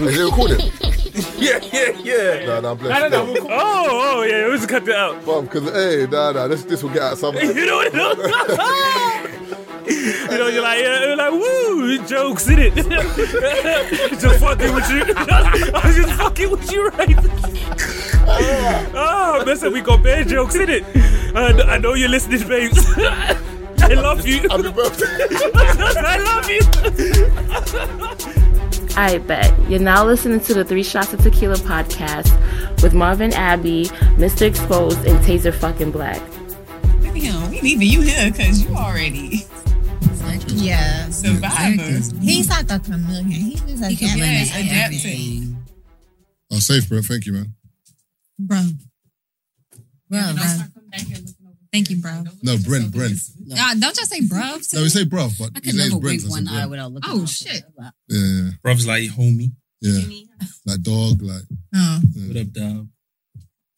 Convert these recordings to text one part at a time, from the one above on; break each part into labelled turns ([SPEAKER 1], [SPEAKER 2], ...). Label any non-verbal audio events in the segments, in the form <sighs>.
[SPEAKER 1] Is it
[SPEAKER 2] <laughs>
[SPEAKER 1] recording?
[SPEAKER 3] Yeah, <laughs> yeah, yeah.
[SPEAKER 1] nah, nah, I'm
[SPEAKER 3] I don't
[SPEAKER 1] blessed.
[SPEAKER 3] know.
[SPEAKER 1] Nah,
[SPEAKER 3] we'll call- Oh, oh, yeah. We'll just cut that out.
[SPEAKER 1] because hey, nah, nah, this this will get
[SPEAKER 2] <laughs>
[SPEAKER 1] out somewhere.
[SPEAKER 3] You know what? You know, you're like, yeah, you're uh, like, woo, jokes in it. <laughs> just fucking with you. <laughs> I was just fucking with you, right? oh, listen, we got bad jokes in it. And I know you're listening, babes. <laughs> I love you.
[SPEAKER 1] Happy birthday.
[SPEAKER 3] I love you.
[SPEAKER 4] I bet. You're now listening to the Three Shots of Tequila podcast with Marvin Abbey, Mr. Exposed, and Taser fucking Black.
[SPEAKER 5] Damn, we leaving you here because you already
[SPEAKER 6] Yeah.
[SPEAKER 5] survivor.
[SPEAKER 6] He's like a chameleon. He just adapting
[SPEAKER 5] can
[SPEAKER 6] to
[SPEAKER 5] very adaptive.
[SPEAKER 6] everything.
[SPEAKER 1] Oh, safe, bro. Thank you, man.
[SPEAKER 6] Bro. Bro, bro. Thank you, bro.
[SPEAKER 1] No, Brent, Brent.
[SPEAKER 6] Uh, don't just say bro.
[SPEAKER 1] No, we say bro, but his
[SPEAKER 7] I could
[SPEAKER 1] name's
[SPEAKER 7] never
[SPEAKER 1] Brent.
[SPEAKER 7] wink
[SPEAKER 1] so I said
[SPEAKER 7] one eye
[SPEAKER 1] Brent.
[SPEAKER 7] without looking.
[SPEAKER 6] Oh,
[SPEAKER 7] up.
[SPEAKER 6] shit.
[SPEAKER 1] Yeah, yeah,
[SPEAKER 2] Bruv's like, homie.
[SPEAKER 1] yeah. Like dog, like
[SPEAKER 6] Oh.
[SPEAKER 1] yeah.
[SPEAKER 2] What up, dog?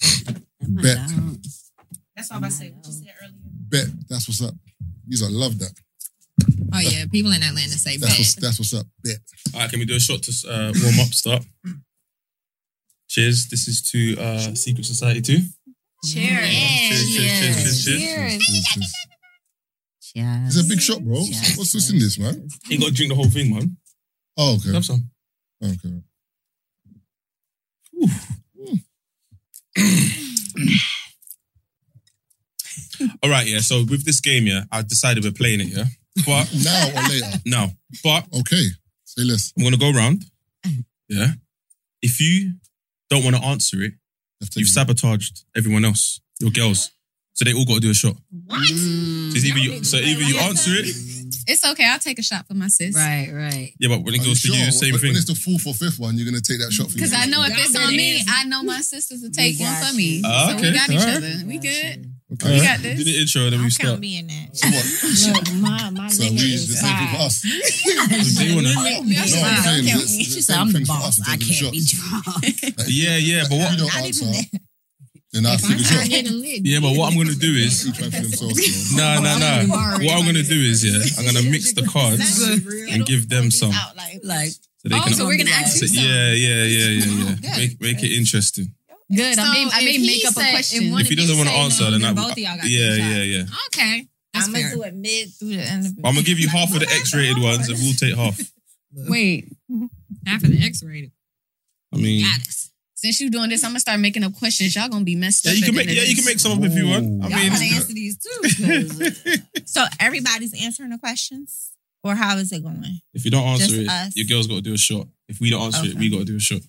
[SPEAKER 7] Am I
[SPEAKER 1] Bet.
[SPEAKER 7] down?
[SPEAKER 8] That's
[SPEAKER 7] all I said. What you said
[SPEAKER 8] earlier.
[SPEAKER 1] bet. That's what's up. He's like, love that.
[SPEAKER 6] oh, yeah. People in Atlanta say
[SPEAKER 1] That's what's
[SPEAKER 6] bad.
[SPEAKER 1] that's what's up. Bet.
[SPEAKER 2] All right, can we do a shot to uh, warm up? Start. Cheers. This is to uh, Secret Society 2.
[SPEAKER 6] Cheers.
[SPEAKER 2] Cheers, cheers, cheers, cheers, cheers.
[SPEAKER 7] Yes.
[SPEAKER 1] It's a big shot, bro.
[SPEAKER 7] Yes.
[SPEAKER 1] What's this in this, man?
[SPEAKER 2] You ain't got to drink the whole thing, man.
[SPEAKER 1] Oh, okay.
[SPEAKER 2] Have some.
[SPEAKER 1] Okay.
[SPEAKER 2] All right, yeah. So with this game, yeah, I decided we're playing it, yeah. But <laughs>
[SPEAKER 1] Now or later.
[SPEAKER 2] no, but
[SPEAKER 1] Okay. Say less.
[SPEAKER 2] I'm gonna go round. Yeah. If you don't want to answer it,
[SPEAKER 1] Have to-
[SPEAKER 2] you've sabotaged everyone else, your girls. So they all got to do a shot.
[SPEAKER 6] What?
[SPEAKER 1] Mm.
[SPEAKER 2] So it's either you, so either you answer it,
[SPEAKER 6] It's okay. I'll take a shot for my sis.
[SPEAKER 7] Right, right.
[SPEAKER 2] yeah. But when it
[SPEAKER 1] Are you
[SPEAKER 2] goes to you,
[SPEAKER 1] sure?
[SPEAKER 2] same
[SPEAKER 1] when,
[SPEAKER 2] thing.
[SPEAKER 1] When it's the fourth or fifth one, you're gonna take that shot for
[SPEAKER 6] Because
[SPEAKER 1] you.
[SPEAKER 6] I know if it's on me, I know my sisters will take one for me. so we
[SPEAKER 2] Ah, okay.
[SPEAKER 6] got each
[SPEAKER 2] Alright.
[SPEAKER 6] other. We good.
[SPEAKER 1] Okay.
[SPEAKER 6] We got
[SPEAKER 2] Do
[SPEAKER 6] this.
[SPEAKER 2] the intro, then we start.
[SPEAKER 6] me in that.
[SPEAKER 1] So what?
[SPEAKER 7] Look, my my
[SPEAKER 1] so
[SPEAKER 7] nigga
[SPEAKER 1] we
[SPEAKER 7] is
[SPEAKER 1] the same thing
[SPEAKER 7] fine.
[SPEAKER 1] for <laughs>
[SPEAKER 7] <laughs>
[SPEAKER 1] us.
[SPEAKER 2] Does anyone know?
[SPEAKER 6] Yeah,
[SPEAKER 1] No, I'm
[SPEAKER 6] don't
[SPEAKER 1] saying
[SPEAKER 6] count
[SPEAKER 1] this-
[SPEAKER 6] me.
[SPEAKER 1] the
[SPEAKER 7] She said,
[SPEAKER 1] same
[SPEAKER 7] "I'm the
[SPEAKER 1] thing for us
[SPEAKER 7] boss.
[SPEAKER 1] is
[SPEAKER 7] I
[SPEAKER 1] taking
[SPEAKER 7] can't be
[SPEAKER 1] shots.
[SPEAKER 7] drunk."
[SPEAKER 2] Yeah, yeah. But
[SPEAKER 1] If
[SPEAKER 2] what?
[SPEAKER 1] you don't
[SPEAKER 7] Not
[SPEAKER 1] answer,
[SPEAKER 7] even that.
[SPEAKER 1] then I take a shot.
[SPEAKER 2] Yeah, but what I'm gonna do is
[SPEAKER 1] Each man for
[SPEAKER 7] <laughs>
[SPEAKER 1] themselves. you know.
[SPEAKER 2] no, no, no.
[SPEAKER 7] Tomorrow.
[SPEAKER 2] What I'm gonna do is yeah, I'm
[SPEAKER 6] <laughs>
[SPEAKER 2] gonna mix the cards and give them some so
[SPEAKER 7] Like,
[SPEAKER 2] they
[SPEAKER 6] Oh,
[SPEAKER 2] can.
[SPEAKER 6] so we're gonna ask
[SPEAKER 2] so-
[SPEAKER 6] you something.
[SPEAKER 2] yeah, yeah, yeah, yeah, yeah.
[SPEAKER 6] good.
[SPEAKER 2] Make make it interesting.
[SPEAKER 6] Good.
[SPEAKER 7] So
[SPEAKER 6] I may, I
[SPEAKER 7] if
[SPEAKER 6] may
[SPEAKER 7] he
[SPEAKER 6] make up
[SPEAKER 7] said-
[SPEAKER 6] a question.
[SPEAKER 7] if one
[SPEAKER 2] If he doesn't want to answer, then I,
[SPEAKER 7] both of y'all got
[SPEAKER 2] yeah,
[SPEAKER 7] to try.
[SPEAKER 2] yeah, yeah.
[SPEAKER 6] okay. That's
[SPEAKER 7] I'm
[SPEAKER 6] fair.
[SPEAKER 7] gonna do it mid through the end of
[SPEAKER 2] But I'm gonna give you half of the X-rated
[SPEAKER 6] Oh,
[SPEAKER 2] ones, and we'll take half.
[SPEAKER 6] Wait. After the X-rated.
[SPEAKER 2] I mean,
[SPEAKER 6] Got us. Since you doing this, I'm gonna start making up questions. Y'all gonna be messed
[SPEAKER 2] yeah,
[SPEAKER 6] up.
[SPEAKER 2] you
[SPEAKER 6] at
[SPEAKER 2] can
[SPEAKER 6] the
[SPEAKER 2] make
[SPEAKER 6] end of
[SPEAKER 2] yeah, you can
[SPEAKER 6] this.
[SPEAKER 2] make some up if you want. I
[SPEAKER 7] Y'all gotta
[SPEAKER 2] mean,
[SPEAKER 7] answer these too.
[SPEAKER 2] <laughs>
[SPEAKER 6] <laughs>
[SPEAKER 7] 'cause- <laughs>
[SPEAKER 6] So everybody's answering the questions, or how is it going?
[SPEAKER 2] if you don't answer
[SPEAKER 6] Just
[SPEAKER 2] it,
[SPEAKER 6] us.
[SPEAKER 2] your girl's got to do a shot. If we don't answer it,
[SPEAKER 6] Okay.
[SPEAKER 2] we got to do a shot.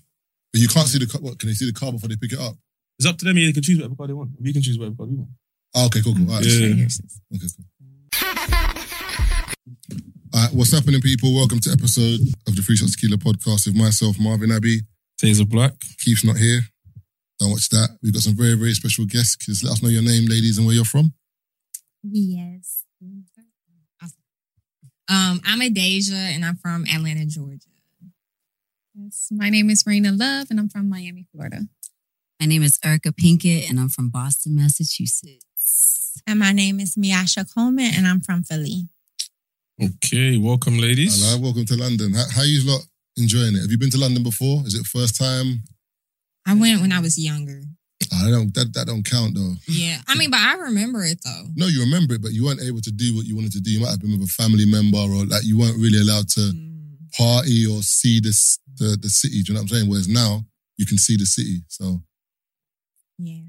[SPEAKER 1] But you can't see the car. What, can they see the car before they pick it up?
[SPEAKER 2] It's up to them. Yeah, they can choose whatever card they want. We can choose whatever card we want.
[SPEAKER 1] Oh, okay, cool, cool. All right.
[SPEAKER 2] Yeah.
[SPEAKER 1] Okay, cool. All right, what's happening, people? Welcome to episode of the Free Shots Tequila podcast with myself, Marvin Abbey.
[SPEAKER 2] Taser Black.
[SPEAKER 1] Keith's not here. Don't watch that. We've got some very, very special guests. Just let us know your name, ladies, and where you're from.
[SPEAKER 6] Yes. Um, I'm Adasia, and I'm from Atlanta, Georgia. Yes, my name is Marina Love, and I'm from Miami, Florida.
[SPEAKER 7] My name is Erica Pinkett, and I'm from Boston, Massachusetts.
[SPEAKER 6] And my name is Miasha Coleman, and I'm from Philly.
[SPEAKER 2] Okay, welcome, ladies.
[SPEAKER 1] Hello, welcome to London. How, how you lot enjoying it? Have you been to London before? Is it first time?
[SPEAKER 6] I went when I was younger.
[SPEAKER 1] I don't. That that don't count though.
[SPEAKER 6] Yeah, I mean, but I remember it though.
[SPEAKER 1] No, you remember it, but you weren't able to do what you wanted to do. You might have been with a family member, or like you weren't really allowed to party or see this the the city. Do you know what I'm saying? Whereas now you can see the city. So
[SPEAKER 6] Yeah. Mm.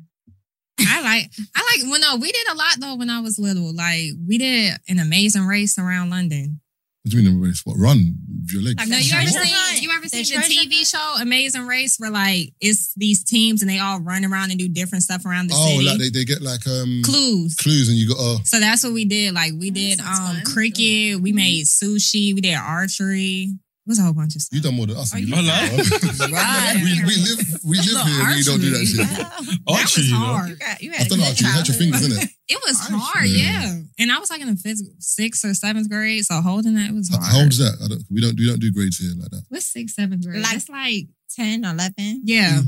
[SPEAKER 6] I like I like well no, we did a lot though when I was little. Like we did an amazing race around London.
[SPEAKER 1] what do you mean the race? What run with your legs?
[SPEAKER 6] No, you ever
[SPEAKER 1] What?
[SPEAKER 6] seen you ever
[SPEAKER 7] The
[SPEAKER 6] seen the
[SPEAKER 7] treasure
[SPEAKER 6] TV show Amazing Race where like it's these teams and they all run around and do different stuff around the
[SPEAKER 1] Oh,
[SPEAKER 6] city.
[SPEAKER 1] like they, they get like um
[SPEAKER 6] Clues.
[SPEAKER 1] clues, and you got oh, to
[SPEAKER 6] So that's what we did. Like we
[SPEAKER 7] Oh, that
[SPEAKER 6] did um
[SPEAKER 7] sounds fun. Mm-hmm.
[SPEAKER 6] cricket, we made sushi, we did archery. It was a whole bunch of stuff.
[SPEAKER 1] you done more than us.
[SPEAKER 6] Are
[SPEAKER 1] You
[SPEAKER 6] you-
[SPEAKER 1] lot.
[SPEAKER 6] <laughs>
[SPEAKER 7] Right.
[SPEAKER 1] <laughs> we, we live we live
[SPEAKER 7] Look,
[SPEAKER 1] here. and We don't do that
[SPEAKER 7] archery.
[SPEAKER 1] shit.
[SPEAKER 6] <laughs> that
[SPEAKER 2] Archie,
[SPEAKER 6] was
[SPEAKER 2] you know.
[SPEAKER 6] hard.
[SPEAKER 7] got, you
[SPEAKER 1] I don't know. You had your fingers in it.
[SPEAKER 6] It was
[SPEAKER 7] Archery.
[SPEAKER 6] hard,
[SPEAKER 1] Yeah.
[SPEAKER 6] yeah. And I was like in the fifth, sixth or seventh grade, so holding that was
[SPEAKER 1] How,
[SPEAKER 6] hard.
[SPEAKER 1] how old is that? I don't, we don't we don't do grades here like that.
[SPEAKER 6] What's sixth, seventh grade?
[SPEAKER 5] Like-
[SPEAKER 6] That's like
[SPEAKER 5] 10, 11.
[SPEAKER 6] yeah.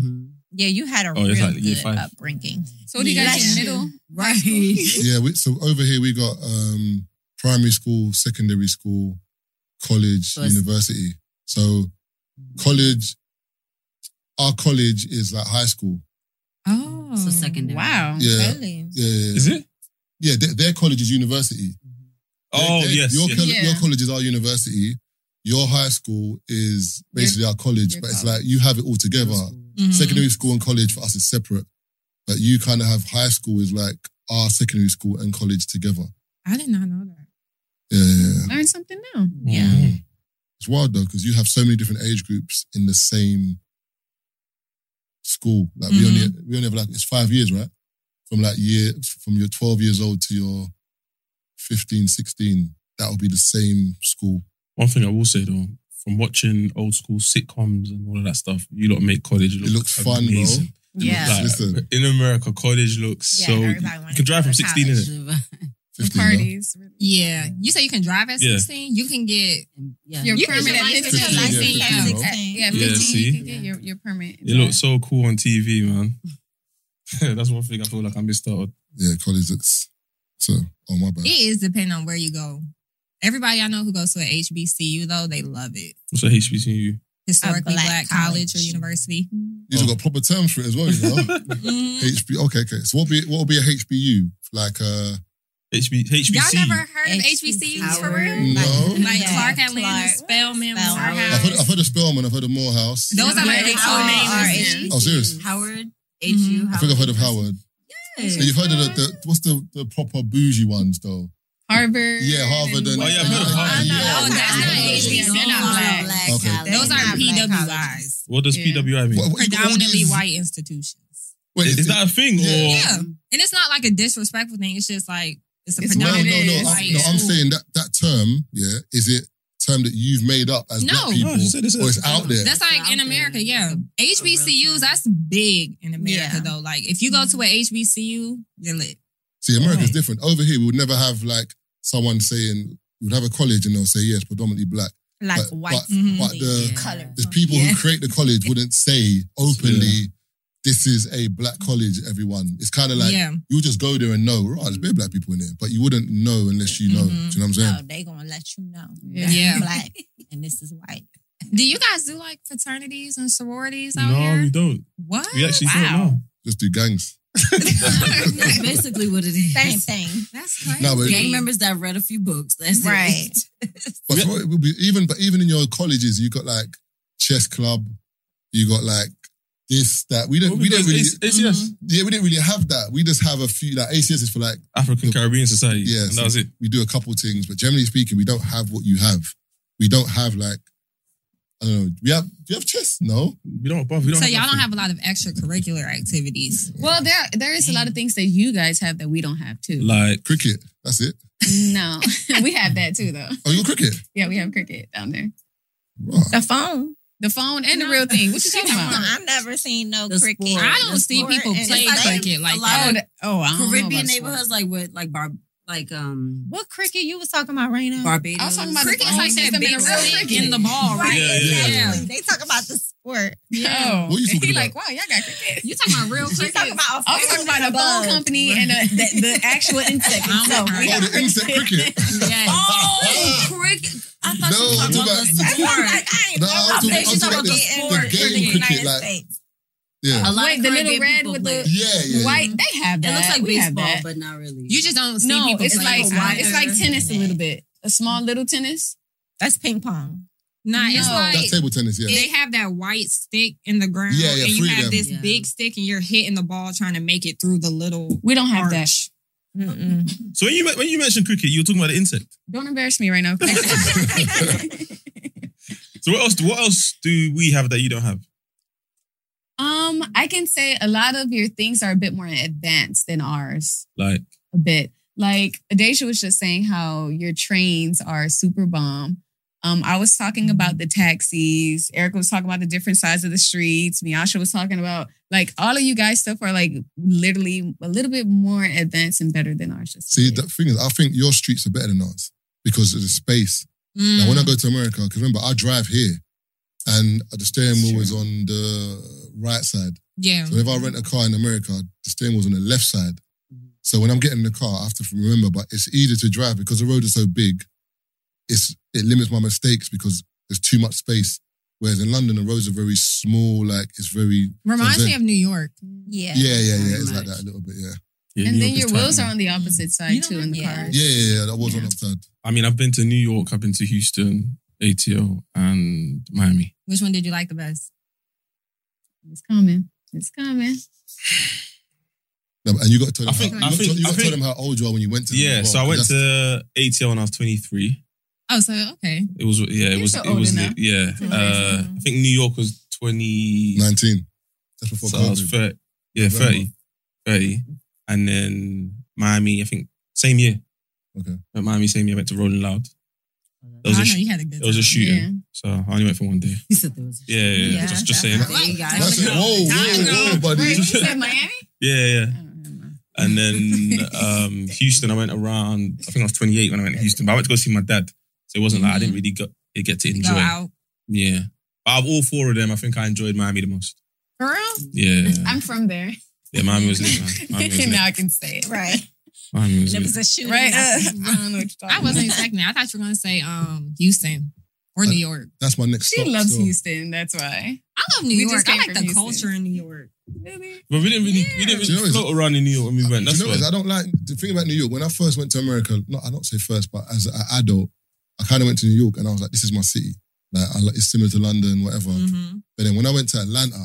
[SPEAKER 5] Yeah, you had a
[SPEAKER 2] Mm-hmm. Oh, it's
[SPEAKER 5] real
[SPEAKER 2] like year
[SPEAKER 5] good
[SPEAKER 2] five.
[SPEAKER 5] upbringing.
[SPEAKER 6] So what do you guys
[SPEAKER 7] Yeah.
[SPEAKER 6] in the middle?
[SPEAKER 2] <laughs>
[SPEAKER 7] Right.
[SPEAKER 1] Yeah. We, so over here we got um, primary school, secondary school, college,
[SPEAKER 7] So it's-
[SPEAKER 1] university. So college our college is like high school.
[SPEAKER 6] Oh,
[SPEAKER 7] So secondary.
[SPEAKER 6] Wow.
[SPEAKER 1] Yeah.
[SPEAKER 6] Really?
[SPEAKER 1] Yeah, yeah, yeah.
[SPEAKER 2] Is it?
[SPEAKER 1] yeah their, their college is university.
[SPEAKER 2] Oh
[SPEAKER 1] They- they-
[SPEAKER 2] yes.
[SPEAKER 1] Your,
[SPEAKER 2] yes.
[SPEAKER 1] col-
[SPEAKER 6] Yeah.
[SPEAKER 1] your college is our university. Your high school is basically our college,
[SPEAKER 6] your
[SPEAKER 1] but it's
[SPEAKER 6] college.
[SPEAKER 1] like you have it all together.
[SPEAKER 5] Mm-hmm.
[SPEAKER 6] Mhm.
[SPEAKER 1] Secondary school and college for us is separate, but you kind of have high school is like our secondary school and college together.
[SPEAKER 6] I did not know that.
[SPEAKER 1] Yeah, yeah, yeah.
[SPEAKER 6] Learn something new. Yeah.
[SPEAKER 2] Mm.
[SPEAKER 1] It's wild though, because you have so many different age groups in the same school. Like we only
[SPEAKER 6] Mm-hmm.
[SPEAKER 1] we only have like it's five years, right? From like year from your 12 years old to your 15, 16, that will be the same school.
[SPEAKER 2] One thing I will say though, from watching old school sitcoms and all of that stuff, you lot make college look
[SPEAKER 1] It looks fun, bro.
[SPEAKER 2] amazing.
[SPEAKER 6] Yeah.
[SPEAKER 2] Like,
[SPEAKER 1] Listen.
[SPEAKER 2] in America, college looks
[SPEAKER 6] Yeah,
[SPEAKER 2] so
[SPEAKER 6] everybody
[SPEAKER 2] you
[SPEAKER 6] wanted
[SPEAKER 2] can drive
[SPEAKER 6] to go
[SPEAKER 2] from
[SPEAKER 6] to
[SPEAKER 2] 16 in
[SPEAKER 6] college.
[SPEAKER 2] it.
[SPEAKER 6] The
[SPEAKER 1] 15, no?
[SPEAKER 6] parties. <laughs> Yeah. You say you can drive at
[SPEAKER 2] Yeah.
[SPEAKER 6] 16? You can get
[SPEAKER 7] And, yeah.
[SPEAKER 6] your
[SPEAKER 5] You can
[SPEAKER 6] permit
[SPEAKER 5] get
[SPEAKER 6] at
[SPEAKER 5] your
[SPEAKER 6] 15.
[SPEAKER 1] license at 15, yeah,
[SPEAKER 6] yeah,
[SPEAKER 5] 16.
[SPEAKER 6] yeah, 15
[SPEAKER 2] Yeah, see?
[SPEAKER 6] you can get your, your permit.
[SPEAKER 2] It looks so cool on TV, man. <laughs> That's one thing I feel like I missed out on.
[SPEAKER 1] Yeah, college looks so oh my bad.
[SPEAKER 6] It is depending on where you go. Everybody I know who goes to an HBCU though, they love it.
[SPEAKER 2] What's a HBCU?
[SPEAKER 6] Historically
[SPEAKER 5] black
[SPEAKER 6] black, college. or
[SPEAKER 5] college.
[SPEAKER 6] university.
[SPEAKER 1] You just got proper terms for it as well, you know.
[SPEAKER 6] <laughs> Mm.
[SPEAKER 1] HB okay, okay. So what be what will be a HBU? Like uh
[SPEAKER 2] HB,
[SPEAKER 6] Y'all
[SPEAKER 2] HBC.
[SPEAKER 6] never heard of
[SPEAKER 7] HBCUs
[SPEAKER 6] HBCUs for real?
[SPEAKER 1] No.
[SPEAKER 6] Like
[SPEAKER 5] Yeah.
[SPEAKER 6] Clark Atlanta,
[SPEAKER 5] Clark,
[SPEAKER 6] Spellman,
[SPEAKER 5] Spellman.
[SPEAKER 1] I've heard,
[SPEAKER 6] Morehouse.
[SPEAKER 1] I've heard of Spelman, I've heard of Morehouse.
[SPEAKER 6] Those are like the
[SPEAKER 5] Yeah.
[SPEAKER 6] code
[SPEAKER 5] Oh,
[SPEAKER 6] names.
[SPEAKER 1] Oh, serious?
[SPEAKER 7] Howard,
[SPEAKER 6] Mhm.
[SPEAKER 7] HU,
[SPEAKER 1] I think I've heard of Howard. So you've heard of the, the what's the, the proper bougie ones though?
[SPEAKER 6] Harvard.
[SPEAKER 1] Yeah, Harvard and
[SPEAKER 2] Oh, yeah, I've heard of Harvard.
[SPEAKER 1] Yeah.
[SPEAKER 6] Oh, that's not HBCU. They're not black.
[SPEAKER 1] Okay.
[SPEAKER 6] Those are PWIs.
[SPEAKER 2] What does
[SPEAKER 6] Yeah.
[SPEAKER 2] PWI mean?
[SPEAKER 1] What- what- what
[SPEAKER 6] Predominantly
[SPEAKER 1] is-
[SPEAKER 6] white institutions.
[SPEAKER 1] Wait,
[SPEAKER 2] Is that a thing?
[SPEAKER 1] Yeah.
[SPEAKER 2] Or
[SPEAKER 6] Yeah. And it's not like a disrespectful thing. It's just like it's a
[SPEAKER 5] It's
[SPEAKER 1] No, no, no.
[SPEAKER 5] what it
[SPEAKER 6] predominantly
[SPEAKER 1] no,
[SPEAKER 5] is.
[SPEAKER 6] white
[SPEAKER 1] I'm, no, I'm saying that that term, yeah, is it term that you've made up as
[SPEAKER 6] No.
[SPEAKER 1] black people,
[SPEAKER 2] No, she said it's a-
[SPEAKER 1] or it's out there?
[SPEAKER 6] That's like in America, yeah. HBCUs, that's big in America
[SPEAKER 5] Yeah.
[SPEAKER 6] though. Like if you go to a HBCU, you're lit.
[SPEAKER 1] See, America's different. Over here, we would never have like someone saying we would have a college and they'll say yes, predominantly black.
[SPEAKER 5] Like
[SPEAKER 1] But-
[SPEAKER 5] white
[SPEAKER 1] but-
[SPEAKER 6] Mhm.
[SPEAKER 1] but the
[SPEAKER 5] color.
[SPEAKER 6] Oh,
[SPEAKER 1] the people
[SPEAKER 5] Yeah.
[SPEAKER 1] <laughs> who create the college wouldn't say openly. This is a black college, everyone. It's kind of like
[SPEAKER 6] yeah.
[SPEAKER 1] you'll just go there and know, right, there's bare black people in there, but you wouldn't know unless you know.
[SPEAKER 6] Mhm.
[SPEAKER 1] Do you know what I'm saying?
[SPEAKER 7] Oh,
[SPEAKER 5] No, they gonna let you know.
[SPEAKER 6] Yeah.
[SPEAKER 5] That's
[SPEAKER 7] <laughs>
[SPEAKER 6] Yeah.
[SPEAKER 5] black and this is white.
[SPEAKER 6] Do you guys do like fraternities and sororities out
[SPEAKER 2] no, we
[SPEAKER 6] here?
[SPEAKER 2] don't.
[SPEAKER 6] What?
[SPEAKER 2] We actually
[SPEAKER 6] <laughs>
[SPEAKER 5] Wow.
[SPEAKER 2] don't
[SPEAKER 1] Just do gangs.
[SPEAKER 7] That's basically what it is.
[SPEAKER 5] Same thing.
[SPEAKER 6] That's crazy.
[SPEAKER 1] No, but-
[SPEAKER 7] Gang members that read a few books. That's
[SPEAKER 5] Right.
[SPEAKER 1] <laughs>
[SPEAKER 7] it.
[SPEAKER 1] But so it would be, even but even in your colleges, you got like chess club, you got like this that we
[SPEAKER 2] know.
[SPEAKER 1] don't
[SPEAKER 2] What
[SPEAKER 1] we don't
[SPEAKER 2] because
[SPEAKER 1] really
[SPEAKER 2] it's, it's yes,
[SPEAKER 1] yeah we didn't really have that. We just have a few like ACS is for like
[SPEAKER 2] African Caribbean Society.
[SPEAKER 1] Yes.
[SPEAKER 2] and that was it.
[SPEAKER 1] we do a couple things, but generally speaking, we don't have what you have. We don't have like I don't know. We have do you have chess? No,
[SPEAKER 2] We don't. Above, we don't
[SPEAKER 6] so y'all don't
[SPEAKER 2] nothing.
[SPEAKER 6] have a lot of extracurricular activities.
[SPEAKER 8] Well, there there is a lot of things that you guys have that we don't have too.
[SPEAKER 2] like
[SPEAKER 1] cricket. That's it.
[SPEAKER 8] No, <laughs> we have that too though.
[SPEAKER 1] Oh, you're cricket.
[SPEAKER 8] Yeah, we have cricket down there.
[SPEAKER 1] Wow.
[SPEAKER 5] The phone.
[SPEAKER 8] The phone and
[SPEAKER 6] No.
[SPEAKER 8] the real thing. What you
[SPEAKER 6] <laughs>
[SPEAKER 8] talking
[SPEAKER 6] Come
[SPEAKER 8] about?
[SPEAKER 6] on.
[SPEAKER 5] I've never seen no
[SPEAKER 7] The
[SPEAKER 5] cricket.
[SPEAKER 7] sport.
[SPEAKER 6] I don't see
[SPEAKER 7] Sport
[SPEAKER 6] people
[SPEAKER 5] and-
[SPEAKER 6] play
[SPEAKER 5] It's like
[SPEAKER 6] cricket like
[SPEAKER 7] a
[SPEAKER 6] that.
[SPEAKER 7] lot of
[SPEAKER 8] Oh, I don't know
[SPEAKER 7] Caribbean
[SPEAKER 8] about sports.
[SPEAKER 7] neighborhoods like what, like bar, like um,
[SPEAKER 5] What cricket you was talking about right now?
[SPEAKER 7] Barbados.
[SPEAKER 8] I was talking about the
[SPEAKER 6] Cricket's
[SPEAKER 8] phone
[SPEAKER 6] like that
[SPEAKER 8] system
[SPEAKER 6] big
[SPEAKER 8] and the real
[SPEAKER 6] stick
[SPEAKER 8] cricket.
[SPEAKER 6] in the ball, right?
[SPEAKER 5] Right,
[SPEAKER 2] Yeah, yeah,
[SPEAKER 6] yeah.
[SPEAKER 5] exactly. They talk about the sport.
[SPEAKER 8] Yeah.
[SPEAKER 1] What you talking
[SPEAKER 6] <laughs>
[SPEAKER 8] he
[SPEAKER 1] about?
[SPEAKER 8] like, wow, y'all got cricket.
[SPEAKER 6] You talking about real
[SPEAKER 5] She's
[SPEAKER 6] cricket?
[SPEAKER 5] talking about a
[SPEAKER 8] I was talking about a phone company and a, <laughs>
[SPEAKER 5] the, the actual insect.
[SPEAKER 6] I'm
[SPEAKER 5] itself.
[SPEAKER 6] sorry.
[SPEAKER 5] We
[SPEAKER 1] Oh,
[SPEAKER 5] got
[SPEAKER 1] the insect cricket. <laughs>
[SPEAKER 7] Oh, cricket. I thought
[SPEAKER 1] No, I'm
[SPEAKER 7] you were
[SPEAKER 1] talking
[SPEAKER 7] talking
[SPEAKER 1] about-
[SPEAKER 5] That's why I'm like,
[SPEAKER 7] about the sport.
[SPEAKER 5] I ain't
[SPEAKER 1] No,
[SPEAKER 5] from up
[SPEAKER 1] I'm talking-
[SPEAKER 5] there.
[SPEAKER 1] I'm
[SPEAKER 5] She's about
[SPEAKER 1] talking about
[SPEAKER 5] getting
[SPEAKER 1] the- the
[SPEAKER 5] bored
[SPEAKER 1] game
[SPEAKER 5] in the
[SPEAKER 1] cricket,
[SPEAKER 5] United
[SPEAKER 1] like-
[SPEAKER 5] States.
[SPEAKER 1] Yeah,
[SPEAKER 7] A lot
[SPEAKER 8] Wait,
[SPEAKER 7] of
[SPEAKER 8] the little
[SPEAKER 7] Caribbean
[SPEAKER 8] red
[SPEAKER 7] people
[SPEAKER 8] with
[SPEAKER 7] play.
[SPEAKER 8] the-
[SPEAKER 1] yeah, yeah. yeah.
[SPEAKER 8] White, they have
[SPEAKER 7] It
[SPEAKER 8] that.
[SPEAKER 7] looks like
[SPEAKER 8] we have
[SPEAKER 7] baseball,
[SPEAKER 8] that.
[SPEAKER 7] but not really.
[SPEAKER 6] You just don't see
[SPEAKER 8] No,
[SPEAKER 6] people
[SPEAKER 8] it's
[SPEAKER 6] play
[SPEAKER 8] like
[SPEAKER 6] it.
[SPEAKER 8] it's like tennis a little bit. A small little tennis.
[SPEAKER 5] That's ping pong.
[SPEAKER 6] Nah, it's
[SPEAKER 8] No.
[SPEAKER 6] like
[SPEAKER 1] That's table tennis. Yeah,
[SPEAKER 6] they have that white stick in the ground,
[SPEAKER 1] Yeah, yeah,
[SPEAKER 6] and you
[SPEAKER 1] free
[SPEAKER 6] have
[SPEAKER 1] them.
[SPEAKER 6] this
[SPEAKER 7] Yeah.
[SPEAKER 6] big stick, and you're hitting the ball trying to make it through the little.
[SPEAKER 8] We don't have that.
[SPEAKER 6] Arch.
[SPEAKER 2] So when you when you mentioned cricket, you were talking about the insect.
[SPEAKER 8] Don't embarrass me right now.
[SPEAKER 2] So what else? What else do we have that you don't have?
[SPEAKER 8] <laughs> um, I can say a lot of your things are a bit more advanced than ours.
[SPEAKER 2] Like
[SPEAKER 8] a bit. Like Adesha was just saying how your trains are super bomb. Um, I was talking
[SPEAKER 1] Mm-hmm.
[SPEAKER 8] about the taxis. Erica was talking about the different sides of the streets. Miyasha was talking about like all of you guys stuff are like literally a little bit more advanced and better than ours. just
[SPEAKER 1] <laughs>
[SPEAKER 8] a
[SPEAKER 1] See, the
[SPEAKER 8] bit.
[SPEAKER 1] thing is, I think your streets are better than ours because of the space. Now,
[SPEAKER 6] Mm,
[SPEAKER 1] when I go to America, because remember, I drive here and the steering wheel is on the right side.
[SPEAKER 6] Yeah.
[SPEAKER 1] So if I rent a car in America, the steering wheel's on the left side. So when I'm getting in the car, I have to remember, but it's easier to drive because the road is so big. It's it limits my mistakes because there's too much space. Whereas in London, the roads are very small. Like it's very
[SPEAKER 6] Reminds
[SPEAKER 1] Something.
[SPEAKER 6] me of New York.
[SPEAKER 1] yeah,
[SPEAKER 7] Yeah.
[SPEAKER 1] yeah, yeah.
[SPEAKER 7] very
[SPEAKER 1] It's like
[SPEAKER 7] much.
[SPEAKER 1] that a little bit. Yeah,
[SPEAKER 2] Yeah,
[SPEAKER 8] and
[SPEAKER 2] New
[SPEAKER 8] then
[SPEAKER 2] York
[SPEAKER 8] your
[SPEAKER 2] is
[SPEAKER 8] wheels
[SPEAKER 2] tight,
[SPEAKER 8] are
[SPEAKER 2] man.
[SPEAKER 8] on the opposite
[SPEAKER 7] You
[SPEAKER 8] side
[SPEAKER 7] don't
[SPEAKER 8] too in the
[SPEAKER 7] yeah.
[SPEAKER 8] car.
[SPEAKER 1] yeah, yeah. yeah that was one
[SPEAKER 8] Yeah.
[SPEAKER 1] of that.
[SPEAKER 2] I mean, I've been to New York, I've been to Houston, ATL, and Miami.
[SPEAKER 6] Which one did you like the best?
[SPEAKER 8] It's coming. It's coming.
[SPEAKER 1] No, but- and you got to tell
[SPEAKER 2] I
[SPEAKER 1] them.
[SPEAKER 2] think-
[SPEAKER 1] how, you got
[SPEAKER 6] I
[SPEAKER 1] to- you
[SPEAKER 2] think- I
[SPEAKER 1] got to
[SPEAKER 2] think-
[SPEAKER 1] tell them how old you are when you went to. them
[SPEAKER 2] Yeah,
[SPEAKER 1] as
[SPEAKER 2] so I
[SPEAKER 1] well,
[SPEAKER 2] went
[SPEAKER 1] 'cause that's-
[SPEAKER 2] to ATL when I was 23.
[SPEAKER 6] Oh, so
[SPEAKER 1] <laughs>
[SPEAKER 6] okay.
[SPEAKER 2] It was yeah, it
[SPEAKER 8] You're
[SPEAKER 2] was
[SPEAKER 8] so
[SPEAKER 2] it
[SPEAKER 8] old
[SPEAKER 2] was
[SPEAKER 8] enough.
[SPEAKER 2] yeah.
[SPEAKER 6] Yeah.
[SPEAKER 2] Uh, I think New York was twenty.
[SPEAKER 1] nineteen. That's before
[SPEAKER 2] so I was
[SPEAKER 1] COVID.
[SPEAKER 2] thirty. Yeah,
[SPEAKER 1] November.
[SPEAKER 2] 30, 30. and then Miami. I think same year.
[SPEAKER 1] Okay.
[SPEAKER 2] At Miami, same year. I went to Rolling Loud. There was
[SPEAKER 6] I
[SPEAKER 2] a
[SPEAKER 6] know
[SPEAKER 2] sh-
[SPEAKER 6] you had a good
[SPEAKER 2] there was a
[SPEAKER 6] time.
[SPEAKER 2] shooting,
[SPEAKER 8] Yeah.
[SPEAKER 2] so I only went for one day.
[SPEAKER 7] You said there was a
[SPEAKER 2] Yeah, yeah. yeah.
[SPEAKER 6] Yeah,
[SPEAKER 2] just, just saying.
[SPEAKER 6] that's-
[SPEAKER 7] There you go.
[SPEAKER 1] That's it. Whoa, whoa, whoa, buddy.
[SPEAKER 8] Wait, you said Miami?
[SPEAKER 2] Yeah, yeah.
[SPEAKER 8] I don't remember.
[SPEAKER 2] And then
[SPEAKER 7] <laughs>
[SPEAKER 2] um, Houston, I went around. I think I was 28 when I went to Houston, but I went to go see my dad. So it wasn't like I
[SPEAKER 7] Mm-hmm.
[SPEAKER 2] didn't really go, eh, get to
[SPEAKER 6] To
[SPEAKER 2] enjoy.
[SPEAKER 6] Go out.
[SPEAKER 2] Yeah. Out of all four of them, I think I enjoyed Miami the most.
[SPEAKER 6] For real?
[SPEAKER 2] Yeah.
[SPEAKER 8] I'm from <laughs> there.
[SPEAKER 2] yeah, Miami was lit, man.
[SPEAKER 7] <laughs>
[SPEAKER 2] Miami was lit.
[SPEAKER 8] now I can say it. Right.
[SPEAKER 2] Miami was
[SPEAKER 7] There
[SPEAKER 2] lit.
[SPEAKER 7] was a shooting.
[SPEAKER 8] Right. uh, I don't know what you're talking
[SPEAKER 6] I wasn't expecting that. I thought you were gonna say um Houston or
[SPEAKER 1] Uh,
[SPEAKER 6] New York.
[SPEAKER 1] That's my next.
[SPEAKER 8] She
[SPEAKER 1] stop,
[SPEAKER 8] loves
[SPEAKER 1] so.
[SPEAKER 8] Houston. That's why.
[SPEAKER 6] I love New
[SPEAKER 8] We
[SPEAKER 6] York.
[SPEAKER 8] just
[SPEAKER 6] I
[SPEAKER 8] came
[SPEAKER 6] like
[SPEAKER 8] from
[SPEAKER 6] the
[SPEAKER 8] Houston.
[SPEAKER 6] culture in New York.
[SPEAKER 2] But we didn't really, we
[SPEAKER 1] Do
[SPEAKER 2] didn't
[SPEAKER 1] you know
[SPEAKER 2] really
[SPEAKER 1] it's-
[SPEAKER 2] float around in New York when we
[SPEAKER 1] Do
[SPEAKER 2] went. That's
[SPEAKER 1] you know, what
[SPEAKER 2] why.
[SPEAKER 1] it is? I don't like the thing about New York. When I first went to America, no, I don't say first, but as an adult, I kind of went to New York and I was like, "This is my city." Like, I, like it's similar to London, whatever.
[SPEAKER 6] Mhm.
[SPEAKER 1] But then when I went to Atlanta,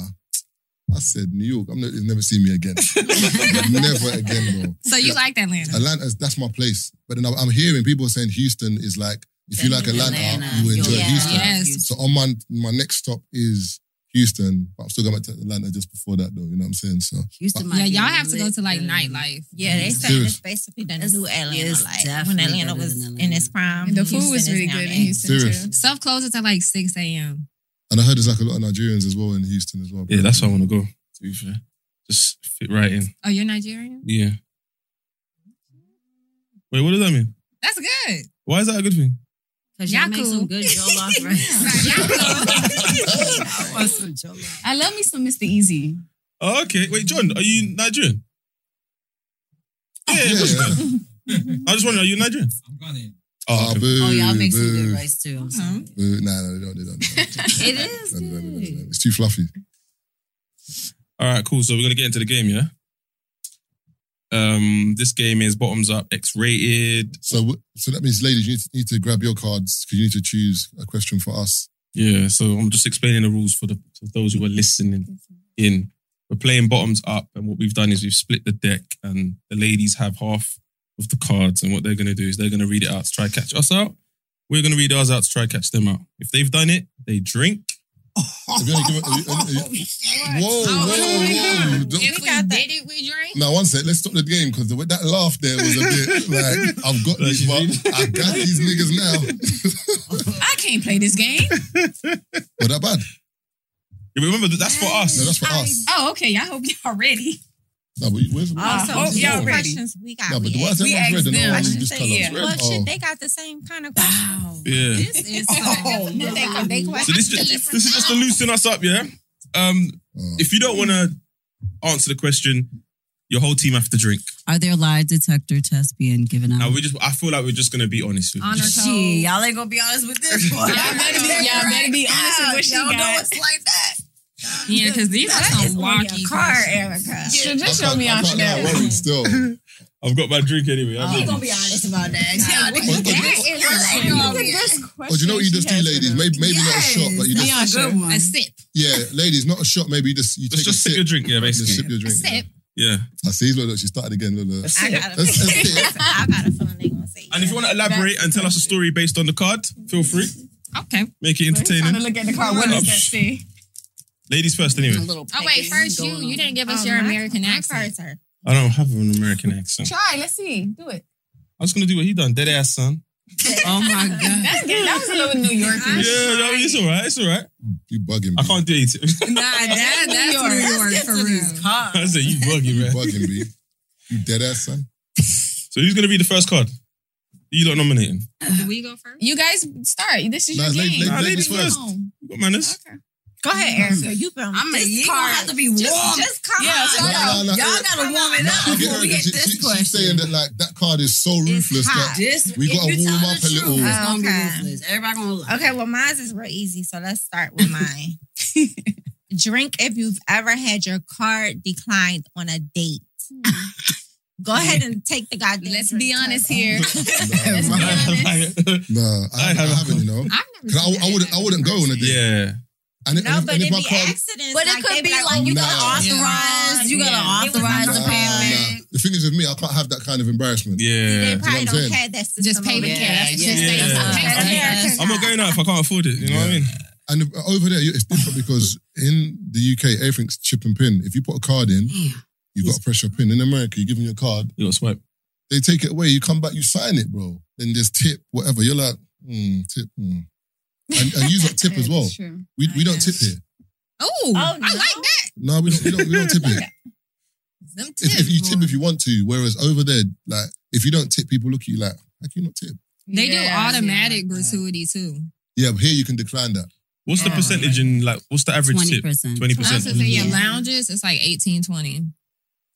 [SPEAKER 1] I said, "New York, I'm not, you'll never see me again,
[SPEAKER 2] <laughs>
[SPEAKER 1] never again, bro."
[SPEAKER 6] So you liked Atlanta?
[SPEAKER 1] Atlanta's that's my place. But then I'm- I'm hearing people saying Houston is like, if you like Atlanta, you enjoy
[SPEAKER 7] Yeah.
[SPEAKER 1] Houston.
[SPEAKER 6] Yes.
[SPEAKER 1] So on my my next stop is Houston, but I'm still going back to Atlanta just before that, though. You know what I'm saying? So
[SPEAKER 7] Houston might
[SPEAKER 6] yeah,
[SPEAKER 7] be
[SPEAKER 6] y'all have to go
[SPEAKER 7] lit
[SPEAKER 6] to like
[SPEAKER 7] than-
[SPEAKER 6] nightlife.
[SPEAKER 9] Yeah, they said
[SPEAKER 1] Serious.
[SPEAKER 9] it's basically the
[SPEAKER 7] It's-
[SPEAKER 9] new Atlanta.
[SPEAKER 7] it's
[SPEAKER 9] Like when
[SPEAKER 7] definitely
[SPEAKER 9] Atlanta
[SPEAKER 7] better
[SPEAKER 9] was
[SPEAKER 7] than
[SPEAKER 9] in
[SPEAKER 7] Atlanta.
[SPEAKER 9] its prime,
[SPEAKER 8] the food was
[SPEAKER 9] Houston
[SPEAKER 8] really
[SPEAKER 9] is now
[SPEAKER 8] good in
[SPEAKER 9] that.
[SPEAKER 8] Houston
[SPEAKER 1] Serious.
[SPEAKER 8] too.
[SPEAKER 6] Stuff closes at like six a.m.
[SPEAKER 1] and I heard there's like a lot of Nigerians as well in Houston as well.
[SPEAKER 2] yeah,
[SPEAKER 1] bro.
[SPEAKER 2] that's why I want to go. To be fair, just fit right in.
[SPEAKER 6] Oh, you're Nigerian?
[SPEAKER 2] Yeah. Wait, what does that mean?
[SPEAKER 6] That's good.
[SPEAKER 2] Why is that a good thing?
[SPEAKER 7] 'Cause y'all make
[SPEAKER 6] Yaku.
[SPEAKER 9] <laughs>
[SPEAKER 7] some good jollof
[SPEAKER 6] Right,
[SPEAKER 7] <laughs> rice.
[SPEAKER 6] y'all cool.
[SPEAKER 7] I want some jollof.
[SPEAKER 8] I love me some Mr. Easy.
[SPEAKER 2] Oh, okay. Wait, John, are you Nigerian? Yeah, yeah, of course you
[SPEAKER 1] Yeah.
[SPEAKER 2] can.
[SPEAKER 10] <laughs>
[SPEAKER 2] I just wondering, are you Nigerian?
[SPEAKER 10] I'm Ghanaian.
[SPEAKER 1] Oh,
[SPEAKER 2] okay.
[SPEAKER 1] boo,
[SPEAKER 7] Oh, y'all make some
[SPEAKER 1] boo,
[SPEAKER 7] good rice too. I'm sorry.
[SPEAKER 8] Uh-huh.
[SPEAKER 1] boo. Nah, no, they don't. They don't. They don't.
[SPEAKER 7] It is
[SPEAKER 1] No, no, no, no, no, no.
[SPEAKER 7] good.
[SPEAKER 1] It's too fluffy.
[SPEAKER 2] All right, cool. So we're gonna get into the game, yeah. Um, this game is bottoms up, X-rated.
[SPEAKER 1] So, w- so that means, ladies, you need to, need to grab your cards because you need to choose a question for us.
[SPEAKER 2] Yeah, so I'm just explaining the rules for the for those who are listening in. We're playing bottoms up, and what we've done is we've split the deck, and the ladies have half of the cards. And what they're going to do is they're going to read it out to try and catch us out. We're going to read ours out to try and catch them out. If they've done it, they drink.
[SPEAKER 1] Have you only given- have you- have you- have you- whoa,
[SPEAKER 6] Oh,
[SPEAKER 1] whoa,
[SPEAKER 6] my
[SPEAKER 1] whoa!
[SPEAKER 6] God.
[SPEAKER 1] Don't-
[SPEAKER 6] If we did it, we drink.
[SPEAKER 1] Now, one sec, let's stop the game because the way that laugh there was a bit like, I've got
[SPEAKER 2] Like
[SPEAKER 1] these,
[SPEAKER 2] you
[SPEAKER 1] but I got these niggas now.
[SPEAKER 8] I can't play this game.
[SPEAKER 1] But that bad.
[SPEAKER 2] You remember that that's for
[SPEAKER 1] No,
[SPEAKER 2] us.
[SPEAKER 1] that's for us.
[SPEAKER 8] Oh, okay. I hope y'all ready.
[SPEAKER 1] No, but where's the
[SPEAKER 7] Uh,
[SPEAKER 8] I
[SPEAKER 9] Also,
[SPEAKER 7] oh,
[SPEAKER 8] hope
[SPEAKER 9] the
[SPEAKER 8] y'all ready.
[SPEAKER 9] questions we got.
[SPEAKER 1] No, but
[SPEAKER 9] we
[SPEAKER 1] why is
[SPEAKER 9] asked-
[SPEAKER 8] we
[SPEAKER 1] everyone red
[SPEAKER 8] asked
[SPEAKER 1] and
[SPEAKER 8] them.
[SPEAKER 1] all
[SPEAKER 9] I should
[SPEAKER 1] these
[SPEAKER 9] say,
[SPEAKER 1] colours?
[SPEAKER 8] yeah.
[SPEAKER 9] well,
[SPEAKER 1] Red?
[SPEAKER 9] shit,
[SPEAKER 1] Oh.
[SPEAKER 9] they got the same kind of questions.
[SPEAKER 2] Yeah.
[SPEAKER 9] This
[SPEAKER 7] <laughs>
[SPEAKER 9] is
[SPEAKER 8] Oh,
[SPEAKER 9] something. They got- they
[SPEAKER 2] So this
[SPEAKER 9] questions
[SPEAKER 2] this is just to loosen us up, yeah. Um,
[SPEAKER 1] Oh.
[SPEAKER 2] if you don't want to answer the question, your whole team have to drink.
[SPEAKER 7] Are there lie detector tests being given out?
[SPEAKER 2] Now we just, I feel like we're just going to be honest with you.
[SPEAKER 6] Honor
[SPEAKER 2] Just-
[SPEAKER 7] Gee, y'all ain't gonna be honest with this one.
[SPEAKER 8] Y'all better be, y'all
[SPEAKER 9] <laughs>
[SPEAKER 8] better be honest with what she
[SPEAKER 9] Y'all know
[SPEAKER 8] got.
[SPEAKER 9] it's like that.
[SPEAKER 6] Yeah, because these are
[SPEAKER 9] That is
[SPEAKER 6] some
[SPEAKER 9] on
[SPEAKER 6] wacky
[SPEAKER 9] your car,
[SPEAKER 6] cars.
[SPEAKER 9] Erica.
[SPEAKER 8] She'll
[SPEAKER 1] I
[SPEAKER 8] just show
[SPEAKER 1] can't-
[SPEAKER 8] me
[SPEAKER 1] I
[SPEAKER 8] on
[SPEAKER 1] can't now,
[SPEAKER 8] Chanel.
[SPEAKER 1] worried still.
[SPEAKER 2] I've got my drink anyway. I'm-
[SPEAKER 9] We gonna be honest about that.
[SPEAKER 1] But- but- But you know what you just Oh, do, ladies? Maybe, maybe not a shot, but you just,
[SPEAKER 8] Yes.
[SPEAKER 7] a good one.
[SPEAKER 6] A sip.
[SPEAKER 1] yeah, ladies, not a shot. Maybe you just, you
[SPEAKER 2] Just,
[SPEAKER 1] take
[SPEAKER 2] just
[SPEAKER 1] a
[SPEAKER 2] sip
[SPEAKER 1] sip.
[SPEAKER 2] your drink, yeah,
[SPEAKER 1] Just sip
[SPEAKER 2] basically.
[SPEAKER 1] your drink.
[SPEAKER 6] A sip.
[SPEAKER 2] Yeah.
[SPEAKER 1] I see, look, look, she started again. Look, look.
[SPEAKER 9] I got a
[SPEAKER 1] That's- that's
[SPEAKER 6] <laughs>
[SPEAKER 9] feeling.
[SPEAKER 1] it.
[SPEAKER 9] <laughs> I got a feeling they gonna say.
[SPEAKER 2] And if you want to elaborate and tell us a story based on the card, feel free.
[SPEAKER 6] Okay.
[SPEAKER 2] Make it
[SPEAKER 8] Trying to
[SPEAKER 2] entertaining.
[SPEAKER 8] look at the car. What does that say?
[SPEAKER 2] Ladies first, anyway.
[SPEAKER 6] Oh wait, first you you didn't
[SPEAKER 9] Oh,
[SPEAKER 6] give us your American accent.
[SPEAKER 2] I don't have an American accent.
[SPEAKER 8] Try. Let's see. Do it.
[SPEAKER 2] I was gonna do what he done, dead ass son.
[SPEAKER 7] Oh my god.
[SPEAKER 9] <laughs>
[SPEAKER 8] That's good. That was a little New York.
[SPEAKER 2] Yeah, no, it's all right. It's all right.
[SPEAKER 1] You bugging me.
[SPEAKER 2] I can't do it. <laughs>
[SPEAKER 6] Nah, that that's
[SPEAKER 8] New York.
[SPEAKER 6] New York for real.
[SPEAKER 2] I said you buggy,
[SPEAKER 1] You
[SPEAKER 2] man.
[SPEAKER 1] bugging me. You dead ass son.
[SPEAKER 2] So who's gonna be the first card? You lot nominating.
[SPEAKER 6] Do we go first?
[SPEAKER 8] You guys start. This is
[SPEAKER 1] Nah,
[SPEAKER 8] your
[SPEAKER 1] ladies-
[SPEAKER 8] game.
[SPEAKER 1] ladies-
[SPEAKER 2] Nah,
[SPEAKER 1] ladies
[SPEAKER 2] ladies
[SPEAKER 1] first.
[SPEAKER 2] first. You got manners.
[SPEAKER 6] Go ahead, Eric.
[SPEAKER 9] So you from
[SPEAKER 7] I'm a,
[SPEAKER 9] this
[SPEAKER 7] you
[SPEAKER 9] card.
[SPEAKER 7] gonna have to be warm.
[SPEAKER 9] Just, just calm.
[SPEAKER 7] yeah, so
[SPEAKER 1] No,
[SPEAKER 7] y'all,
[SPEAKER 1] no, no.
[SPEAKER 7] y'all gotta warm it up
[SPEAKER 1] Get
[SPEAKER 7] before
[SPEAKER 1] her
[SPEAKER 7] we
[SPEAKER 1] to-
[SPEAKER 7] get
[SPEAKER 1] she-
[SPEAKER 7] this
[SPEAKER 1] she-
[SPEAKER 7] question.
[SPEAKER 1] She's saying that like that card is so ruthless
[SPEAKER 9] hot.
[SPEAKER 1] <laughs> that
[SPEAKER 7] This,
[SPEAKER 1] We
[SPEAKER 7] if
[SPEAKER 1] gotta
[SPEAKER 7] you
[SPEAKER 1] warm
[SPEAKER 7] tell
[SPEAKER 1] up
[SPEAKER 7] the
[SPEAKER 1] a little.
[SPEAKER 7] truth, It's gonna be
[SPEAKER 9] Okay.
[SPEAKER 7] ruthless. Everybody gonna lie.
[SPEAKER 9] Okay, well, mine is real easy, so let's start with
[SPEAKER 6] <laughs>
[SPEAKER 9] mine. Drink if you've ever had your card declined on a date. Go ahead and take the goddamn.
[SPEAKER 6] Hmm. Let's
[SPEAKER 9] drink
[SPEAKER 6] be
[SPEAKER 9] card.
[SPEAKER 6] honest here.
[SPEAKER 1] Nah,
[SPEAKER 2] I
[SPEAKER 1] nah, I, haven't- I haven't, you know.
[SPEAKER 6] I've never.
[SPEAKER 1] Cause I, I wouldn't, I wouldn't go on a date.
[SPEAKER 2] <laughs> yeah.
[SPEAKER 1] And, if-
[SPEAKER 9] No,
[SPEAKER 1] and if,
[SPEAKER 9] but
[SPEAKER 1] and
[SPEAKER 9] it'd
[SPEAKER 1] if
[SPEAKER 9] be
[SPEAKER 1] my card,
[SPEAKER 9] accidents.
[SPEAKER 7] But it
[SPEAKER 9] like,
[SPEAKER 7] could
[SPEAKER 9] they'd
[SPEAKER 7] be like you gotta
[SPEAKER 1] Nah.
[SPEAKER 7] authorize, you
[SPEAKER 6] Yeah.
[SPEAKER 7] gotta
[SPEAKER 9] It was
[SPEAKER 7] authorize
[SPEAKER 9] under
[SPEAKER 7] the
[SPEAKER 1] Nah,
[SPEAKER 7] payment.
[SPEAKER 1] nah. The thing is with me, I can't have that kind of embarrassment.
[SPEAKER 9] They
[SPEAKER 2] Yeah.
[SPEAKER 9] probably
[SPEAKER 1] I'm
[SPEAKER 9] don't
[SPEAKER 1] saying.
[SPEAKER 9] have that system.
[SPEAKER 6] Just pay
[SPEAKER 9] over
[SPEAKER 6] the
[SPEAKER 9] there.
[SPEAKER 6] cash.
[SPEAKER 7] Yeah,
[SPEAKER 6] Just say
[SPEAKER 2] yeah.
[SPEAKER 6] something.
[SPEAKER 9] Yeah.
[SPEAKER 6] Pay the
[SPEAKER 9] Yeah.
[SPEAKER 6] cash.
[SPEAKER 2] I'm not going out if I can't afford it. You know what I mean?
[SPEAKER 1] And if- uh, over there, you- it's different because in the UK, everything's chip and pin. If you put a card in,
[SPEAKER 7] Damn.
[SPEAKER 1] you've got a pressure pin. In America, you give them your card,
[SPEAKER 2] You got swipe.
[SPEAKER 1] they take it away, you come back, you sign it, bro. Then there's tip, whatever. You're like, hmm, tip, hmm. And, and you got tip as well.
[SPEAKER 8] True.
[SPEAKER 1] We, we
[SPEAKER 6] I
[SPEAKER 1] don't
[SPEAKER 6] guess.
[SPEAKER 1] tip here.
[SPEAKER 6] Oh, I like that.
[SPEAKER 1] No, we don't, we don't, we don't tip here.
[SPEAKER 6] Them
[SPEAKER 1] If,
[SPEAKER 6] tips,
[SPEAKER 1] if you tip
[SPEAKER 6] boy.
[SPEAKER 1] if you want to, whereas over there, like, if you don't tip, people look at you like, how can you not tip?
[SPEAKER 6] They
[SPEAKER 8] Yeah,
[SPEAKER 6] do automatic
[SPEAKER 7] yeah.
[SPEAKER 6] gratuity too.
[SPEAKER 1] Yeah, but here you can decline that.
[SPEAKER 2] What's the
[SPEAKER 7] Yeah.
[SPEAKER 2] percentage in like? What's the average
[SPEAKER 7] Twenty
[SPEAKER 2] tip?
[SPEAKER 7] percent.
[SPEAKER 2] Twenty
[SPEAKER 6] I was
[SPEAKER 2] percent
[SPEAKER 6] gonna say, yeah,
[SPEAKER 7] Yeah.
[SPEAKER 6] lounges, it's like 18, 20.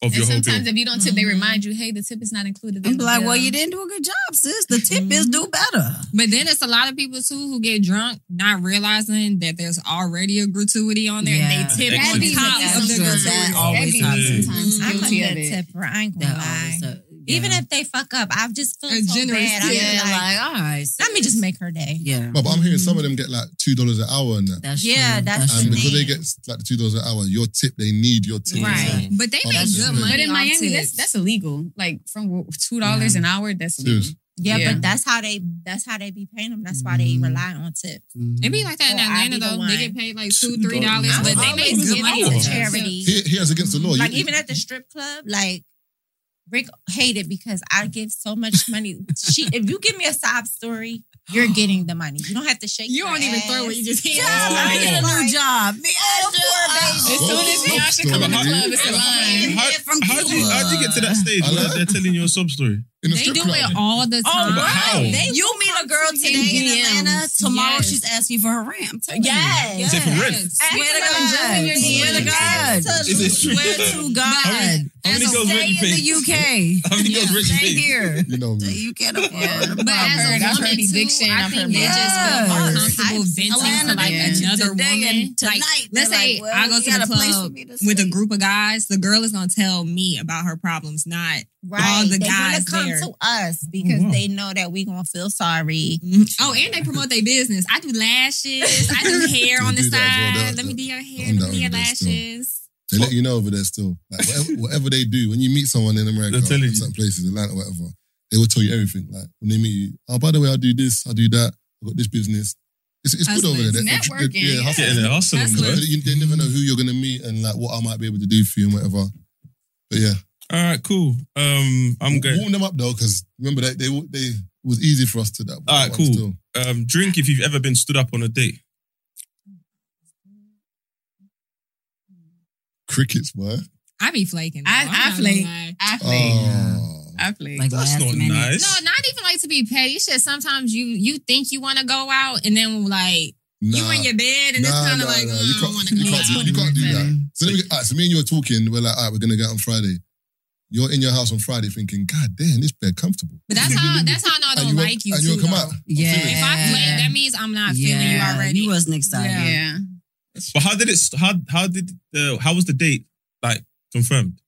[SPEAKER 2] of your
[SPEAKER 8] And
[SPEAKER 2] whole bill.
[SPEAKER 8] sometimes if you don't tip, they
[SPEAKER 6] Mhm.
[SPEAKER 8] remind you, hey, the tip is not included. in
[SPEAKER 7] Mm-hmm. I'm
[SPEAKER 8] the
[SPEAKER 7] like, well,
[SPEAKER 8] bill.
[SPEAKER 7] you didn't do a good job, sis. The tip is do better.
[SPEAKER 6] But then it's a lot of people too who get drunk, not realizing that there's already a gratuity on there. and
[SPEAKER 7] Yeah.
[SPEAKER 6] They tip
[SPEAKER 2] That
[SPEAKER 6] on
[SPEAKER 2] be me.
[SPEAKER 6] top of the
[SPEAKER 7] That's
[SPEAKER 6] gratuity.
[SPEAKER 7] good. That
[SPEAKER 8] That
[SPEAKER 7] always
[SPEAKER 8] be
[SPEAKER 7] happens.
[SPEAKER 8] sometimes
[SPEAKER 9] I'm a
[SPEAKER 8] guilty of
[SPEAKER 9] good
[SPEAKER 8] it.
[SPEAKER 9] tipper. I ain't gonna
[SPEAKER 7] That
[SPEAKER 9] lie.
[SPEAKER 7] always, uh,
[SPEAKER 9] Even
[SPEAKER 7] yeah.
[SPEAKER 9] if they fuck up, I've just feel
[SPEAKER 6] A
[SPEAKER 9] so
[SPEAKER 6] generous
[SPEAKER 9] bad.
[SPEAKER 6] tip.
[SPEAKER 9] I'm
[SPEAKER 7] yeah,
[SPEAKER 9] like,
[SPEAKER 7] like, all right, sis.
[SPEAKER 9] let me just make her day.
[SPEAKER 7] yeah.
[SPEAKER 1] No, but I'm hearing some of them get like $2 an hour and that.
[SPEAKER 7] That's
[SPEAKER 9] Yeah,
[SPEAKER 7] true.
[SPEAKER 9] that's
[SPEAKER 1] And
[SPEAKER 9] the
[SPEAKER 1] because they
[SPEAKER 9] thing.
[SPEAKER 1] get like the two dollars an hour, your tip, they need your tip.
[SPEAKER 6] Right. But they make
[SPEAKER 1] That's
[SPEAKER 6] good
[SPEAKER 1] good.
[SPEAKER 6] money.
[SPEAKER 8] But in
[SPEAKER 6] off
[SPEAKER 8] Miami,
[SPEAKER 6] tips.
[SPEAKER 8] that's that's illegal. Like from two dollars
[SPEAKER 7] Yeah.
[SPEAKER 8] an hour, that's illegal.
[SPEAKER 1] Serious.
[SPEAKER 9] Yeah,
[SPEAKER 8] Yeah.
[SPEAKER 9] but that's how they that's how they be paying them. That's why they
[SPEAKER 7] Mhm.
[SPEAKER 9] rely on tips.
[SPEAKER 7] Mhm.
[SPEAKER 6] it be like that in
[SPEAKER 9] Well, I be
[SPEAKER 6] Atlanta
[SPEAKER 9] the
[SPEAKER 6] though.
[SPEAKER 9] one.
[SPEAKER 6] They get paid like two,
[SPEAKER 2] Two
[SPEAKER 6] three dollars,
[SPEAKER 2] dollars.
[SPEAKER 6] but they
[SPEAKER 9] I'm
[SPEAKER 6] make
[SPEAKER 9] always
[SPEAKER 6] good
[SPEAKER 9] giving
[SPEAKER 6] money
[SPEAKER 9] to
[SPEAKER 6] off
[SPEAKER 9] charity.
[SPEAKER 6] charity.
[SPEAKER 1] Here, here's against the law.
[SPEAKER 9] Like
[SPEAKER 1] You-
[SPEAKER 9] even at the strip club, like Rick hated because I give so much money.
[SPEAKER 7] <laughs>
[SPEAKER 9] she if you give me a sob story, you're getting the money. You don't have to shake.
[SPEAKER 6] You
[SPEAKER 9] her
[SPEAKER 6] don't even
[SPEAKER 9] ass.
[SPEAKER 6] throw it. You just hand
[SPEAKER 7] Yeah,
[SPEAKER 6] it.
[SPEAKER 7] let me
[SPEAKER 6] to
[SPEAKER 7] get
[SPEAKER 6] them.
[SPEAKER 7] a new
[SPEAKER 9] Like-
[SPEAKER 7] job. Me
[SPEAKER 9] Oh, poor
[SPEAKER 2] As soon as
[SPEAKER 1] Oh,
[SPEAKER 2] Bianca come in the
[SPEAKER 1] sorry.
[SPEAKER 2] club, it's
[SPEAKER 7] a line.
[SPEAKER 2] How,
[SPEAKER 7] From
[SPEAKER 2] how do you, how do you get to that stage
[SPEAKER 1] I
[SPEAKER 2] where
[SPEAKER 1] love-
[SPEAKER 2] they're telling you a sub story?
[SPEAKER 1] in the
[SPEAKER 6] They
[SPEAKER 1] strip
[SPEAKER 6] do
[SPEAKER 1] club.
[SPEAKER 6] it all the
[SPEAKER 7] Oh,
[SPEAKER 6] time.
[SPEAKER 2] But how?
[SPEAKER 7] right.
[SPEAKER 2] They
[SPEAKER 7] you meet a girl
[SPEAKER 6] to
[SPEAKER 7] today
[SPEAKER 6] you in
[SPEAKER 7] in Atlanta.
[SPEAKER 6] DMs.
[SPEAKER 7] Tomorrow
[SPEAKER 6] Yes.
[SPEAKER 7] she's asking for her rent. I'm telling you.
[SPEAKER 9] Yes.
[SPEAKER 2] Is it for rent?
[SPEAKER 7] Swear to God.
[SPEAKER 2] your
[SPEAKER 7] Swear to
[SPEAKER 2] DMs.
[SPEAKER 7] God.
[SPEAKER 2] Is it true?
[SPEAKER 7] Swear
[SPEAKER 2] <laughs>
[SPEAKER 7] to God.
[SPEAKER 2] many- how many
[SPEAKER 7] As a
[SPEAKER 2] girls rent
[SPEAKER 7] stay
[SPEAKER 2] you
[SPEAKER 7] in
[SPEAKER 2] pay?
[SPEAKER 7] the <laughs> UK.
[SPEAKER 2] How many girls rent you
[SPEAKER 7] Stay
[SPEAKER 2] pay?
[SPEAKER 7] here.
[SPEAKER 1] You know me.
[SPEAKER 7] You can't afford
[SPEAKER 6] But as
[SPEAKER 8] I've heard-
[SPEAKER 6] a
[SPEAKER 8] I've
[SPEAKER 6] woman
[SPEAKER 8] heard
[SPEAKER 6] too,
[SPEAKER 8] eviction,
[SPEAKER 6] I
[SPEAKER 8] I've
[SPEAKER 6] think
[SPEAKER 8] heard
[SPEAKER 6] they just feel more
[SPEAKER 7] Yes.
[SPEAKER 6] comfortable venting to
[SPEAKER 7] Atlanta,
[SPEAKER 6] like
[SPEAKER 8] bitch.
[SPEAKER 6] another
[SPEAKER 7] Today
[SPEAKER 6] woman.
[SPEAKER 7] and tonight,
[SPEAKER 6] like,
[SPEAKER 7] they're
[SPEAKER 6] let's say
[SPEAKER 7] like, well,
[SPEAKER 6] I go
[SPEAKER 7] you
[SPEAKER 6] to
[SPEAKER 7] got
[SPEAKER 6] the
[SPEAKER 7] a place
[SPEAKER 6] club
[SPEAKER 7] for me to
[SPEAKER 6] with a
[SPEAKER 7] sleep.
[SPEAKER 6] group of guys. The girl is gonna tell me about her problems, not
[SPEAKER 9] Right.
[SPEAKER 6] all
[SPEAKER 9] they
[SPEAKER 6] the guys
[SPEAKER 9] to come
[SPEAKER 6] there.
[SPEAKER 9] to us because
[SPEAKER 2] Oh, wow.
[SPEAKER 9] they know that we gonna feel sorry.
[SPEAKER 6] Oh, and they promote their business. I do lashes. I
[SPEAKER 1] <laughs>
[SPEAKER 6] do hair
[SPEAKER 1] They
[SPEAKER 6] on the
[SPEAKER 1] do that as well. They
[SPEAKER 6] side.
[SPEAKER 1] like
[SPEAKER 6] Let me
[SPEAKER 1] that.
[SPEAKER 6] do your hair.
[SPEAKER 1] I'm
[SPEAKER 6] Let me do your
[SPEAKER 1] down with that still.
[SPEAKER 6] lashes.
[SPEAKER 1] They let you know over there still. Like whatever, whatever they do, when you meet someone in America,
[SPEAKER 2] They're telling
[SPEAKER 1] in
[SPEAKER 2] you.
[SPEAKER 1] certain places, Atlanta, whatever, they will tell you everything. Like when they meet you, oh by the way, I do this, I do that, I got this business. It's, it's good over there. They- they-
[SPEAKER 8] Networking,
[SPEAKER 1] they- yeah,
[SPEAKER 8] yeah.
[SPEAKER 1] hustle.
[SPEAKER 2] Getting there, hustling,
[SPEAKER 6] That's
[SPEAKER 2] bro.
[SPEAKER 6] what-
[SPEAKER 1] But you- They never know who you're gonna meet and like what I might be able to do for you and whatever. But yeah,
[SPEAKER 2] All right, cool. Um, I'm good.
[SPEAKER 1] Warm them up though, because remember they, they they it was easy for us to that.
[SPEAKER 2] Alright,
[SPEAKER 1] one
[SPEAKER 2] cool.
[SPEAKER 1] still.
[SPEAKER 2] Um, drink if you've ever been stood up on a date.
[SPEAKER 1] Crickets, boy.
[SPEAKER 6] I be flaking.
[SPEAKER 8] I-
[SPEAKER 6] though.
[SPEAKER 8] I
[SPEAKER 6] I'm not
[SPEAKER 8] flake.
[SPEAKER 6] gonna lie.
[SPEAKER 8] I play.
[SPEAKER 1] Oh.
[SPEAKER 8] I play.
[SPEAKER 7] Like
[SPEAKER 2] That's
[SPEAKER 7] last
[SPEAKER 2] not
[SPEAKER 7] minute.
[SPEAKER 6] No,
[SPEAKER 2] nice.
[SPEAKER 6] not even like to be petty. It's just sometimes you you think you want to go out, and then like
[SPEAKER 1] Nah.
[SPEAKER 6] you in your bed, and it's
[SPEAKER 1] Nah,
[SPEAKER 6] kind of
[SPEAKER 1] nah,
[SPEAKER 6] like
[SPEAKER 1] nah. You
[SPEAKER 6] mm, I
[SPEAKER 1] can't-
[SPEAKER 6] don't want to
[SPEAKER 1] you
[SPEAKER 6] go
[SPEAKER 1] can't do-
[SPEAKER 6] out.
[SPEAKER 1] you can't do that.
[SPEAKER 7] Mm.
[SPEAKER 1] So, then we, all right, so me and you were talking. We're like, all right, we're gonna get out on Friday. You're in your house on Friday, thinking, God damn, this bed comfortable.
[SPEAKER 6] But that's how that's how I know I
[SPEAKER 1] And
[SPEAKER 6] don't
[SPEAKER 1] you won't-
[SPEAKER 6] like you.
[SPEAKER 1] and you
[SPEAKER 6] too,
[SPEAKER 1] won't come
[SPEAKER 6] though.
[SPEAKER 1] out.
[SPEAKER 7] Yeah.
[SPEAKER 6] If I flake, that means I'm not feeling you
[SPEAKER 7] Yeah,
[SPEAKER 6] already.
[SPEAKER 7] You wasn't excited.
[SPEAKER 6] Yeah.
[SPEAKER 8] yeah.
[SPEAKER 2] But how did it? How how did the? How was the date like confirmed?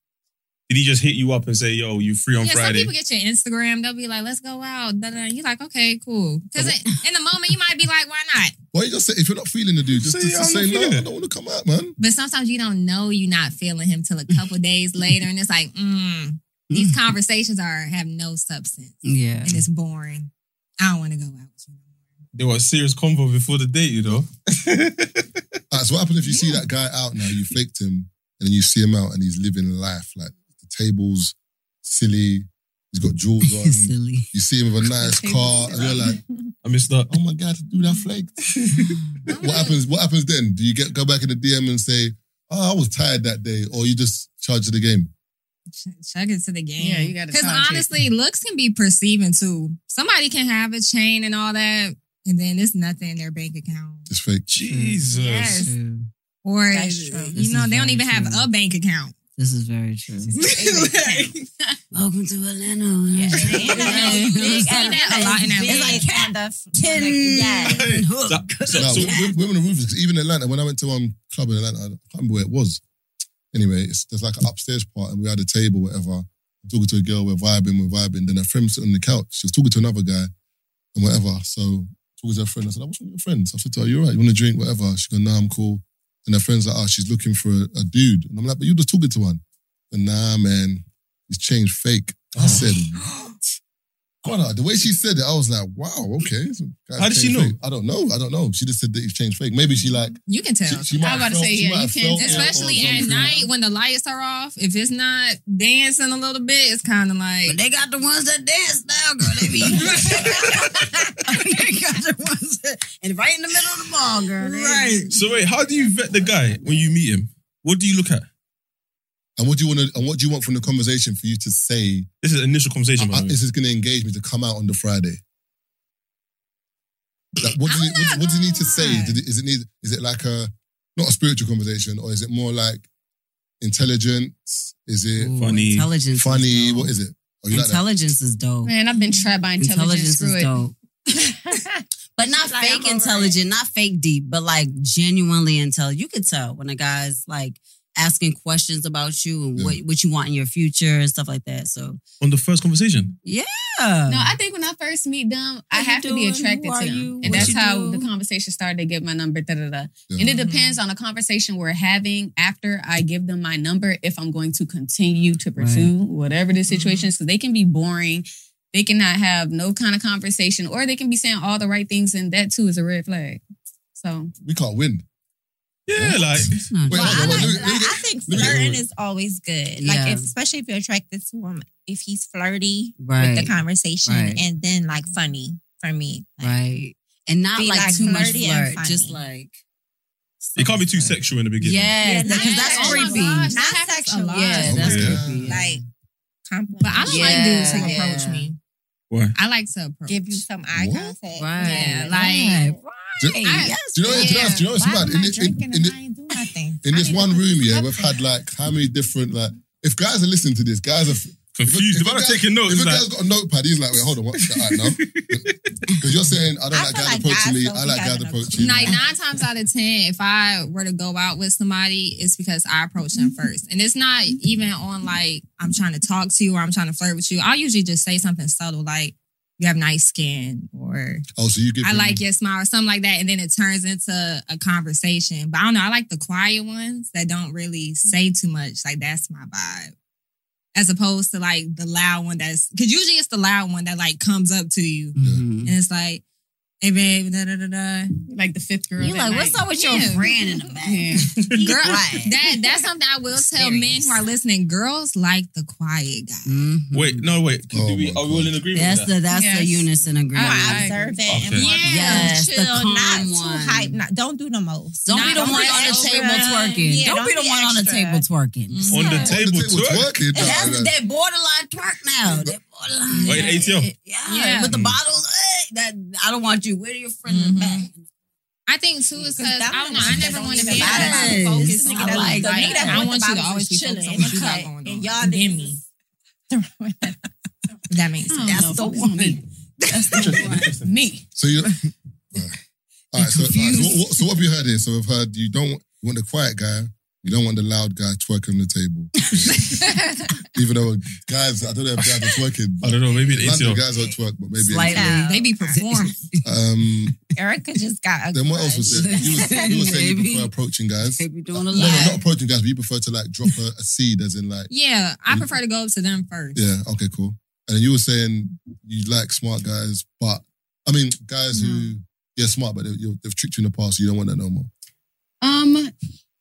[SPEAKER 2] Did he just hit you up and say, "Yo, you free on
[SPEAKER 6] yeah, some
[SPEAKER 2] Friday"?
[SPEAKER 6] people get your Instagram. They'll be like, "Let's go out." da, da, da. You're like, "Okay, cool." Because in the moment, you might be like, "Why not?"
[SPEAKER 1] Why you just say if you're not feeling the dude, just,
[SPEAKER 2] Say,
[SPEAKER 1] just, just
[SPEAKER 2] "I'm
[SPEAKER 1] say
[SPEAKER 2] not
[SPEAKER 1] no.
[SPEAKER 2] feeling
[SPEAKER 1] I
[SPEAKER 2] it."
[SPEAKER 1] don't want to come out, man.
[SPEAKER 6] But sometimes you don't know you're not feeling him till a couple days later, and it's like, mm, these conversations are have no substance,
[SPEAKER 7] Yeah.
[SPEAKER 6] and it's boring. I don't want to go out with you.
[SPEAKER 2] they were a serious convo before the date, you know.
[SPEAKER 1] All right, so what happens if you see that guy out now? You faked him, and then you see him out, and he's living life like the tables, silly. He's got
[SPEAKER 6] <laughs>
[SPEAKER 1] jewels
[SPEAKER 6] Mm-hmm.
[SPEAKER 1] on.
[SPEAKER 7] Silly.
[SPEAKER 1] you see him with a nice
[SPEAKER 8] Tables.
[SPEAKER 1] car, and you're like,
[SPEAKER 2] I missed that.
[SPEAKER 1] oh my god, do that flaked.
[SPEAKER 6] <laughs>
[SPEAKER 1] what happens? What happens then? Do you get go back in the DM and say, "Oh, I was tired that day," or you just charge to the game?
[SPEAKER 6] Ch- Chug it to the game.
[SPEAKER 8] Yeah, you gotta
[SPEAKER 6] Because
[SPEAKER 8] charge it.
[SPEAKER 6] honestly, looks can be perceiving too. Somebody can have a chain and all that, and then it's nothing in their bank account.
[SPEAKER 1] It's fake.
[SPEAKER 2] Jesus. <laughs>
[SPEAKER 6] Yes.
[SPEAKER 7] True.
[SPEAKER 6] Or
[SPEAKER 9] That's true.
[SPEAKER 6] you know, they don't even have a bank account.
[SPEAKER 7] This is very true.
[SPEAKER 6] Like,
[SPEAKER 7] Welcome to Atlanta.
[SPEAKER 6] see that a lot in Atlanta.
[SPEAKER 9] It's like kind of yeah.
[SPEAKER 2] So- so-
[SPEAKER 1] <laughs> No,
[SPEAKER 2] so-
[SPEAKER 1] wo- women are ruthless. Even Atlanta, when I went to one club in Atlanta, I can't remember where it was. Anyway, it's, there's like an upstairs part, and we had a table, whatever. I'm talking to a girl, we're vibing, we're vibing. Then her friend sitting on the couch. She was talking to another guy, and whatever. So talking to her friend, I said, "Oh, "What's wrong with your friends?" I said to her, "You alright? You want a drink? Whatever." She goes, "Nah, I'm cool." And her friends like, "Ah, she's looking for a, a dude." And I'm like, "But you just talking to one." And nah, man, he's changed fake.
[SPEAKER 2] Oh.
[SPEAKER 1] I said, "What?" God, uh, the way she said it, I was like, "Wow, okay." So guy's
[SPEAKER 2] How did she
[SPEAKER 1] changed
[SPEAKER 2] know?
[SPEAKER 1] fake. I don't know. I don't know. She just said that he's changed fake. Maybe she like
[SPEAKER 6] you can tell.
[SPEAKER 1] she, she might
[SPEAKER 8] I was about
[SPEAKER 1] have
[SPEAKER 8] to
[SPEAKER 1] felt-
[SPEAKER 8] say,
[SPEAKER 1] she
[SPEAKER 8] yeah,
[SPEAKER 1] might
[SPEAKER 8] you
[SPEAKER 1] have
[SPEAKER 8] can't-
[SPEAKER 1] felt it or
[SPEAKER 6] Especially at
[SPEAKER 1] something.
[SPEAKER 6] night when the lights are off. If it's not dancing a little bit, it's kind of like
[SPEAKER 7] They got the ones that dance now, girl. They
[SPEAKER 6] <laughs>
[SPEAKER 7] be. <laughs> they got the ones that, and right in the middle of the ball, girl. They-
[SPEAKER 2] So wait, how do you vet the guy when you meet him? What do you look at?
[SPEAKER 1] And what do you want? to? And what do you want from the conversation for you to say?
[SPEAKER 2] This is an initial conversation. by
[SPEAKER 1] I-
[SPEAKER 2] the way.
[SPEAKER 1] this is going to engage me to come out on the Friday. Like, what does
[SPEAKER 6] I'm
[SPEAKER 1] it? What,
[SPEAKER 6] not
[SPEAKER 1] what does it need
[SPEAKER 6] gonna
[SPEAKER 1] to say?
[SPEAKER 6] lie.
[SPEAKER 9] Ah.
[SPEAKER 1] Did it, is it need? Is it like a not a spiritual conversation, or is it more like intelligence? Is it
[SPEAKER 7] Ooh,
[SPEAKER 2] Funny.
[SPEAKER 7] Intelligence.
[SPEAKER 1] funny?
[SPEAKER 7] Is dope.
[SPEAKER 1] What is it? Are you like that?
[SPEAKER 7] Intelligence is dope.
[SPEAKER 8] Man, I've been trapped by intelligence. Screw
[SPEAKER 7] Intelligence is
[SPEAKER 8] it.
[SPEAKER 7] dope.
[SPEAKER 9] <laughs>
[SPEAKER 7] But not
[SPEAKER 9] Like, I'm
[SPEAKER 7] fake
[SPEAKER 9] over
[SPEAKER 7] intelligent, not fake deep, but like genuinely intelligent. You could tell when a guy's like asking questions about you and what, what you want in your future and stuff like that. So
[SPEAKER 2] on the first conversation.
[SPEAKER 7] yeah.
[SPEAKER 8] No, I think when I first meet them, I
[SPEAKER 7] What
[SPEAKER 8] have
[SPEAKER 7] you
[SPEAKER 8] to be
[SPEAKER 7] doing?
[SPEAKER 8] attracted
[SPEAKER 7] Who are
[SPEAKER 8] to them.
[SPEAKER 7] you?
[SPEAKER 8] And
[SPEAKER 7] What
[SPEAKER 8] that's
[SPEAKER 7] you
[SPEAKER 8] how
[SPEAKER 7] do? Mm-hmm.
[SPEAKER 8] the conversation started to get my number, da da da.
[SPEAKER 1] Yeah.
[SPEAKER 8] And it depends on the conversation we're having after I give them my number if I'm going to continue to pursue whatever
[SPEAKER 7] Mm-hmm.
[SPEAKER 8] the situation is. Because they can be boring. They cannot have no kind of conversation, or they can be saying all the right things, and that too is a red flag. So
[SPEAKER 1] We can't win.
[SPEAKER 2] Yeah, like
[SPEAKER 7] It's not
[SPEAKER 1] Wait,
[SPEAKER 9] Well,
[SPEAKER 1] hold
[SPEAKER 9] I,
[SPEAKER 1] on,
[SPEAKER 9] like,
[SPEAKER 1] wait,
[SPEAKER 9] like,
[SPEAKER 1] let me- let me
[SPEAKER 9] I
[SPEAKER 1] get-
[SPEAKER 9] think
[SPEAKER 1] let me get-
[SPEAKER 9] flirting is always good.
[SPEAKER 7] Yeah.
[SPEAKER 9] Like, if, especially if you're attracted to him, if he's flirty
[SPEAKER 7] right.
[SPEAKER 9] with the conversation
[SPEAKER 7] Right.
[SPEAKER 9] and then like funny for me. Like,
[SPEAKER 7] right. And not
[SPEAKER 9] Be,
[SPEAKER 7] like,
[SPEAKER 9] like,
[SPEAKER 7] too much
[SPEAKER 9] flirty and
[SPEAKER 7] flirt. Just
[SPEAKER 9] funny.
[SPEAKER 7] like
[SPEAKER 2] it can't be too sexual in the beginning.
[SPEAKER 7] Yeah,
[SPEAKER 9] not-
[SPEAKER 7] because that's
[SPEAKER 9] oh my
[SPEAKER 7] creepy.
[SPEAKER 9] gosh,
[SPEAKER 6] That
[SPEAKER 9] Not
[SPEAKER 6] happens a
[SPEAKER 9] sexual.
[SPEAKER 6] lot.
[SPEAKER 7] yeah,
[SPEAKER 1] Oh,
[SPEAKER 7] that's
[SPEAKER 1] yeah.
[SPEAKER 7] creepy.
[SPEAKER 9] Like, compliment.
[SPEAKER 6] But I don't like dudes who
[SPEAKER 7] Yeah.
[SPEAKER 6] approach me.
[SPEAKER 2] Why?
[SPEAKER 6] I like to approach.
[SPEAKER 9] give you some eye
[SPEAKER 1] What?
[SPEAKER 9] contact.
[SPEAKER 7] Right.
[SPEAKER 6] Yeah,
[SPEAKER 7] Right.
[SPEAKER 6] like
[SPEAKER 1] Do,
[SPEAKER 6] I-
[SPEAKER 1] do you know? Do you know? Do you know what's
[SPEAKER 9] Why
[SPEAKER 1] bad?
[SPEAKER 9] am I
[SPEAKER 1] In, the- in-
[SPEAKER 9] drinking
[SPEAKER 1] in
[SPEAKER 9] and
[SPEAKER 1] the-
[SPEAKER 9] I ain't do nothing?
[SPEAKER 1] in
[SPEAKER 9] I
[SPEAKER 1] this
[SPEAKER 9] need
[SPEAKER 1] one
[SPEAKER 9] to
[SPEAKER 1] room, yeah,
[SPEAKER 9] stop
[SPEAKER 1] we've
[SPEAKER 9] it.
[SPEAKER 1] had like how many different like. If guys are listening to this, guys are
[SPEAKER 2] Confused.
[SPEAKER 1] If a-
[SPEAKER 2] If, I'm
[SPEAKER 1] if a
[SPEAKER 2] not taking notes,
[SPEAKER 1] If a
[SPEAKER 2] it's like,
[SPEAKER 1] guy's got a notepad, he's like, wait, hold on, what's that? All right, no. <laughs> Because you're saying, I don't
[SPEAKER 9] I
[SPEAKER 1] like
[SPEAKER 9] feel
[SPEAKER 1] guys
[SPEAKER 9] like
[SPEAKER 1] approaching
[SPEAKER 9] guys
[SPEAKER 1] me.
[SPEAKER 9] don't
[SPEAKER 1] I like
[SPEAKER 9] have
[SPEAKER 1] guys
[SPEAKER 9] enough
[SPEAKER 1] approaching
[SPEAKER 9] sense.
[SPEAKER 6] like nine times out of ten, if I were to go out with somebody, it's because I approach them
[SPEAKER 1] Mm-hmm.
[SPEAKER 6] first, and it's not even on like I'm trying to talk to you or I'm trying to flirt with you. I usually just say something subtle like you have nice skin or
[SPEAKER 1] Oh, so you give
[SPEAKER 6] I
[SPEAKER 1] him-
[SPEAKER 6] like your smile or something like that, and then it turns into a conversation. But I don't know. I like the quiet ones that don't really say too much. Like that's my vibe, as opposed to like the loud one that's because usually it's the loud one that like comes up to you
[SPEAKER 7] Mhm.
[SPEAKER 6] and it's like, hey babe, da da da da.
[SPEAKER 8] like the fifth girl.
[SPEAKER 7] You
[SPEAKER 8] that
[SPEAKER 7] like, what's
[SPEAKER 8] night.
[SPEAKER 7] up with your
[SPEAKER 6] Yeah.
[SPEAKER 7] friend
[SPEAKER 6] <laughs>
[SPEAKER 7] in the back?
[SPEAKER 8] Yeah.
[SPEAKER 6] Girl,
[SPEAKER 7] Right.
[SPEAKER 6] that that's something I will tell men who are listening. Girls like the quiet guy.
[SPEAKER 7] Mhm.
[SPEAKER 2] wait, no, wait. Can-
[SPEAKER 1] Oh
[SPEAKER 2] do we,
[SPEAKER 1] my
[SPEAKER 2] are we all
[SPEAKER 1] God.
[SPEAKER 2] in agreement?
[SPEAKER 7] That's
[SPEAKER 2] with that?
[SPEAKER 7] the that's the
[SPEAKER 8] Yes.
[SPEAKER 7] unison agreement.
[SPEAKER 8] I-
[SPEAKER 9] More observant and
[SPEAKER 2] Okay.
[SPEAKER 9] more
[SPEAKER 7] Yes,
[SPEAKER 9] chill,
[SPEAKER 7] the calm
[SPEAKER 9] not
[SPEAKER 7] one.
[SPEAKER 9] too hype. Not, don't do the most.
[SPEAKER 7] Don't
[SPEAKER 6] Nah,
[SPEAKER 7] be the
[SPEAKER 6] don't
[SPEAKER 7] one
[SPEAKER 6] be
[SPEAKER 7] on the
[SPEAKER 6] extra.
[SPEAKER 7] table twerking.
[SPEAKER 9] Yeah,
[SPEAKER 7] don't, be
[SPEAKER 9] don't
[SPEAKER 7] the
[SPEAKER 9] be
[SPEAKER 7] one on the
[SPEAKER 9] extra.
[SPEAKER 7] table twerking.
[SPEAKER 2] on the
[SPEAKER 1] On the
[SPEAKER 2] table,
[SPEAKER 1] table
[SPEAKER 2] twerk.
[SPEAKER 1] twerking.
[SPEAKER 7] It has
[SPEAKER 1] No, no.
[SPEAKER 7] that borderline twerk now. That borderline.
[SPEAKER 2] Like ATL.
[SPEAKER 7] It- Yeah,
[SPEAKER 6] Yeah.
[SPEAKER 7] With the bottles. eh, that I don't want you. Where are your friend in
[SPEAKER 9] Mhm.
[SPEAKER 7] the back?
[SPEAKER 6] I think too is because
[SPEAKER 9] Because
[SPEAKER 6] I
[SPEAKER 9] that
[SPEAKER 6] don't know.
[SPEAKER 9] one
[SPEAKER 6] I
[SPEAKER 9] that
[SPEAKER 6] never
[SPEAKER 9] don't
[SPEAKER 6] want to
[SPEAKER 9] even
[SPEAKER 6] be
[SPEAKER 7] matter.
[SPEAKER 6] like, focused
[SPEAKER 7] Nigga
[SPEAKER 6] on
[SPEAKER 7] that-
[SPEAKER 6] like,
[SPEAKER 7] the nigga that
[SPEAKER 6] I
[SPEAKER 9] bought
[SPEAKER 6] want
[SPEAKER 9] the
[SPEAKER 6] you to
[SPEAKER 9] bottles
[SPEAKER 6] always
[SPEAKER 9] is
[SPEAKER 6] be
[SPEAKER 9] chilling
[SPEAKER 6] focused on
[SPEAKER 9] in
[SPEAKER 6] what
[SPEAKER 9] the
[SPEAKER 6] you got
[SPEAKER 9] cut,
[SPEAKER 6] going on.
[SPEAKER 9] and y'all
[SPEAKER 6] Then
[SPEAKER 9] niggas
[SPEAKER 6] me.
[SPEAKER 9] is throwing that.
[SPEAKER 6] That makes sense.
[SPEAKER 7] That's the one.
[SPEAKER 1] <laughs>
[SPEAKER 7] That's the one.
[SPEAKER 8] Me.
[SPEAKER 1] So you. All right, so, all right, so, what- what, so what have you heard here? So we've heard you don't want, you want the quiet guy, you don't want the loud guy twerking on the table. Even though guys, I don't know if guys are twerking.
[SPEAKER 2] I don't know. Maybe the
[SPEAKER 1] London
[SPEAKER 2] ATL.
[SPEAKER 1] guys don't twerk, but maybe.
[SPEAKER 7] Slightly.
[SPEAKER 9] Yeah.
[SPEAKER 6] They be performing.
[SPEAKER 1] Um,
[SPEAKER 9] Erica just got a
[SPEAKER 1] then what else was
[SPEAKER 9] crush.
[SPEAKER 1] there? You were, you were saying you
[SPEAKER 7] Maybe.
[SPEAKER 1] prefer approaching guys.
[SPEAKER 7] They be doing a
[SPEAKER 1] No, no, not
[SPEAKER 7] lot.
[SPEAKER 1] approaching guys, but you prefer to like drop a, a seed, as in like.
[SPEAKER 6] yeah, I prefer to go up to them first.
[SPEAKER 1] Yeah. Okay. Cool. And you were saying you like smart guys, but I mean guys who
[SPEAKER 8] Mm.
[SPEAKER 1] yeah smart, but they, you, they've tricked you in the past. So you don't want that no more.
[SPEAKER 8] Um,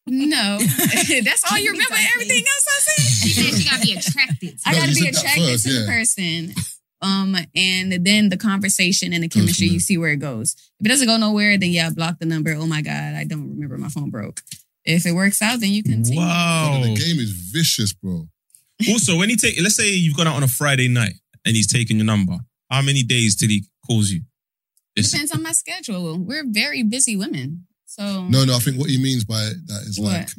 [SPEAKER 8] no, <laughs> that's
[SPEAKER 6] Oh,
[SPEAKER 8] all you remember. Everything else I said.
[SPEAKER 6] She said she gotta be attracted.
[SPEAKER 8] I
[SPEAKER 1] No,
[SPEAKER 8] gotta
[SPEAKER 1] you
[SPEAKER 8] be
[SPEAKER 1] said that
[SPEAKER 8] attracted
[SPEAKER 1] first,
[SPEAKER 8] to
[SPEAKER 1] yeah.
[SPEAKER 8] the person. Um, and then the conversation and the chemistry,
[SPEAKER 1] Mhm.
[SPEAKER 8] you see where it goes. If it doesn't go nowhere, then yeah, block the number. Oh my God, I don't remember my phone broke. If it works out, then you continue.
[SPEAKER 1] Brother,
[SPEAKER 2] Wow.
[SPEAKER 1] The game is vicious, bro.
[SPEAKER 2] also, when he take, let's say you've gone out on a Friday night and he's taking your number. How many days till he calls you? It's-
[SPEAKER 8] Depends on my schedule. We're very busy women. So
[SPEAKER 1] No, no, I think what he means by that is like,
[SPEAKER 8] Mm. What?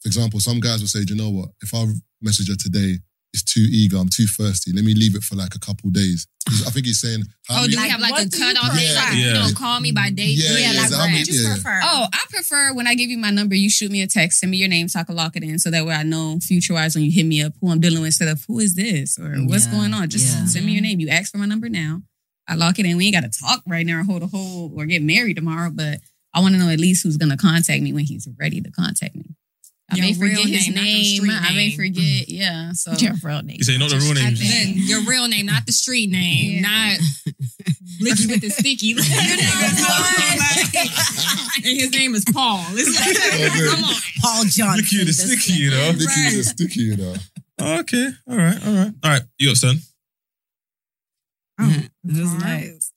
[SPEAKER 1] for example, some guys will say, Do you know what? If I message her today, it's too eager, I'm too thirsty. Let me leave it for like a couple days. He's- I think he's saying, how
[SPEAKER 6] Oh,
[SPEAKER 1] many-
[SPEAKER 6] do we have like
[SPEAKER 8] what
[SPEAKER 6] a
[SPEAKER 8] do you
[SPEAKER 6] cut off?
[SPEAKER 1] prefer?
[SPEAKER 6] Like,
[SPEAKER 2] Yeah.
[SPEAKER 6] you don't call me by date.
[SPEAKER 1] Yeah,
[SPEAKER 6] three,
[SPEAKER 1] yeah,
[SPEAKER 6] like,
[SPEAKER 1] so how
[SPEAKER 6] right.
[SPEAKER 1] many-
[SPEAKER 9] What you
[SPEAKER 1] yeah.
[SPEAKER 9] prefer?
[SPEAKER 6] Um,
[SPEAKER 8] Oh, I prefer when I give you my number, you shoot me a text, send me your name so I can lock it in so that way I know future wise when you hit me up who I'm dealing with instead of who is this or what's
[SPEAKER 7] Yeah,
[SPEAKER 8] going on. Just
[SPEAKER 7] yeah.
[SPEAKER 8] send me your name. You ask for my number now. I lock it in. We ain't got to talk right now or hold a hole or get married tomorrow, but I want to know at least who's going to contact me when he's ready to contact me. I
[SPEAKER 6] Your
[SPEAKER 8] may
[SPEAKER 6] real
[SPEAKER 8] forget his
[SPEAKER 6] name, not your
[SPEAKER 8] name.
[SPEAKER 6] street
[SPEAKER 8] I may
[SPEAKER 6] name. Mm.
[SPEAKER 8] forget. Yeah. So
[SPEAKER 9] Your real name.
[SPEAKER 2] You say not the real
[SPEAKER 6] I
[SPEAKER 2] names.
[SPEAKER 6] think your real name, not the street name,
[SPEAKER 8] Yeah.
[SPEAKER 6] <laughs> not Licky with the sticky.
[SPEAKER 8] <laughs>
[SPEAKER 6] Your name is- and his name is Paul. It's like,
[SPEAKER 1] Okay.
[SPEAKER 6] come on.
[SPEAKER 7] Paul Johnson.
[SPEAKER 2] Look you the
[SPEAKER 7] that's
[SPEAKER 2] sticky, you know.
[SPEAKER 1] <laughs> Nicky is a sticky, you know.
[SPEAKER 2] Okay, all right, all right, all right. You got son.
[SPEAKER 7] it. Who's next?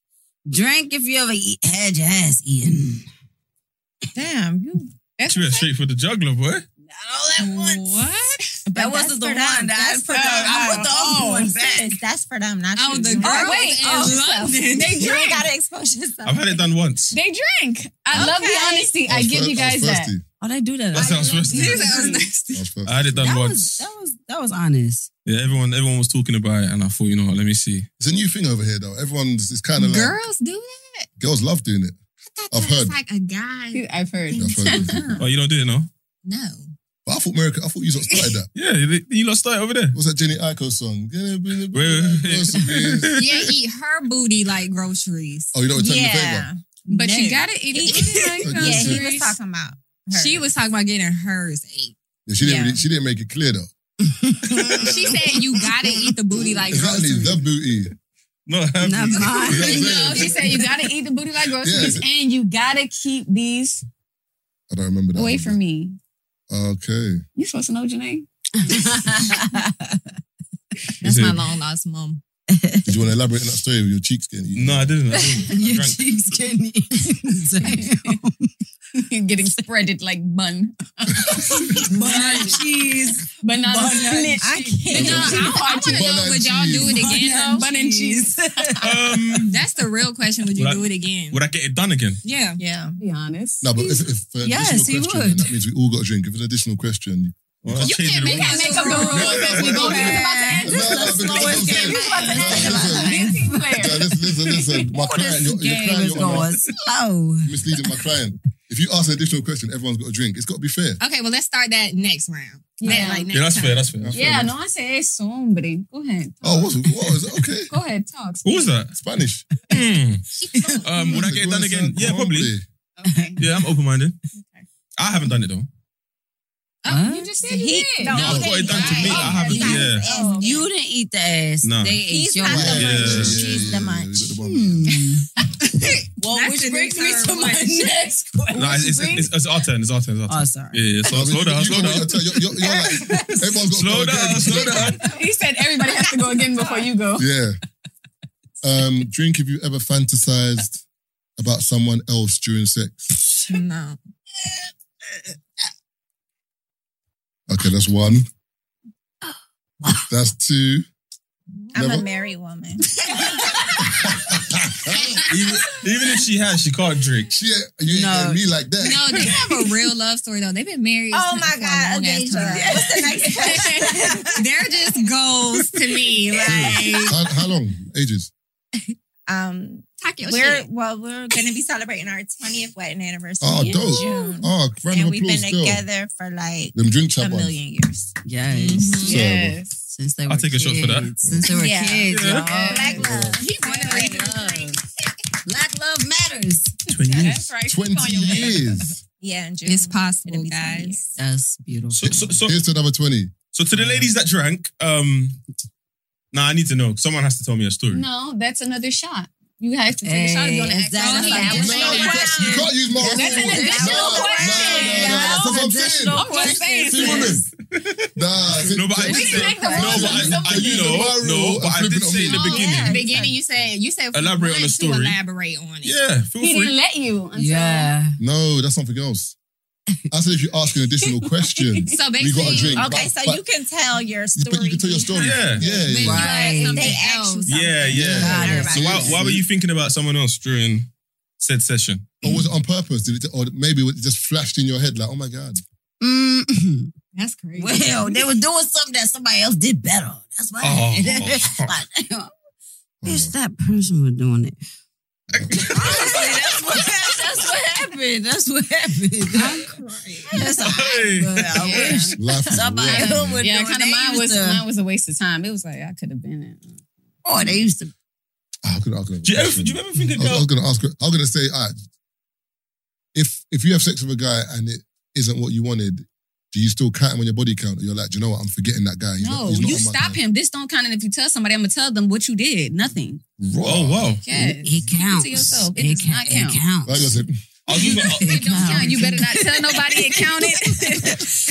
[SPEAKER 7] Drink if you ever eat, had your ass eaten.
[SPEAKER 9] Damn, you.
[SPEAKER 2] She went straight for the juggler, boy.
[SPEAKER 7] Not all at once.
[SPEAKER 6] What?
[SPEAKER 7] <laughs>
[SPEAKER 9] But
[SPEAKER 7] That wasn't the
[SPEAKER 9] that's
[SPEAKER 7] one.
[SPEAKER 9] for them.
[SPEAKER 7] That's for them. I put the
[SPEAKER 8] oh,
[SPEAKER 7] other one back.
[SPEAKER 9] sis, That's for them, not
[SPEAKER 6] Oh,
[SPEAKER 9] you. oh,
[SPEAKER 6] the
[SPEAKER 9] You
[SPEAKER 6] girls
[SPEAKER 9] gotta
[SPEAKER 6] in
[SPEAKER 9] expose yourself. You ain't gotta expose
[SPEAKER 6] London. oh, They drink.
[SPEAKER 9] yourself.
[SPEAKER 2] I've had it done once.
[SPEAKER 8] they drink. I love the
[SPEAKER 9] Okay.
[SPEAKER 8] honesty. I
[SPEAKER 1] was
[SPEAKER 8] give
[SPEAKER 1] thir-
[SPEAKER 8] you
[SPEAKER 1] I was
[SPEAKER 8] guys that.
[SPEAKER 1] thirsty.
[SPEAKER 7] Oh, they do that.
[SPEAKER 2] That sounds
[SPEAKER 7] I-
[SPEAKER 2] frustrating.
[SPEAKER 1] I was thirsty.
[SPEAKER 2] I had it done
[SPEAKER 7] That was
[SPEAKER 2] once.
[SPEAKER 7] that was that
[SPEAKER 9] <laughs>
[SPEAKER 7] was honest.
[SPEAKER 2] Yeah, everyone everyone was talking about it, and I thought, you know what? Let me see.
[SPEAKER 1] It's a new thing over here, though. Everyone's it's kind of like
[SPEAKER 6] Girls do that?
[SPEAKER 1] girls love doing it.
[SPEAKER 6] I thought
[SPEAKER 1] I've
[SPEAKER 6] that was
[SPEAKER 1] heard.
[SPEAKER 6] like a guy.
[SPEAKER 8] I've heard.
[SPEAKER 1] I've heard.
[SPEAKER 2] Oh, you don't do it now?
[SPEAKER 6] No.
[SPEAKER 1] But I thought America, I thought you lot started that.
[SPEAKER 2] Yeah, you, you lot started over there.
[SPEAKER 1] What's that Jenny Aiko song? Gonna be the
[SPEAKER 2] Wait, wait, wait.
[SPEAKER 1] groceries.
[SPEAKER 2] <laughs>
[SPEAKER 6] Yeah, eat her booty like groceries.
[SPEAKER 1] Oh, you don't return the favor.
[SPEAKER 9] yeah.
[SPEAKER 6] But you
[SPEAKER 9] No.
[SPEAKER 6] gotta eat
[SPEAKER 9] He-
[SPEAKER 6] it.
[SPEAKER 1] Yeah,
[SPEAKER 9] Yeah,
[SPEAKER 1] he
[SPEAKER 9] he was talking about. her.
[SPEAKER 6] She was talking about getting hers
[SPEAKER 8] eh?
[SPEAKER 6] ate.
[SPEAKER 1] Yeah, she didn't.
[SPEAKER 9] Yeah.
[SPEAKER 1] Really, she didn't make it clear though.
[SPEAKER 6] She said you gotta eat the booty like
[SPEAKER 1] exactly
[SPEAKER 6] groceries.
[SPEAKER 1] the booty.
[SPEAKER 2] No, I haven't.
[SPEAKER 7] Not mine.
[SPEAKER 1] You know what I'm
[SPEAKER 8] <laughs> No,
[SPEAKER 1] saying?
[SPEAKER 8] she said you gotta eat the booty like groceries, and you gotta keep these
[SPEAKER 1] I don't remember that.
[SPEAKER 8] away
[SPEAKER 1] one.
[SPEAKER 8] from me.
[SPEAKER 1] Okay.
[SPEAKER 8] You supposed to know Janae?
[SPEAKER 6] That's
[SPEAKER 2] Is
[SPEAKER 6] my
[SPEAKER 2] it-
[SPEAKER 6] long lost mom.
[SPEAKER 1] Did you want to elaborate on that story with your cheeks getting eaten?
[SPEAKER 2] No, I didn't. I didn't. I
[SPEAKER 7] Your
[SPEAKER 2] drank.
[SPEAKER 7] cheeks getting
[SPEAKER 6] <laughs>
[SPEAKER 7] eaten.
[SPEAKER 8] Getting spreaded like bun,
[SPEAKER 7] Butter cheese.
[SPEAKER 8] but not a
[SPEAKER 7] Bun
[SPEAKER 8] split.
[SPEAKER 7] and I
[SPEAKER 6] But no, I, I want to
[SPEAKER 1] Bun
[SPEAKER 6] know
[SPEAKER 1] and
[SPEAKER 6] would y'all do it
[SPEAKER 7] cheese.
[SPEAKER 6] again?
[SPEAKER 8] Bun and cheese.
[SPEAKER 2] Um,
[SPEAKER 6] though? That's the real question. Would you
[SPEAKER 2] Would I-
[SPEAKER 6] do it again?
[SPEAKER 2] would I get it done again?
[SPEAKER 6] Yeah.
[SPEAKER 9] Yeah.
[SPEAKER 8] Be honest.
[SPEAKER 1] No, but if, <laughs> if uh,
[SPEAKER 7] Yes,
[SPEAKER 1] additional
[SPEAKER 7] he
[SPEAKER 1] question, then
[SPEAKER 7] would.
[SPEAKER 1] that means we all got a drink. If it's an additional question,
[SPEAKER 2] Well, I'll
[SPEAKER 6] You
[SPEAKER 2] change
[SPEAKER 6] can't
[SPEAKER 2] the
[SPEAKER 6] make
[SPEAKER 2] rules.
[SPEAKER 6] that make up the rules if we go back.
[SPEAKER 1] No, no, because that's what I'm saying. Yeah, listen, listen, listen. My client, you're, you're
[SPEAKER 7] Game
[SPEAKER 1] crying,
[SPEAKER 7] is
[SPEAKER 1] you're on-
[SPEAKER 7] going
[SPEAKER 9] <laughs> Oh.
[SPEAKER 7] slow.
[SPEAKER 1] misleading my client. If you ask an additional question, everyone's got a drink. It's got to be fair.
[SPEAKER 6] Okay, well, let's start that next round.
[SPEAKER 8] Yeah.
[SPEAKER 6] Yeah, like, next
[SPEAKER 2] Yeah, that's
[SPEAKER 6] time.
[SPEAKER 2] fair. That's fair. That's fair.
[SPEAKER 8] Yeah, no, I say it's somebody. Go ahead.
[SPEAKER 1] Oh, what's, what was okay?
[SPEAKER 8] Go ahead, talk.
[SPEAKER 2] What was that?
[SPEAKER 1] Spanish.
[SPEAKER 2] Mm. um, would I get it done again? Yeah, probably. Yeah, I'm open minded. I haven't done it though.
[SPEAKER 7] Huh?
[SPEAKER 8] Oh, You just said you did.
[SPEAKER 9] No,
[SPEAKER 2] No, I've
[SPEAKER 9] they
[SPEAKER 2] got it done to me.
[SPEAKER 9] lied.
[SPEAKER 2] I haven't.
[SPEAKER 9] He got his
[SPEAKER 2] Yeah.
[SPEAKER 9] ass
[SPEAKER 8] Oh.
[SPEAKER 9] beat.
[SPEAKER 7] You didn't eat the ass.
[SPEAKER 2] No.
[SPEAKER 7] They ate
[SPEAKER 9] He's
[SPEAKER 7] your
[SPEAKER 9] not
[SPEAKER 7] ass.
[SPEAKER 9] the
[SPEAKER 2] Yeah.
[SPEAKER 9] munch.
[SPEAKER 2] Yeah,
[SPEAKER 9] She's the
[SPEAKER 1] we
[SPEAKER 9] munch.
[SPEAKER 1] got the bum.
[SPEAKER 9] <laughs>
[SPEAKER 7] Hmm.
[SPEAKER 9] Oh,
[SPEAKER 7] well,
[SPEAKER 6] That's the
[SPEAKER 7] which brings me
[SPEAKER 6] next
[SPEAKER 7] to
[SPEAKER 6] <laughs>
[SPEAKER 7] my
[SPEAKER 6] one.
[SPEAKER 7] next question.
[SPEAKER 2] No, it's, it's, it's, it's our turn. It's our turn. It's our
[SPEAKER 7] oh,
[SPEAKER 2] turn.
[SPEAKER 7] sorry.
[SPEAKER 2] Yeah, yeah. So,
[SPEAKER 1] No, but
[SPEAKER 2] slow
[SPEAKER 1] you-
[SPEAKER 2] down.
[SPEAKER 1] you
[SPEAKER 2] Slow <laughs>
[SPEAKER 1] know what
[SPEAKER 2] down.
[SPEAKER 1] You're, you're, you're, you're like, everyone's got
[SPEAKER 2] Slow
[SPEAKER 1] got a
[SPEAKER 2] down.
[SPEAKER 1] drink.
[SPEAKER 2] Slow down.
[SPEAKER 8] He said everybody has to go again before you go.
[SPEAKER 1] Yeah. Um, drink if you ever fantasized about someone else during sex.
[SPEAKER 6] No.
[SPEAKER 1] Okay, that's one. That's two.
[SPEAKER 9] I'm
[SPEAKER 1] Never-
[SPEAKER 9] a married woman.
[SPEAKER 2] even, even if she has, she can't
[SPEAKER 1] <laughs>
[SPEAKER 2] drink.
[SPEAKER 1] Shit, you ain't
[SPEAKER 7] No.
[SPEAKER 1] getting me like that.
[SPEAKER 6] No, they have a real love story though. They've been
[SPEAKER 8] <laughs>
[SPEAKER 6] married.
[SPEAKER 9] Oh my
[SPEAKER 6] for a
[SPEAKER 9] God,
[SPEAKER 6] long ass
[SPEAKER 9] Adasia.
[SPEAKER 6] time.
[SPEAKER 9] <laughs> What's the next question?
[SPEAKER 6] They're
[SPEAKER 9] <laughs>
[SPEAKER 6] just goals to me. Like,
[SPEAKER 1] How, how long? Ages.
[SPEAKER 9] Um,
[SPEAKER 6] talk your
[SPEAKER 9] we're
[SPEAKER 6] shit.
[SPEAKER 9] well, we're gonna be celebrating our 20th wedding anniversary
[SPEAKER 1] Oh,
[SPEAKER 9] in
[SPEAKER 1] dope.
[SPEAKER 9] June,
[SPEAKER 1] Oh, round
[SPEAKER 9] and
[SPEAKER 1] of
[SPEAKER 9] we've been
[SPEAKER 1] applause. Still.
[SPEAKER 9] together for like
[SPEAKER 1] Them drink
[SPEAKER 9] a
[SPEAKER 1] chap ones.
[SPEAKER 9] million years.
[SPEAKER 7] Yes.
[SPEAKER 6] Mhm.
[SPEAKER 8] Yes.
[SPEAKER 7] Since they were
[SPEAKER 2] I'll take a
[SPEAKER 7] kids.
[SPEAKER 2] shot for that.
[SPEAKER 7] Since they were
[SPEAKER 9] Mm-hmm. Yeah. Oh
[SPEAKER 7] kids,
[SPEAKER 2] Yeah.
[SPEAKER 7] y'all.
[SPEAKER 9] Black love.
[SPEAKER 6] He wanted
[SPEAKER 9] Black
[SPEAKER 6] to
[SPEAKER 9] love.
[SPEAKER 7] Black love matters.
[SPEAKER 2] 20 years.
[SPEAKER 8] right.
[SPEAKER 1] 20 years.
[SPEAKER 9] Yeah, in June.
[SPEAKER 6] It's
[SPEAKER 9] It'll
[SPEAKER 6] possible,
[SPEAKER 9] be 20
[SPEAKER 6] guys.
[SPEAKER 9] years.
[SPEAKER 7] That's beautiful.
[SPEAKER 2] So, so, so,
[SPEAKER 1] Here's to another 20.
[SPEAKER 2] so to the ladies that drank, um, nah, I need to know. Someone has to tell me a story.
[SPEAKER 8] No, that's another shot. You have to take a shot if you want to
[SPEAKER 7] Hey,
[SPEAKER 8] act
[SPEAKER 7] that's
[SPEAKER 8] on
[SPEAKER 6] like
[SPEAKER 8] it.
[SPEAKER 6] that.
[SPEAKER 1] No,
[SPEAKER 6] was
[SPEAKER 1] you
[SPEAKER 6] saying
[SPEAKER 1] can't, you can't use my
[SPEAKER 8] That's an
[SPEAKER 1] rule. Nah,
[SPEAKER 8] additional
[SPEAKER 1] nah,
[SPEAKER 8] question.
[SPEAKER 1] nah, nah, That's what I'm saying.
[SPEAKER 7] Additional
[SPEAKER 8] I'm just saying,
[SPEAKER 1] See
[SPEAKER 8] sis.
[SPEAKER 1] women. Nah, see-
[SPEAKER 2] No, but I
[SPEAKER 1] see-
[SPEAKER 2] did
[SPEAKER 8] didn't
[SPEAKER 2] say.
[SPEAKER 8] make the
[SPEAKER 2] No,
[SPEAKER 8] rules.
[SPEAKER 2] but I, I, you know, no, but I did say in the
[SPEAKER 6] In the
[SPEAKER 2] beginning.
[SPEAKER 6] beginning, you said you said if we
[SPEAKER 2] Elaborate
[SPEAKER 6] want
[SPEAKER 2] on the story.
[SPEAKER 6] To elaborate on it.
[SPEAKER 2] Yeah, feel
[SPEAKER 8] He didn't
[SPEAKER 2] free.
[SPEAKER 8] let you until
[SPEAKER 7] Yeah.
[SPEAKER 1] No, that's something else. I said if you ask an additional question,
[SPEAKER 6] So
[SPEAKER 1] you got a
[SPEAKER 6] basically,
[SPEAKER 1] drink.
[SPEAKER 9] Okay,
[SPEAKER 1] But-
[SPEAKER 9] so
[SPEAKER 1] but-
[SPEAKER 9] you can tell your
[SPEAKER 1] but
[SPEAKER 9] story.
[SPEAKER 1] you can tell your story.
[SPEAKER 2] Yeah.
[SPEAKER 1] yeah.
[SPEAKER 6] when
[SPEAKER 1] yeah.
[SPEAKER 6] you ask
[SPEAKER 7] Right.
[SPEAKER 6] something
[SPEAKER 9] They asked you
[SPEAKER 6] else,
[SPEAKER 9] something.
[SPEAKER 2] Yeah, yeah.
[SPEAKER 7] Got it.
[SPEAKER 2] So why, why were you thinking about someone else during said session.
[SPEAKER 1] Or was it on purpose? Did it, or maybe it just flashed in your head like, oh my God.
[SPEAKER 7] Mm,
[SPEAKER 6] That's crazy.
[SPEAKER 7] <laughs> well, they were doing something that somebody else did better. That's why.
[SPEAKER 2] Oh.
[SPEAKER 7] <laughs>
[SPEAKER 2] <laughs>
[SPEAKER 7] like, damn,
[SPEAKER 1] Oh
[SPEAKER 7] bitch, that person was doing it. <laughs> Honestly, <laughs> that's what, that's what happened. That's what happened. That's a
[SPEAKER 2] Hey.
[SPEAKER 7] but I wish
[SPEAKER 1] Life is
[SPEAKER 7] somebody
[SPEAKER 1] rough.
[SPEAKER 7] else would
[SPEAKER 8] yeah,
[SPEAKER 7] do it.
[SPEAKER 8] kind of
[SPEAKER 7] They
[SPEAKER 8] mine
[SPEAKER 7] used
[SPEAKER 8] was
[SPEAKER 7] to-
[SPEAKER 8] mine was a waste of time. It was like I could have been in.
[SPEAKER 7] Boy, they used to.
[SPEAKER 1] Ah, I could, I could
[SPEAKER 2] Do you ever, do you ever think a
[SPEAKER 1] I was, I was
[SPEAKER 2] girl?
[SPEAKER 1] gonna ask. I was gonna say, all right, if if you have sex with a guy and it isn't what you wanted, do you still count him on your body count? Or you're like, do you know what? I'm forgetting that guy. He's not-
[SPEAKER 8] No,
[SPEAKER 1] he's not
[SPEAKER 8] you
[SPEAKER 1] on my
[SPEAKER 8] stop
[SPEAKER 1] count."
[SPEAKER 8] him. This don't count. And if you tell somebody, I'm gonna tell them what you did. Nothing.
[SPEAKER 2] Oh wow!
[SPEAKER 8] Yes.
[SPEAKER 7] It counts.
[SPEAKER 8] To yourself. It, does
[SPEAKER 7] ca-
[SPEAKER 8] not
[SPEAKER 7] it
[SPEAKER 8] count.
[SPEAKER 7] counts.
[SPEAKER 1] Like I
[SPEAKER 7] <laughs>
[SPEAKER 1] said,
[SPEAKER 2] I was even,
[SPEAKER 8] It don't
[SPEAKER 7] counts.
[SPEAKER 8] count. You
[SPEAKER 7] <laughs>
[SPEAKER 8] better not tell nobody it counted. <laughs>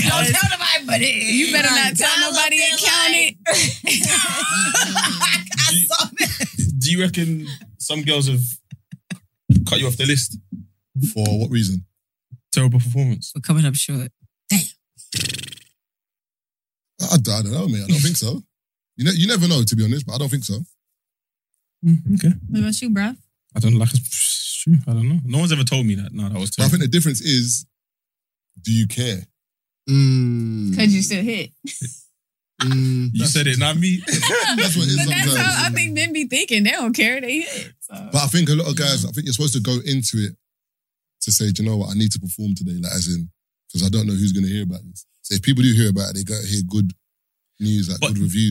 [SPEAKER 7] Don't tell nobody, but it,
[SPEAKER 8] You better not tell
[SPEAKER 7] Dial up
[SPEAKER 8] nobody
[SPEAKER 7] their
[SPEAKER 8] it counted.
[SPEAKER 7] line. I saw that.
[SPEAKER 2] do you reckon some girls have cut you off the list?
[SPEAKER 1] for what reason?
[SPEAKER 2] Terrible performance.
[SPEAKER 7] We're coming up short.
[SPEAKER 1] I, I don't know, mate. I don't think so. You know, you never know, to be honest. But I don't think so.
[SPEAKER 2] okay.
[SPEAKER 6] What about you, bruv?
[SPEAKER 2] I don't like. It's true. I don't know. No one's ever told me that. No, that was
[SPEAKER 1] But I
[SPEAKER 2] terrible.
[SPEAKER 1] think the difference is, do you
[SPEAKER 8] <laughs>
[SPEAKER 1] care?
[SPEAKER 8] Cause you still hit.
[SPEAKER 2] you said it, not me.
[SPEAKER 1] <laughs> That's what it is
[SPEAKER 8] But that's
[SPEAKER 1] sometimes.
[SPEAKER 8] how I think men be thinking. They don't care. They hit. So.
[SPEAKER 1] But I think a lot of guys, I think you're supposed to go into it to say, do you know what, I need to perform today, like as in, because I don't know who's going to hear about this. So if people do hear about it, they got to hear good news, like
[SPEAKER 2] But-
[SPEAKER 1] good reviews.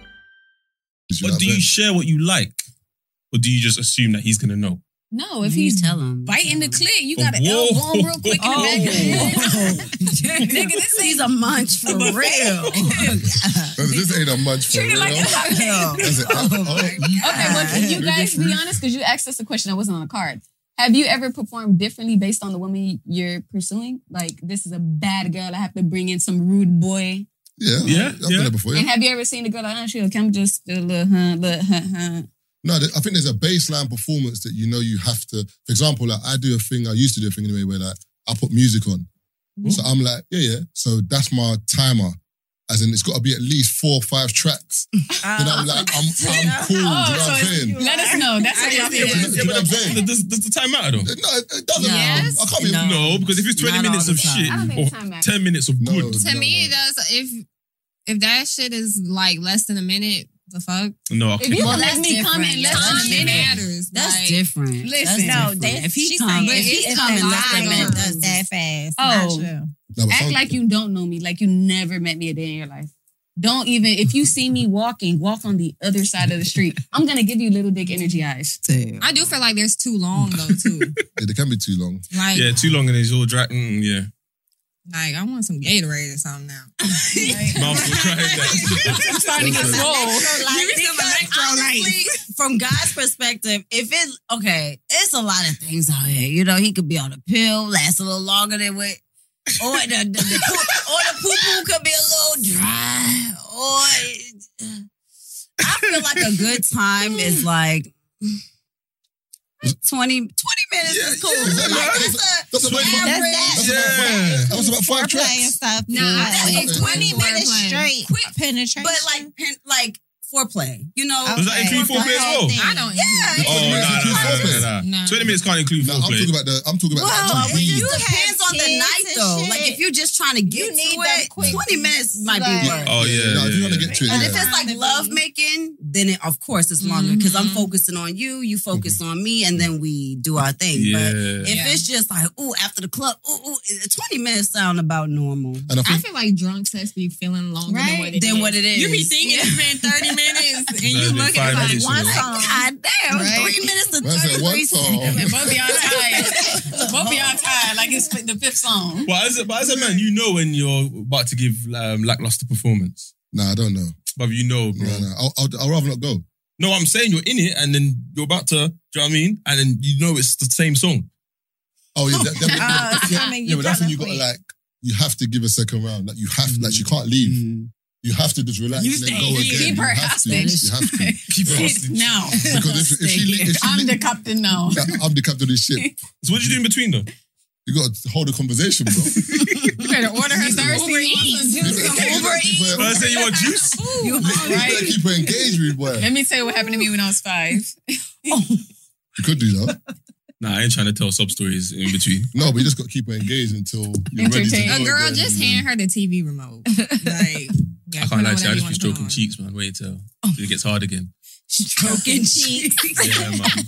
[SPEAKER 1] know
[SPEAKER 2] But
[SPEAKER 1] what
[SPEAKER 2] do
[SPEAKER 1] I'm saying?
[SPEAKER 2] you share what you like, or do you just assume that he's gonna know?
[SPEAKER 8] No,
[SPEAKER 7] If
[SPEAKER 8] if
[SPEAKER 7] you
[SPEAKER 8] he's
[SPEAKER 7] tell them,
[SPEAKER 8] biting the clit, you
[SPEAKER 2] Oh,
[SPEAKER 8] gotta
[SPEAKER 2] whoa. Oh.
[SPEAKER 8] elbow him
[SPEAKER 2] <laughs>
[SPEAKER 8] real quick in the back of the head.
[SPEAKER 7] nigga, this he's <laughs> a munch
[SPEAKER 8] <laughs>
[SPEAKER 7] for real.
[SPEAKER 1] This ain't a munch for
[SPEAKER 8] Treat it
[SPEAKER 1] real.
[SPEAKER 8] like a cocktail.
[SPEAKER 1] That's
[SPEAKER 8] <laughs>
[SPEAKER 1] it.
[SPEAKER 7] Oh, my God.
[SPEAKER 8] Okay, well, can you guys be honest? Because you asked us a question that wasn't on the card. Have you ever performed differently based on the woman you're pursuing? Like, this is a bad girl. I have to bring in some rude boy.
[SPEAKER 1] yeah,
[SPEAKER 2] Yeah,
[SPEAKER 1] I've
[SPEAKER 2] yeah.
[SPEAKER 1] done it before.
[SPEAKER 8] And
[SPEAKER 1] Yeah.
[SPEAKER 8] have you ever seen a girl like, oh, she'll come just do a little hunt, little hunt, hunt.
[SPEAKER 1] No, th- I think there's a baseline performance that you know you have to. For example, like I do a thing, I used to do a thing anyway, where like I put music on. So I'm like, yeah, yeah. So that's my timer. As in, it's got to be at least four or five tracks. then I'm like, I'm, I'm cool. do you know what I'm saying?
[SPEAKER 8] Let us know. That's what y'all
[SPEAKER 1] yeah,
[SPEAKER 8] think.
[SPEAKER 1] but- You know what I'm
[SPEAKER 2] does,
[SPEAKER 1] saying?
[SPEAKER 2] does- does the time matter though?
[SPEAKER 1] No, it it doesn't.
[SPEAKER 7] Yes.
[SPEAKER 1] I can't be.
[SPEAKER 7] No.
[SPEAKER 2] No, because if it's twenty
[SPEAKER 7] Not all
[SPEAKER 2] minutes of
[SPEAKER 7] the time.
[SPEAKER 2] shit
[SPEAKER 8] I don't think time
[SPEAKER 2] or
[SPEAKER 8] matters.
[SPEAKER 2] ten minutes of
[SPEAKER 1] No.
[SPEAKER 2] good,
[SPEAKER 1] No,
[SPEAKER 6] To
[SPEAKER 1] no,
[SPEAKER 6] me,
[SPEAKER 1] no.
[SPEAKER 6] that's if if that shit is like less than a minute, the fuck.
[SPEAKER 2] no, I'll
[SPEAKER 8] If
[SPEAKER 2] kick him
[SPEAKER 8] you can
[SPEAKER 2] out.
[SPEAKER 8] let
[SPEAKER 7] that's
[SPEAKER 8] me come in
[SPEAKER 7] different.
[SPEAKER 8] less than a
[SPEAKER 7] Time
[SPEAKER 8] minute.
[SPEAKER 6] matters.
[SPEAKER 7] That's
[SPEAKER 6] like,
[SPEAKER 7] different. that's
[SPEAKER 8] Listen,
[SPEAKER 7] no,
[SPEAKER 9] No,
[SPEAKER 7] different.
[SPEAKER 9] they,
[SPEAKER 7] if he
[SPEAKER 9] she's
[SPEAKER 7] come,
[SPEAKER 9] saying
[SPEAKER 7] if he
[SPEAKER 9] it's
[SPEAKER 7] come
[SPEAKER 9] a
[SPEAKER 7] and
[SPEAKER 9] lie
[SPEAKER 7] left that
[SPEAKER 6] lot
[SPEAKER 7] man
[SPEAKER 6] of
[SPEAKER 7] does that.
[SPEAKER 9] that fast.
[SPEAKER 8] Oh.
[SPEAKER 9] Not true.
[SPEAKER 1] No, but
[SPEAKER 8] Act
[SPEAKER 1] some-
[SPEAKER 8] like you don't know me, like you never met me a day in your life. Don't even, if you see me walking, walk on the other side of the street. I'm gonna give you little dick energy eyes.
[SPEAKER 6] I do feel like there's too long though too. <laughs>
[SPEAKER 1] Yeah, they can be too long.
[SPEAKER 6] Like,
[SPEAKER 2] Yeah, too long and it's all dry. Mm, yeah,
[SPEAKER 6] like I want some Gatorade or something now.
[SPEAKER 2] mouth will cry.
[SPEAKER 8] <laughs>
[SPEAKER 2] That.
[SPEAKER 8] I'm starting to get swole.
[SPEAKER 7] Electrolyte, because honestly, From God's perspective, if it okay, it's a lot of things out here. You know, he could be on a pill, last a little longer than what, or the, the, the poop, or the poo poo could be a little dry. Or I feel like a good time is like 20, 20 minutes is cool.
[SPEAKER 1] yeah,
[SPEAKER 7] Like,
[SPEAKER 1] yeah.
[SPEAKER 7] that's a-
[SPEAKER 1] That's about
[SPEAKER 7] Average.
[SPEAKER 1] five. That's
[SPEAKER 2] Yeah.
[SPEAKER 1] about, that was about
[SPEAKER 9] Foreplay
[SPEAKER 1] five
[SPEAKER 9] and
[SPEAKER 1] tracks.
[SPEAKER 9] stuff.
[SPEAKER 6] Nah,
[SPEAKER 1] I
[SPEAKER 9] yeah.
[SPEAKER 1] think it's
[SPEAKER 9] 20
[SPEAKER 6] foreplay.
[SPEAKER 9] minutes straight.
[SPEAKER 7] Quick,
[SPEAKER 9] penetration.
[SPEAKER 7] but like pen- like foreplay, you know.
[SPEAKER 2] Does that include foreplay as well?
[SPEAKER 6] I don't.
[SPEAKER 7] Yeah,
[SPEAKER 2] Oh no, no, no, no, no,
[SPEAKER 6] No.
[SPEAKER 2] Twenty minutes can't include
[SPEAKER 1] No, I'm talking
[SPEAKER 2] foreplay.
[SPEAKER 1] about the. I'm talking about the
[SPEAKER 7] Well,
[SPEAKER 1] actual
[SPEAKER 7] it
[SPEAKER 1] deed.
[SPEAKER 7] just depends
[SPEAKER 9] have
[SPEAKER 7] on the
[SPEAKER 9] kids
[SPEAKER 7] night,
[SPEAKER 9] and
[SPEAKER 7] though.
[SPEAKER 9] shit.
[SPEAKER 7] Like if you're just trying to get
[SPEAKER 9] need
[SPEAKER 7] to
[SPEAKER 9] them
[SPEAKER 7] it,
[SPEAKER 9] quick.
[SPEAKER 7] twenty minutes might be
[SPEAKER 9] Like-
[SPEAKER 7] worth.
[SPEAKER 2] Oh yeah,
[SPEAKER 1] No, if you
[SPEAKER 2] yeah,
[SPEAKER 1] want to
[SPEAKER 2] yeah.
[SPEAKER 1] get to it,
[SPEAKER 7] And if
[SPEAKER 1] yeah.
[SPEAKER 7] it's like
[SPEAKER 9] Time to
[SPEAKER 7] love
[SPEAKER 9] be.
[SPEAKER 7] making, then it, of course it's longer because I'm focusing on you, you focus on me, and then we do our thing. But
[SPEAKER 2] yeah.
[SPEAKER 7] if
[SPEAKER 6] Yeah.
[SPEAKER 7] it's just like ooh after the club, ooh, ooh it- twenty minutes sound about normal
[SPEAKER 1] And I
[SPEAKER 6] I
[SPEAKER 1] think
[SPEAKER 6] feel like drunk sex be feeling longer than what it
[SPEAKER 7] than
[SPEAKER 6] is.
[SPEAKER 7] what it is.
[SPEAKER 6] You be thinking it's been 30 minutes and you
[SPEAKER 2] Exactly.
[SPEAKER 6] looking
[SPEAKER 2] Five
[SPEAKER 6] like
[SPEAKER 2] minutes,
[SPEAKER 6] one
[SPEAKER 2] you know.
[SPEAKER 6] song.
[SPEAKER 7] God damn,
[SPEAKER 6] Right?
[SPEAKER 7] three minutes to
[SPEAKER 1] That's
[SPEAKER 7] thirty
[SPEAKER 1] it, one
[SPEAKER 7] three
[SPEAKER 1] song.
[SPEAKER 7] seconds.
[SPEAKER 8] Both y'all
[SPEAKER 7] <laughs>
[SPEAKER 8] tired. Both y'all tired. Like it's the fifth song.
[SPEAKER 2] But as, a, but as a man, you know when you're about to give um, lackluster performance.
[SPEAKER 1] <laughs> nah, I don't know.
[SPEAKER 2] But you know, bro.
[SPEAKER 1] Nah, nah. I'll, I'll, I'd rather not go.
[SPEAKER 2] No, I'm saying you're in it and then you're about to, do you know what I mean? And then you know it's the same song.
[SPEAKER 1] Oh yeah, that, that,
[SPEAKER 9] Oh, so, I
[SPEAKER 1] yeah,
[SPEAKER 9] mean,
[SPEAKER 1] yeah,
[SPEAKER 9] you
[SPEAKER 1] but that's when
[SPEAKER 9] gotta
[SPEAKER 1] you gotta
[SPEAKER 9] quit.
[SPEAKER 1] like you have to give a second round. Like you have like you can't leave.
[SPEAKER 2] Mm.
[SPEAKER 1] You have to just relax
[SPEAKER 8] You
[SPEAKER 1] and
[SPEAKER 8] stay
[SPEAKER 1] then go
[SPEAKER 8] here.
[SPEAKER 1] again.
[SPEAKER 8] Keep her
[SPEAKER 1] you, have to.
[SPEAKER 8] hostage.
[SPEAKER 1] you have to.
[SPEAKER 2] Keep it
[SPEAKER 8] Sit
[SPEAKER 2] hostage.
[SPEAKER 8] now.
[SPEAKER 1] Because if- if she- if she-
[SPEAKER 8] I'm the captain now.
[SPEAKER 1] Yeah, I'm the captain of this ship.
[SPEAKER 2] So what did you do in between though?
[SPEAKER 1] You gotta hold a conversation, bro.
[SPEAKER 8] You better order her thirsty
[SPEAKER 6] Uber Eats.
[SPEAKER 8] <laughs> water.
[SPEAKER 1] Keep her-
[SPEAKER 2] But I say you want juice.
[SPEAKER 8] You
[SPEAKER 1] you better
[SPEAKER 8] hungry?
[SPEAKER 1] keep her engaged with boy.
[SPEAKER 8] Let me tell you what happened to me when I was five.
[SPEAKER 1] You could do that.
[SPEAKER 2] Nah, I ain't trying to tell sub stories in between.
[SPEAKER 1] No, but you just gotta keep her engaged until you're ready to
[SPEAKER 8] Entertain.
[SPEAKER 1] go
[SPEAKER 6] A girl
[SPEAKER 1] again.
[SPEAKER 6] just hand her the TV remote. Like, yeah, put
[SPEAKER 2] I
[SPEAKER 6] on
[SPEAKER 2] can't lie to you.
[SPEAKER 6] whatever
[SPEAKER 2] I just
[SPEAKER 6] wanna
[SPEAKER 2] be
[SPEAKER 6] put
[SPEAKER 2] stroking
[SPEAKER 6] on.
[SPEAKER 2] cheeks, man. Wait till it gets hard again.
[SPEAKER 7] <laughs>
[SPEAKER 9] Stroking cheeks.
[SPEAKER 1] <laughs>
[SPEAKER 2] Yeah, man.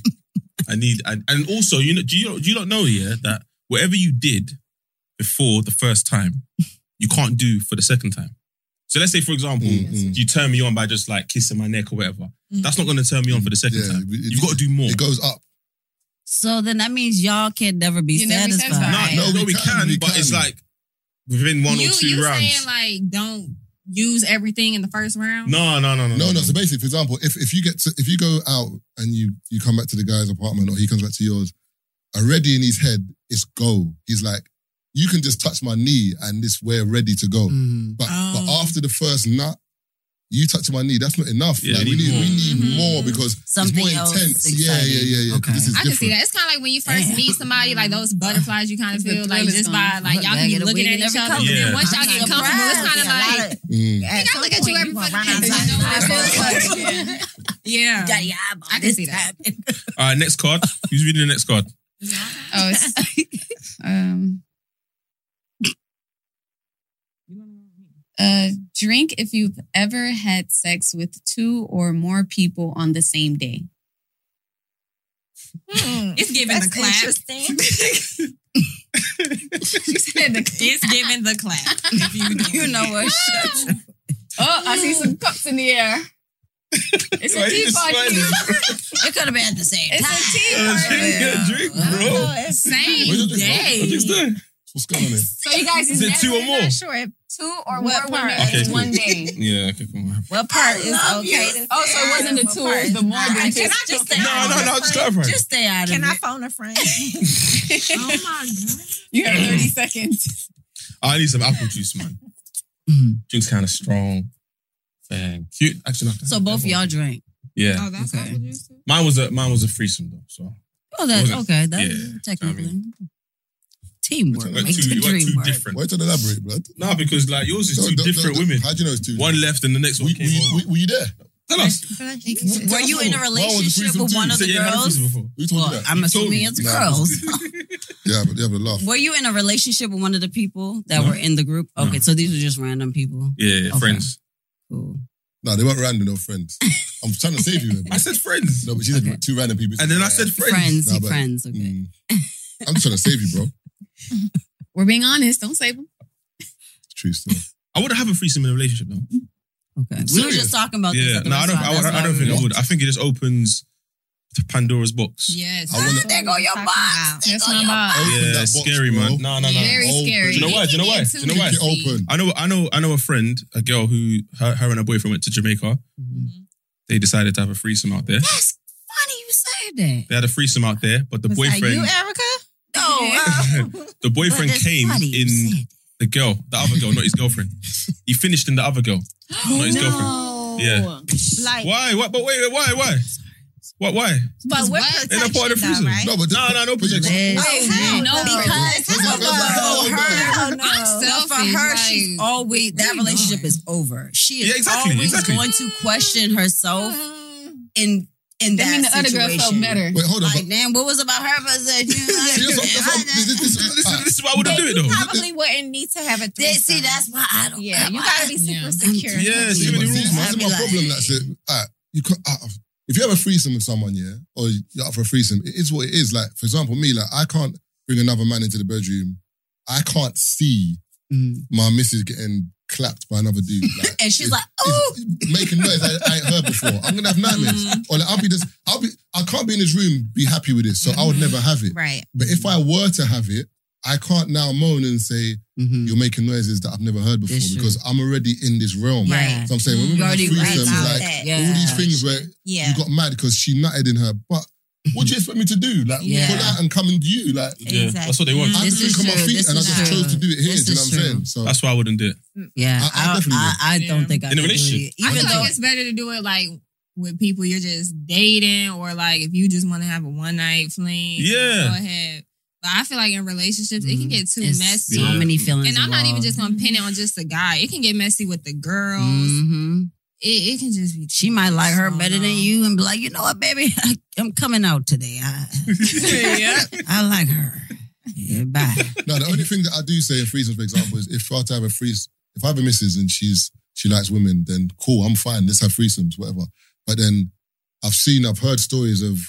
[SPEAKER 2] I need, and, and also, you know, do you do you not know, yeah, that whatever you did before the first time, you can't do for the second time. So let's say, for example,
[SPEAKER 1] Mm, mm.
[SPEAKER 2] you turn me on by just like kissing my neck or whatever.
[SPEAKER 6] Mm.
[SPEAKER 2] That's not going to turn me on for the second
[SPEAKER 1] Yeah,
[SPEAKER 2] time.
[SPEAKER 1] it-
[SPEAKER 2] You've got to do more.
[SPEAKER 1] It goes up.
[SPEAKER 7] So then that means y'all can never be
[SPEAKER 8] You never be
[SPEAKER 7] satisfied.
[SPEAKER 8] satisfied.
[SPEAKER 2] No,
[SPEAKER 8] Right.
[SPEAKER 2] no,
[SPEAKER 1] No,
[SPEAKER 2] no,
[SPEAKER 1] we
[SPEAKER 2] we
[SPEAKER 1] can,
[SPEAKER 2] can,
[SPEAKER 1] we
[SPEAKER 2] but it's
[SPEAKER 1] can.
[SPEAKER 2] like within one
[SPEAKER 6] you,
[SPEAKER 2] or two
[SPEAKER 6] you
[SPEAKER 2] rounds.
[SPEAKER 6] saying like don't use everything in the first round?
[SPEAKER 2] no, no, no, no,
[SPEAKER 1] No, no. So basically, for example, if, if you get to, if you go out and you you come back to the guy's apartment or he comes back to yours, already in his head, it's go. He's like, you can just touch my knee and this we're ready to go.
[SPEAKER 2] Mm.
[SPEAKER 7] Mm-hmm.
[SPEAKER 1] But but
[SPEAKER 6] Oh.
[SPEAKER 1] after the first nut, you touch my knee. That's not enough.
[SPEAKER 2] Yeah,
[SPEAKER 1] like,
[SPEAKER 2] you
[SPEAKER 1] we
[SPEAKER 2] need
[SPEAKER 1] need we
[SPEAKER 6] more.
[SPEAKER 1] need
[SPEAKER 6] Mhm.
[SPEAKER 1] more because
[SPEAKER 7] Mm-hmm. Something
[SPEAKER 1] it's more
[SPEAKER 7] else
[SPEAKER 1] intense.
[SPEAKER 7] exciting.
[SPEAKER 1] Yeah, yeah, yeah, yeah. 'cause This is
[SPEAKER 6] I can
[SPEAKER 1] different.
[SPEAKER 6] see that. It's kind of like when you first
[SPEAKER 7] Damn.
[SPEAKER 6] meet somebody, like those butterflies you kind of
[SPEAKER 8] It's the
[SPEAKER 6] feel, like
[SPEAKER 8] thrill is
[SPEAKER 6] just by
[SPEAKER 8] gone.
[SPEAKER 6] like
[SPEAKER 7] Look
[SPEAKER 6] y'all
[SPEAKER 7] back
[SPEAKER 6] can be
[SPEAKER 7] at the
[SPEAKER 6] looking
[SPEAKER 7] wig
[SPEAKER 6] at
[SPEAKER 7] and
[SPEAKER 6] each
[SPEAKER 7] every
[SPEAKER 6] other.
[SPEAKER 7] color.
[SPEAKER 6] and
[SPEAKER 2] Yeah.
[SPEAKER 6] Then once y'all get comfortable, it's kind of like
[SPEAKER 1] Mm.
[SPEAKER 6] I think I look at you every fucking day. <laughs> You
[SPEAKER 7] outside.
[SPEAKER 6] know what it feels like. Yeah.
[SPEAKER 7] Got your eyeball.
[SPEAKER 6] I can
[SPEAKER 7] this
[SPEAKER 6] see that.
[SPEAKER 7] time.
[SPEAKER 2] All right, next card. Who's reading the next card?
[SPEAKER 8] Oh,
[SPEAKER 6] <laughs>
[SPEAKER 8] it's, um, uh, drink if you've ever had sex with two or more people on the same day.
[SPEAKER 6] It's giving
[SPEAKER 9] Hmm, That's
[SPEAKER 6] the clap.
[SPEAKER 9] interesting.
[SPEAKER 8] <laughs>
[SPEAKER 6] It's giving the clap. If you don't-
[SPEAKER 7] You know what? Shut up.
[SPEAKER 8] Oh, I see some cups in the air. It's
[SPEAKER 2] Why
[SPEAKER 8] a
[SPEAKER 2] you
[SPEAKER 8] tea
[SPEAKER 2] just
[SPEAKER 8] party.
[SPEAKER 6] <laughs>
[SPEAKER 2] <laughs> smiling?
[SPEAKER 7] <laughs> It could have been at the same time.
[SPEAKER 8] It's a tea
[SPEAKER 2] Uh,
[SPEAKER 8] party.
[SPEAKER 2] drink, yeah, drink, bro.
[SPEAKER 6] Same
[SPEAKER 1] What's it-
[SPEAKER 6] day.
[SPEAKER 2] What's that?
[SPEAKER 1] What's going on here?
[SPEAKER 8] So you guys
[SPEAKER 2] Is it
[SPEAKER 8] never
[SPEAKER 2] two or more?
[SPEAKER 8] Not sure if two or
[SPEAKER 9] What
[SPEAKER 8] more women
[SPEAKER 9] part?
[SPEAKER 2] Okay,
[SPEAKER 8] in
[SPEAKER 2] cool.
[SPEAKER 8] one day.
[SPEAKER 2] <laughs> Yeah, okay, come on.
[SPEAKER 7] What part is
[SPEAKER 9] love
[SPEAKER 7] okay?
[SPEAKER 9] you.
[SPEAKER 7] to
[SPEAKER 8] Oh, so
[SPEAKER 7] say?
[SPEAKER 8] it wasn't the
[SPEAKER 7] What
[SPEAKER 8] two,
[SPEAKER 7] part
[SPEAKER 8] it was
[SPEAKER 7] is
[SPEAKER 8] the more
[SPEAKER 7] not?
[SPEAKER 8] than
[SPEAKER 7] I
[SPEAKER 8] two.
[SPEAKER 7] Just, just stay
[SPEAKER 2] No,
[SPEAKER 7] out
[SPEAKER 2] no,
[SPEAKER 7] of
[SPEAKER 2] no,
[SPEAKER 7] it.
[SPEAKER 2] just clarify.
[SPEAKER 7] Just stay out of
[SPEAKER 9] Can I
[SPEAKER 7] it.
[SPEAKER 9] phone a friend?
[SPEAKER 6] Oh my god.
[SPEAKER 8] You have 30 seconds.
[SPEAKER 2] I need some apple juice, man. Drink's kind of strong. Thank you. Actually, no,
[SPEAKER 7] So both of y'all drink.
[SPEAKER 2] Yeah,
[SPEAKER 6] Oh, that's
[SPEAKER 7] Okay.
[SPEAKER 6] apple juice. too?
[SPEAKER 2] mine was a mine was a threesome though. So
[SPEAKER 7] Oh, that's
[SPEAKER 2] Wasn't-
[SPEAKER 7] okay. That's
[SPEAKER 2] yeah,
[SPEAKER 7] technically
[SPEAKER 2] I
[SPEAKER 7] teamwork.
[SPEAKER 1] We're
[SPEAKER 2] we're
[SPEAKER 7] Make the
[SPEAKER 2] two, we're
[SPEAKER 7] dream
[SPEAKER 2] two
[SPEAKER 7] work.
[SPEAKER 2] different.
[SPEAKER 1] Wait to elaborate, blood.
[SPEAKER 2] No, because like yours is
[SPEAKER 1] No,
[SPEAKER 2] two
[SPEAKER 1] no, no,
[SPEAKER 2] different
[SPEAKER 1] no.
[SPEAKER 2] women.
[SPEAKER 1] How do you know it's two?
[SPEAKER 2] One left and the next
[SPEAKER 1] We,
[SPEAKER 2] one came.
[SPEAKER 1] we,
[SPEAKER 2] on.
[SPEAKER 1] we, were you there?
[SPEAKER 2] Tell us.
[SPEAKER 7] Were you in
[SPEAKER 1] Why was
[SPEAKER 7] a
[SPEAKER 1] it
[SPEAKER 7] relationship
[SPEAKER 1] threesome
[SPEAKER 7] with one
[SPEAKER 1] too?
[SPEAKER 7] of
[SPEAKER 2] Say
[SPEAKER 7] the
[SPEAKER 2] you ain't had a
[SPEAKER 7] girls?
[SPEAKER 2] threesome before.
[SPEAKER 1] Who told you
[SPEAKER 7] Well,
[SPEAKER 1] that?
[SPEAKER 7] I'm
[SPEAKER 2] You told
[SPEAKER 7] assuming
[SPEAKER 2] me.
[SPEAKER 7] it's
[SPEAKER 1] Nah.
[SPEAKER 2] <laughs>
[SPEAKER 7] girls.
[SPEAKER 1] Yeah, but you have a laugh.
[SPEAKER 7] Were you in a relationship with one of the people that
[SPEAKER 2] No.
[SPEAKER 7] were in the group?
[SPEAKER 2] No.
[SPEAKER 7] Okay, so these were just random people.
[SPEAKER 2] Yeah, yeah,
[SPEAKER 7] Okay.
[SPEAKER 2] friends.
[SPEAKER 7] Cool.
[SPEAKER 1] No, they weren't random. They were
[SPEAKER 7] <laughs>
[SPEAKER 1] friends. I'm trying to save you. man.
[SPEAKER 2] I said friends,
[SPEAKER 1] No, but she said
[SPEAKER 7] Okay.
[SPEAKER 1] two random people.
[SPEAKER 2] and then I said friends.
[SPEAKER 7] Friends,
[SPEAKER 1] Nah,
[SPEAKER 7] see
[SPEAKER 1] but-
[SPEAKER 7] friends. Okay.
[SPEAKER 1] Mm. I'm trying to save you, bro.
[SPEAKER 8] We're being honest. Don't save them.
[SPEAKER 1] It's true still.
[SPEAKER 2] I wouldn't have a threesome in a relationship though.
[SPEAKER 7] Okay. We were
[SPEAKER 2] Serious?
[SPEAKER 7] just talking about this.
[SPEAKER 2] Yeah,
[SPEAKER 7] at the
[SPEAKER 2] no, I don't. I,
[SPEAKER 7] restaurant.
[SPEAKER 2] would-
[SPEAKER 7] That's
[SPEAKER 2] I don't
[SPEAKER 7] why
[SPEAKER 2] think
[SPEAKER 7] we-
[SPEAKER 2] I would. I think it just opens to Pandora's box.
[SPEAKER 6] Yes.
[SPEAKER 1] I wanna-
[SPEAKER 7] There go your
[SPEAKER 9] Talking
[SPEAKER 7] box. There
[SPEAKER 8] That's
[SPEAKER 7] go
[SPEAKER 9] oh,
[SPEAKER 8] my
[SPEAKER 7] your box.
[SPEAKER 8] box.
[SPEAKER 1] Open
[SPEAKER 2] Yeah,
[SPEAKER 1] that box,
[SPEAKER 2] scary
[SPEAKER 1] bro.
[SPEAKER 2] man. No, no, no.
[SPEAKER 8] Very
[SPEAKER 1] Oh,
[SPEAKER 8] scary.
[SPEAKER 2] Do you know why? Do you know why? Do you know why?
[SPEAKER 1] Kick it open.
[SPEAKER 2] I know, I know, I know. A friend, a girl who her, her and her boyfriend went to Jamaica. They decided to have a threesome out there.
[SPEAKER 7] Mm-hmm. That's funny you said that.
[SPEAKER 2] They had a threesome out there, but the
[SPEAKER 9] Was that you,
[SPEAKER 2] boyfriend,
[SPEAKER 9] Erica?
[SPEAKER 7] No. uh,
[SPEAKER 2] <laughs> the boyfriend
[SPEAKER 7] but it's
[SPEAKER 2] came
[SPEAKER 7] funny you
[SPEAKER 2] in
[SPEAKER 7] said
[SPEAKER 2] the girl, the other girl, not his girlfriend. He finished in the other girl, not
[SPEAKER 7] <gasps>
[SPEAKER 2] his girlfriend. Yeah.
[SPEAKER 9] Like,
[SPEAKER 2] Why? Why? But wait, wait, why? Why? What? Why?
[SPEAKER 9] but with
[SPEAKER 6] What? Ain't
[SPEAKER 2] that part of the
[SPEAKER 9] protection, though,
[SPEAKER 2] reason?
[SPEAKER 9] right?
[SPEAKER 1] No, but
[SPEAKER 2] No, no, no protection.
[SPEAKER 7] that.
[SPEAKER 9] Wait,
[SPEAKER 6] how?
[SPEAKER 9] no,
[SPEAKER 6] No,
[SPEAKER 7] because
[SPEAKER 9] because
[SPEAKER 1] no, no,
[SPEAKER 7] for her,
[SPEAKER 9] no, no.
[SPEAKER 6] I'm
[SPEAKER 7] no, for
[SPEAKER 6] selfish,
[SPEAKER 7] her,
[SPEAKER 6] like,
[SPEAKER 7] she's always that
[SPEAKER 6] really
[SPEAKER 7] relationship
[SPEAKER 6] not.
[SPEAKER 7] is over. She is
[SPEAKER 2] Yeah, exactly,
[SPEAKER 7] always
[SPEAKER 2] exactly.
[SPEAKER 7] going to question herself in in
[SPEAKER 8] That means
[SPEAKER 7] that,
[SPEAKER 8] the other girl felt
[SPEAKER 7] situation.
[SPEAKER 8] better.
[SPEAKER 1] Wait, hold on.
[SPEAKER 7] Like, damn, what was about her?
[SPEAKER 2] <laughs>
[SPEAKER 7] But said, you
[SPEAKER 1] See, that's what- that's what- this-
[SPEAKER 7] know,
[SPEAKER 1] this- this-
[SPEAKER 2] This,
[SPEAKER 1] ah,
[SPEAKER 2] is this is why I wouldn't do it though.
[SPEAKER 9] Probably wouldn't need to have a
[SPEAKER 7] They-
[SPEAKER 9] threesome.
[SPEAKER 7] see, that's why I don't.
[SPEAKER 9] Yeah, you gotta be super
[SPEAKER 7] I'm-
[SPEAKER 9] secure.
[SPEAKER 7] I'm-
[SPEAKER 2] Yeah,
[SPEAKER 1] See,
[SPEAKER 2] too
[SPEAKER 1] but
[SPEAKER 2] many
[SPEAKER 1] see,
[SPEAKER 2] rules,
[SPEAKER 1] This is
[SPEAKER 2] man.
[SPEAKER 1] my
[SPEAKER 7] I'd be like-
[SPEAKER 1] problem. That's it. Ah, you can, if you have a threesome with someone, yeah, or you're up for a threesome, it is what it is. Like, for example, me, like, I can't bring another man into the bedroom. I can't see
[SPEAKER 7] Mm.
[SPEAKER 1] my missus getting clapped by another
[SPEAKER 7] <laughs>
[SPEAKER 1] dude. Like,
[SPEAKER 7] And she's
[SPEAKER 1] it's-
[SPEAKER 7] like, "Oh, Mm.
[SPEAKER 1] it's making noise I, I ain't heard before. I'm gonna have nightmares. Or like, I'll be just, I'll be, I can't be in this room, be happy with this. So I would never have it.
[SPEAKER 9] Right.
[SPEAKER 1] But if I were to have it, I can't now moan and say,
[SPEAKER 7] Mm-hmm.
[SPEAKER 1] you're making noises that I've never heard before
[SPEAKER 7] Mm. It's true.
[SPEAKER 1] because I'm already in this realm.
[SPEAKER 7] Right.
[SPEAKER 1] So I'm saying when we
[SPEAKER 7] You
[SPEAKER 1] were in
[SPEAKER 7] already
[SPEAKER 1] the threesome,
[SPEAKER 7] realized
[SPEAKER 1] like
[SPEAKER 7] that.
[SPEAKER 1] all
[SPEAKER 7] Yeah.
[SPEAKER 1] these things where
[SPEAKER 6] Yeah.
[SPEAKER 1] you got mad because she nutted in her butt. What do you expect me to do? Like
[SPEAKER 7] Mm. Yeah.
[SPEAKER 1] pull out and come and do you? Like
[SPEAKER 2] Yeah, that's what they want.
[SPEAKER 1] I had to
[SPEAKER 7] This is
[SPEAKER 1] think on my
[SPEAKER 7] true.
[SPEAKER 1] feet
[SPEAKER 7] This
[SPEAKER 1] and I
[SPEAKER 7] is
[SPEAKER 1] just
[SPEAKER 7] true.
[SPEAKER 1] chose to do it here.
[SPEAKER 7] This
[SPEAKER 1] do you know
[SPEAKER 7] is
[SPEAKER 1] what I'm saying?
[SPEAKER 7] true.
[SPEAKER 1] So
[SPEAKER 2] That's why I wouldn't do it.
[SPEAKER 7] Yeah,
[SPEAKER 1] I- I
[SPEAKER 7] I,
[SPEAKER 1] definitely
[SPEAKER 7] I, I, don't
[SPEAKER 8] Yeah.
[SPEAKER 7] think I
[SPEAKER 2] In a
[SPEAKER 7] could do
[SPEAKER 2] relationship.
[SPEAKER 7] it.
[SPEAKER 8] I
[SPEAKER 7] Even
[SPEAKER 8] feel
[SPEAKER 7] though
[SPEAKER 8] like it's better to do it like with people you're just dating or like if you just want to have a one night fling.
[SPEAKER 2] Yeah.
[SPEAKER 8] Go ahead. But I feel like in relationships, it can get too
[SPEAKER 7] it's
[SPEAKER 8] messy.
[SPEAKER 7] so many feelings.
[SPEAKER 8] And I'm not even
[SPEAKER 7] involved.
[SPEAKER 8] just gonna pin it on just the guy. It can get messy with the girls.
[SPEAKER 7] Mhm.
[SPEAKER 8] It, it can just be.
[SPEAKER 7] She might like her
[SPEAKER 8] Oh,
[SPEAKER 7] better
[SPEAKER 8] no.
[SPEAKER 7] than you and be like, you know what, baby, <laughs> I, I'm coming out today.
[SPEAKER 1] <laughs>
[SPEAKER 7] I,
[SPEAKER 8] <laughs> yeah.
[SPEAKER 7] I like her. Yeah, bye.
[SPEAKER 1] No, the only thing that I do say in threesomes, for example, is if I have to have a threes, if I have a missus and she's she likes women, then cool, I'm fine. Let's have threesomes, whatever. But then I've seen, I've heard stories of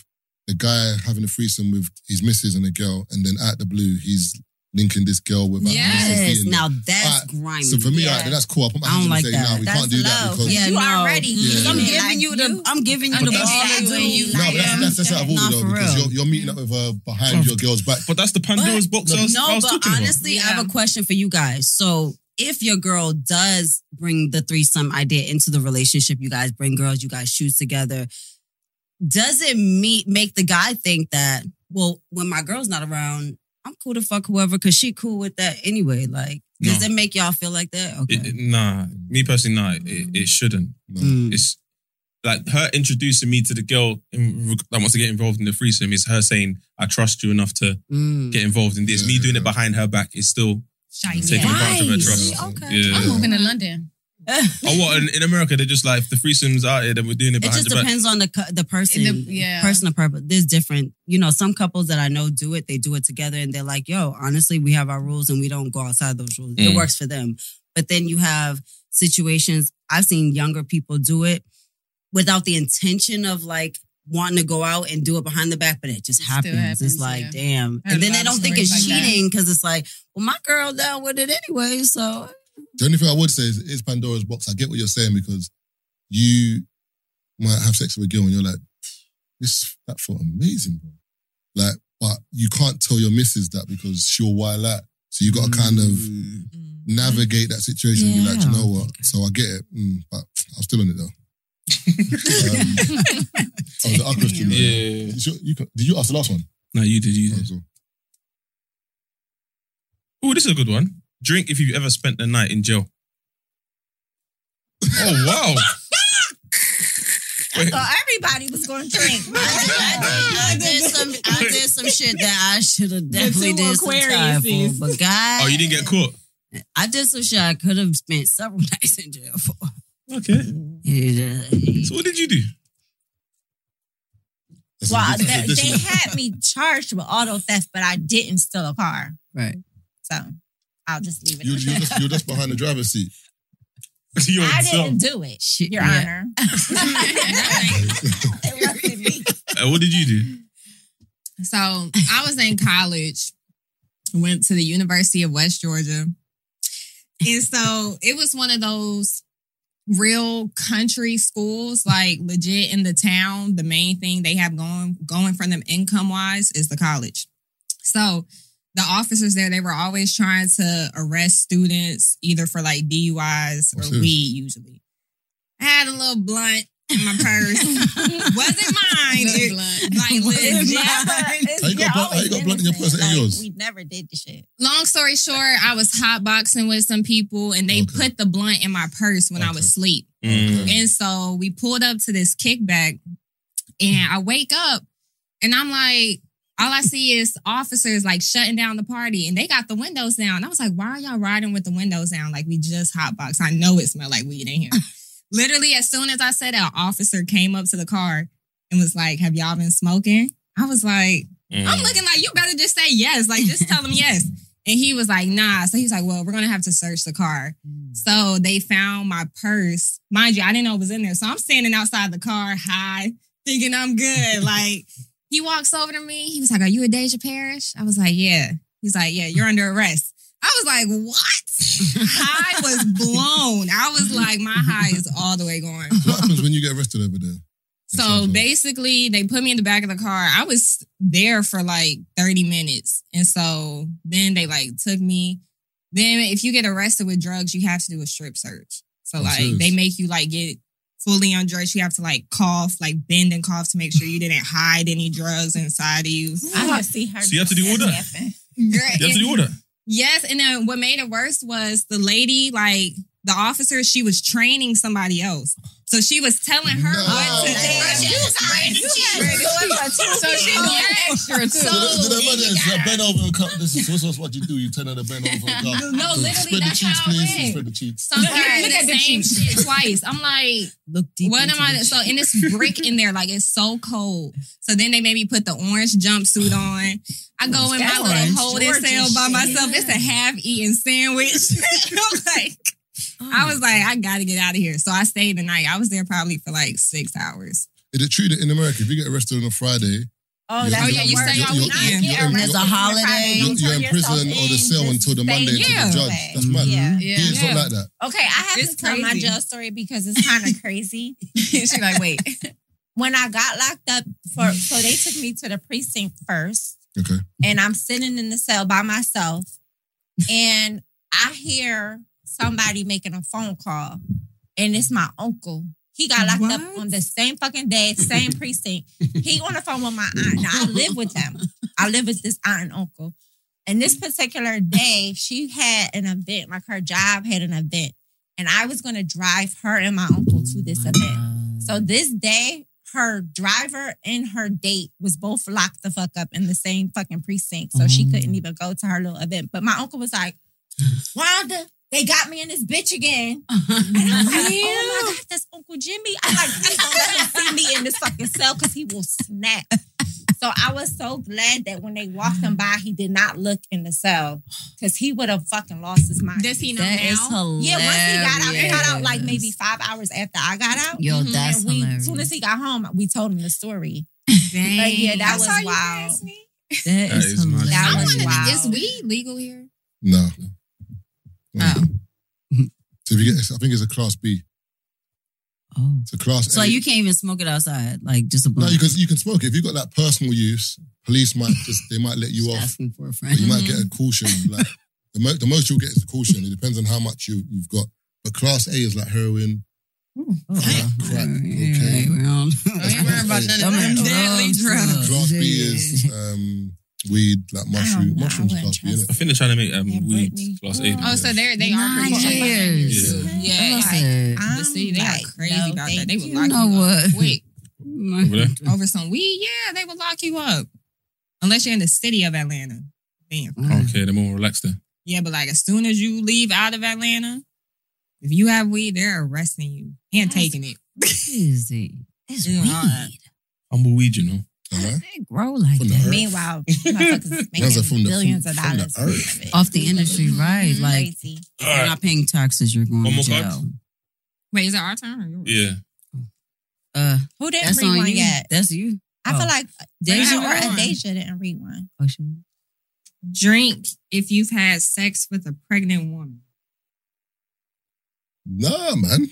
[SPEAKER 1] the guy having a threesome with his missus and a girl, and then out the blue, he's linking this girl with. like, his
[SPEAKER 7] yes.
[SPEAKER 1] feeling.
[SPEAKER 7] Now that's
[SPEAKER 1] Alright,
[SPEAKER 7] grimy.
[SPEAKER 1] so for me,
[SPEAKER 6] yeah.
[SPEAKER 1] alright, then that's cool. I put my
[SPEAKER 7] I
[SPEAKER 1] hands up
[SPEAKER 7] don't like
[SPEAKER 1] and say,
[SPEAKER 7] that.
[SPEAKER 1] no, we
[SPEAKER 6] That's
[SPEAKER 1] can't do that
[SPEAKER 6] love.
[SPEAKER 1] because
[SPEAKER 6] Yeah,
[SPEAKER 7] Yeah,
[SPEAKER 6] you
[SPEAKER 7] no.
[SPEAKER 6] already.
[SPEAKER 1] Yeah.
[SPEAKER 7] I'm
[SPEAKER 1] Like
[SPEAKER 7] giving you the I'm giving you
[SPEAKER 2] But
[SPEAKER 7] the
[SPEAKER 2] that's-
[SPEAKER 7] ball to
[SPEAKER 6] Exactly.
[SPEAKER 7] do.
[SPEAKER 6] No,
[SPEAKER 1] No, but that's, that's, that's out of order
[SPEAKER 7] Nah,
[SPEAKER 1] though,
[SPEAKER 7] for
[SPEAKER 1] because
[SPEAKER 7] real.
[SPEAKER 1] you're, you're meeting up with her behind your girl's back.
[SPEAKER 2] But that's the Pandora's box I was,
[SPEAKER 7] no,
[SPEAKER 2] I was
[SPEAKER 7] but
[SPEAKER 2] talking
[SPEAKER 7] honestly, I have a
[SPEAKER 8] Yeah.
[SPEAKER 7] question for you guys. So if your girl does bring the threesome idea into the relationship, you guys bring girls, you guys shoot together, does it meet make the guy think that, well, when my girl's not around, I'm cool to fuck whoever because she cool with that anyway. Like, does
[SPEAKER 2] No.
[SPEAKER 7] it make y'all feel like that? Okay.
[SPEAKER 2] about. It- it- nah, me personally, nah, it, it shouldn't.
[SPEAKER 1] No.
[SPEAKER 7] Mm.
[SPEAKER 2] It's like her introducing me to the girl in, that wants to get involved in the threesome is her saying, I trust you enough to
[SPEAKER 7] Mm.
[SPEAKER 2] get involved in this.
[SPEAKER 1] Yeah,
[SPEAKER 2] me doing
[SPEAKER 1] yeah.
[SPEAKER 2] it behind her back is still taking
[SPEAKER 7] Yeah.
[SPEAKER 2] advantage of her
[SPEAKER 7] Right.
[SPEAKER 2] trust.
[SPEAKER 7] Okay.
[SPEAKER 2] Yeah.
[SPEAKER 11] I'm moving to London.
[SPEAKER 2] Oh, what? In, in America, they're just like, if the threesome's out here, then we're doing it
[SPEAKER 7] It
[SPEAKER 2] behind
[SPEAKER 7] just
[SPEAKER 2] the back.
[SPEAKER 7] depends on the cu- the person,
[SPEAKER 11] The- yeah.
[SPEAKER 7] person to purpose. There's different, you know. Some couples that I know do it. They do it together, and they're like, "Yo, honestly, we have our rules, and we don't go outside those rules. It
[SPEAKER 2] Mm.
[SPEAKER 7] works for them." But then you have situations. I've seen younger people do it without the intention of like wanting to go out and do it behind the back, but it just
[SPEAKER 11] It still
[SPEAKER 7] happens. It's
[SPEAKER 11] happens,
[SPEAKER 7] like,
[SPEAKER 11] yeah.
[SPEAKER 7] damn,
[SPEAKER 11] I heard
[SPEAKER 7] and then
[SPEAKER 11] a
[SPEAKER 7] they
[SPEAKER 11] lot of
[SPEAKER 7] don't think
[SPEAKER 11] stories
[SPEAKER 7] it's
[SPEAKER 11] like that.
[SPEAKER 7] cheating because it's like, well, my girl down with it anyway, so
[SPEAKER 1] The only thing I would say is, is Pandora's box. I get what you're saying because you might have sex with a girl and you're like, this that felt amazing, bro. Like, but you can't tell your missus that because she'll wild out. So you got to kind
[SPEAKER 7] Mm.
[SPEAKER 1] of navigate that situation and be like, you know what? So I get it, mm, but I'm still on it though. um, oh, the other question.
[SPEAKER 2] Yeah.
[SPEAKER 1] You, you can, did you ask the last one?
[SPEAKER 2] No, you did. You
[SPEAKER 1] Oh,
[SPEAKER 2] did.
[SPEAKER 1] so-
[SPEAKER 2] Oh, this is a good one. Drink if you've ever spent the night in
[SPEAKER 1] <laughs>
[SPEAKER 2] jail. Oh wow! Wait,
[SPEAKER 7] <laughs>
[SPEAKER 2] Oh,
[SPEAKER 6] So everybody was going
[SPEAKER 11] <laughs>
[SPEAKER 6] to drink.
[SPEAKER 9] <laughs>
[SPEAKER 7] I did, I did some I did some shit that I should have definitely did some time for, but God,
[SPEAKER 2] oh, you didn't get caught.
[SPEAKER 7] I did some shit I could have spent several <laughs> nights in jail for.
[SPEAKER 2] Okay.
[SPEAKER 7] Yeah.
[SPEAKER 2] So what did you do?
[SPEAKER 1] that's a
[SPEAKER 6] Well,
[SPEAKER 1] good-
[SPEAKER 6] they,
[SPEAKER 1] that's a
[SPEAKER 6] they
[SPEAKER 1] good-
[SPEAKER 6] had me charged with auto theft, but I didn't steal a car.
[SPEAKER 7] Right.
[SPEAKER 6] So I'll just leave it.
[SPEAKER 1] you-
[SPEAKER 6] at
[SPEAKER 1] you're,
[SPEAKER 6] that.
[SPEAKER 1] just, you're just behind the driver's seat.
[SPEAKER 2] Your
[SPEAKER 6] I
[SPEAKER 2] self.
[SPEAKER 6] didn't do it,
[SPEAKER 7] Shit,
[SPEAKER 6] Your <laughs>
[SPEAKER 7] yeah.
[SPEAKER 6] Honor. It wasn't me.
[SPEAKER 2] Uh, what did you do?
[SPEAKER 8] So I was in college, went to the University of West Georgia. And so it was one of those real country schools, like legit in the town. The main thing they have going going for them income wise is the college. So the officers there, they were always trying to arrest students either for like DUIs
[SPEAKER 1] Oh,
[SPEAKER 8] or
[SPEAKER 1] serious?
[SPEAKER 8] weed usually. I had a little blunt in my purse. Wasn't mine. It- Like legit.
[SPEAKER 1] How you got
[SPEAKER 6] You're
[SPEAKER 1] blood- how you
[SPEAKER 6] always
[SPEAKER 1] got blood in your
[SPEAKER 6] innocent.
[SPEAKER 1] purse and
[SPEAKER 6] Like,
[SPEAKER 1] yours?
[SPEAKER 6] We never did the shit.
[SPEAKER 8] long story short, I was hotboxing with some people and they
[SPEAKER 1] Okay.
[SPEAKER 8] put the blunt in my purse when I
[SPEAKER 1] Okay.
[SPEAKER 8] was asleep.
[SPEAKER 2] Mm.
[SPEAKER 8] And so we pulled up to this kickback and I wake up and I'm like, all I see is officers like shutting down the party and they got the windows down. I was like, why are y'all riding with the windows down? Like we just hotboxed. I know it smelled like
[SPEAKER 1] <laughs>
[SPEAKER 8] weed in here. Literally, as soon as I said that, an officer came up to the car and was like, have y'all been smoking? I was like,
[SPEAKER 2] mm.
[SPEAKER 8] I'm looking like you better just say yes. Like just tell them yes. And he was like, nah. So he was like, well, we're gonna have to search the car. So they found my purse. Mind you, I didn't know it was in there. So I'm standing outside the car high, thinking I'm good. like he walks over to me. He was like, Are you a Deja Parish? I was like, Yeah. He's like, Yeah, you're under arrest. I was like, What? high was blown. I was like, my high is all the way going.
[SPEAKER 1] What happens when you get arrested over
[SPEAKER 6] <laughs>
[SPEAKER 1] there?
[SPEAKER 8] So
[SPEAKER 1] sounds like-
[SPEAKER 8] basically, they put me in the back of the car. I was there for like 30 minutes. And so then they like took me.
[SPEAKER 6] Then if you get arrested with drugs, you have to do a strip search. So
[SPEAKER 1] Oh,
[SPEAKER 6] like
[SPEAKER 1] serious?
[SPEAKER 6] <laughs>
[SPEAKER 8] <laughs>
[SPEAKER 6] they make you like get fully on drugs. You have to like cough, like bend and cough to make sure you didn't hide any drugs inside of you.
[SPEAKER 9] I can see her.
[SPEAKER 2] So you have to do all that?
[SPEAKER 9] happen.
[SPEAKER 6] Girl,
[SPEAKER 2] You have to
[SPEAKER 6] and-
[SPEAKER 2] do all that.
[SPEAKER 6] Yes, and then what made it worse was the lady, like the officer, she was training somebody else. So she was telling her
[SPEAKER 1] No.
[SPEAKER 6] what to
[SPEAKER 1] Oh,
[SPEAKER 6] do.
[SPEAKER 1] man.
[SPEAKER 8] So she doing extra too.
[SPEAKER 6] So-
[SPEAKER 1] Look at the mother, it's like, bend over and cup. This is what's, what's what you do. You turn on the bend over
[SPEAKER 6] <laughs>
[SPEAKER 1] and cup.
[SPEAKER 6] No, literally,
[SPEAKER 1] spread
[SPEAKER 6] that's
[SPEAKER 1] the cheeks,
[SPEAKER 6] how it
[SPEAKER 1] please.
[SPEAKER 6] went.
[SPEAKER 1] Spread the cheeks.
[SPEAKER 6] Sometimes
[SPEAKER 8] Look- look
[SPEAKER 6] the
[SPEAKER 8] at the
[SPEAKER 6] same
[SPEAKER 8] cheeks.
[SPEAKER 6] shit twice. I'm <laughs> like,
[SPEAKER 7] Look deep.
[SPEAKER 6] what am
[SPEAKER 7] into
[SPEAKER 6] I?
[SPEAKER 7] the
[SPEAKER 6] So
[SPEAKER 7] shit.
[SPEAKER 6] and it's brick in there, like it's so cold. So then they made me put the orange jumpsuit on. I go in my
[SPEAKER 7] That
[SPEAKER 6] little
[SPEAKER 7] orange
[SPEAKER 6] holding
[SPEAKER 7] Georgia
[SPEAKER 6] cell by
[SPEAKER 7] shit.
[SPEAKER 6] myself. It's a half-eaten sandwich. <laughs> I'm like, I was like, I gotta get out of here. So I stayed the night. I was there probably for like six hours.
[SPEAKER 1] Is it true that in America, if you get arrested on a Friday,
[SPEAKER 9] Oh,
[SPEAKER 1] Yeah.
[SPEAKER 9] that's
[SPEAKER 1] Oh,
[SPEAKER 6] yeah, you stay all weekend.
[SPEAKER 1] You're- you're-
[SPEAKER 7] There's a holiday.
[SPEAKER 1] you're, you're in prison or the cell until the Monday until
[SPEAKER 6] yeah.
[SPEAKER 1] the judge? That's mad.
[SPEAKER 9] Yeah.
[SPEAKER 1] Here, it's
[SPEAKER 6] Yeah.
[SPEAKER 1] not like that.
[SPEAKER 9] Okay, I have
[SPEAKER 6] It's
[SPEAKER 9] to tell my
[SPEAKER 6] crazy.
[SPEAKER 9] jail story because it's kind
[SPEAKER 6] <laughs>
[SPEAKER 9] of crazy.
[SPEAKER 8] she like, wait.
[SPEAKER 9] <laughs> When I got locked up, for so they took me to the precinct first,
[SPEAKER 1] Okay.
[SPEAKER 9] and I'm sitting in the cell by myself, and I hear somebody making a phone call, and it's my uncle. He got locked up
[SPEAKER 6] What?
[SPEAKER 9] on the same fucking day, same precinct. He on the phone with my aunt. Now I live with them. I live with this aunt and uncle. And this particular day, she had an event, like her job had an event. And I was gonna drive her and my uncle to this event. So this day, her driver and her date was both locked the fuck up in the same fucking precinct. So she couldn't even go to her little event. But my uncle was like, Wanda, they got me in this bitch again. And I was
[SPEAKER 6] <laughs>
[SPEAKER 9] like, oh my God, that's Uncle Jimmy. I'm like, please don't let him see me in this fucking cell because he will snap. So I was so glad that when they walked him by, he did not look in the cell because he would have fucking lost his mind.
[SPEAKER 6] Does he know
[SPEAKER 7] That is
[SPEAKER 6] now?
[SPEAKER 7] hilarious.
[SPEAKER 9] Yeah, once he got out, he got out like maybe five hours after I got out.
[SPEAKER 7] Yo, that's
[SPEAKER 9] and we,
[SPEAKER 7] hilarious.
[SPEAKER 9] as soon as he got home, we told him the
[SPEAKER 7] <laughs>
[SPEAKER 9] story.
[SPEAKER 6] Dang.
[SPEAKER 9] But yeah, that
[SPEAKER 6] That's
[SPEAKER 9] was
[SPEAKER 6] all you
[SPEAKER 9] wild.
[SPEAKER 6] asked me?
[SPEAKER 7] that
[SPEAKER 2] That
[SPEAKER 7] is
[SPEAKER 2] is mad.
[SPEAKER 7] hilarious.
[SPEAKER 9] That
[SPEAKER 6] I
[SPEAKER 9] was
[SPEAKER 6] wanted
[SPEAKER 9] wild.
[SPEAKER 6] to, is weed legal here?
[SPEAKER 1] No.
[SPEAKER 7] Oh.
[SPEAKER 1] <laughs> So if you get, I think it's a class B.
[SPEAKER 7] Oh.
[SPEAKER 1] It's a class.
[SPEAKER 7] So
[SPEAKER 1] A.
[SPEAKER 7] you can't even smoke it outside, like just a
[SPEAKER 1] No,
[SPEAKER 7] blunt.
[SPEAKER 1] you can you can smoke it. If you got like personal use, police might just they might let you
[SPEAKER 7] Just
[SPEAKER 1] off.
[SPEAKER 7] asking for a friend.
[SPEAKER 1] But you might get a caution. Like the, mo- the most you'll get is a caution. It depends on how much you you've got. But class A is like heroin.
[SPEAKER 7] Oh,
[SPEAKER 1] Crap. Okay.
[SPEAKER 7] yeah, right, well,
[SPEAKER 1] ain't worried about none of
[SPEAKER 7] Them
[SPEAKER 1] them
[SPEAKER 6] deadly drugs.
[SPEAKER 1] Class B is um, weed, like
[SPEAKER 9] know.
[SPEAKER 1] mushroom.
[SPEAKER 9] I
[SPEAKER 1] Mushrooms
[SPEAKER 9] wouldn't
[SPEAKER 1] class B,
[SPEAKER 9] trust
[SPEAKER 1] innit?
[SPEAKER 2] I think they're trying to make um,
[SPEAKER 9] Yeah,
[SPEAKER 2] weed
[SPEAKER 9] Britney.
[SPEAKER 2] class A.
[SPEAKER 6] Oh, so they're they are
[SPEAKER 7] Nine
[SPEAKER 6] pretty much-
[SPEAKER 7] years.
[SPEAKER 6] Yeah.
[SPEAKER 9] Yeah,
[SPEAKER 7] That's
[SPEAKER 9] like,
[SPEAKER 7] it.
[SPEAKER 9] I'm
[SPEAKER 6] The city, they
[SPEAKER 9] like,
[SPEAKER 6] are crazy
[SPEAKER 9] no,
[SPEAKER 6] about
[SPEAKER 9] thank
[SPEAKER 6] that. They would
[SPEAKER 9] you.
[SPEAKER 6] lock
[SPEAKER 7] know
[SPEAKER 6] you up
[SPEAKER 7] what?
[SPEAKER 6] quick
[SPEAKER 2] Over there?
[SPEAKER 6] over some weed. Yeah, they would lock you up unless you're in the city of Atlanta. Damn.
[SPEAKER 2] Okay, they're more relaxed then.
[SPEAKER 6] Yeah, but like as soon as you leave out of Atlanta, if you have weed, they're arresting you and taking it.
[SPEAKER 7] Crazy. That's
[SPEAKER 6] Yeah.
[SPEAKER 7] weird.
[SPEAKER 2] Humble weed, you know.
[SPEAKER 1] Alright.
[SPEAKER 7] They grow like
[SPEAKER 1] From the
[SPEAKER 7] that.
[SPEAKER 1] earth.
[SPEAKER 6] <laughs>
[SPEAKER 9] Meanwhile, motherfuckers is
[SPEAKER 1] Those are from
[SPEAKER 9] making
[SPEAKER 1] the-
[SPEAKER 9] billions of
[SPEAKER 1] from the
[SPEAKER 9] dollars
[SPEAKER 1] earth.
[SPEAKER 9] off of it.
[SPEAKER 7] Off the industry,
[SPEAKER 6] Mm-hmm.
[SPEAKER 7] right?
[SPEAKER 9] Mhm.
[SPEAKER 7] Like,
[SPEAKER 9] Crazy.
[SPEAKER 2] All
[SPEAKER 7] you're
[SPEAKER 2] right.
[SPEAKER 7] not paying taxes, you're going
[SPEAKER 2] One
[SPEAKER 7] to
[SPEAKER 2] more
[SPEAKER 7] jail.
[SPEAKER 2] card?
[SPEAKER 6] Wait, is that our turn? Or yours?
[SPEAKER 2] Yeah.
[SPEAKER 7] Uh,
[SPEAKER 9] who didn't
[SPEAKER 7] that's
[SPEAKER 9] read
[SPEAKER 7] on
[SPEAKER 9] one
[SPEAKER 7] you.
[SPEAKER 9] yet?
[SPEAKER 7] That's you.
[SPEAKER 9] I feel
[SPEAKER 7] Oh.
[SPEAKER 9] like
[SPEAKER 7] Deja
[SPEAKER 9] Deja or
[SPEAKER 6] read one.
[SPEAKER 9] Adasia didn't read one.
[SPEAKER 7] Oh, shit.
[SPEAKER 6] Drink if you've had sex with a pregnant woman.
[SPEAKER 1] Nah, man.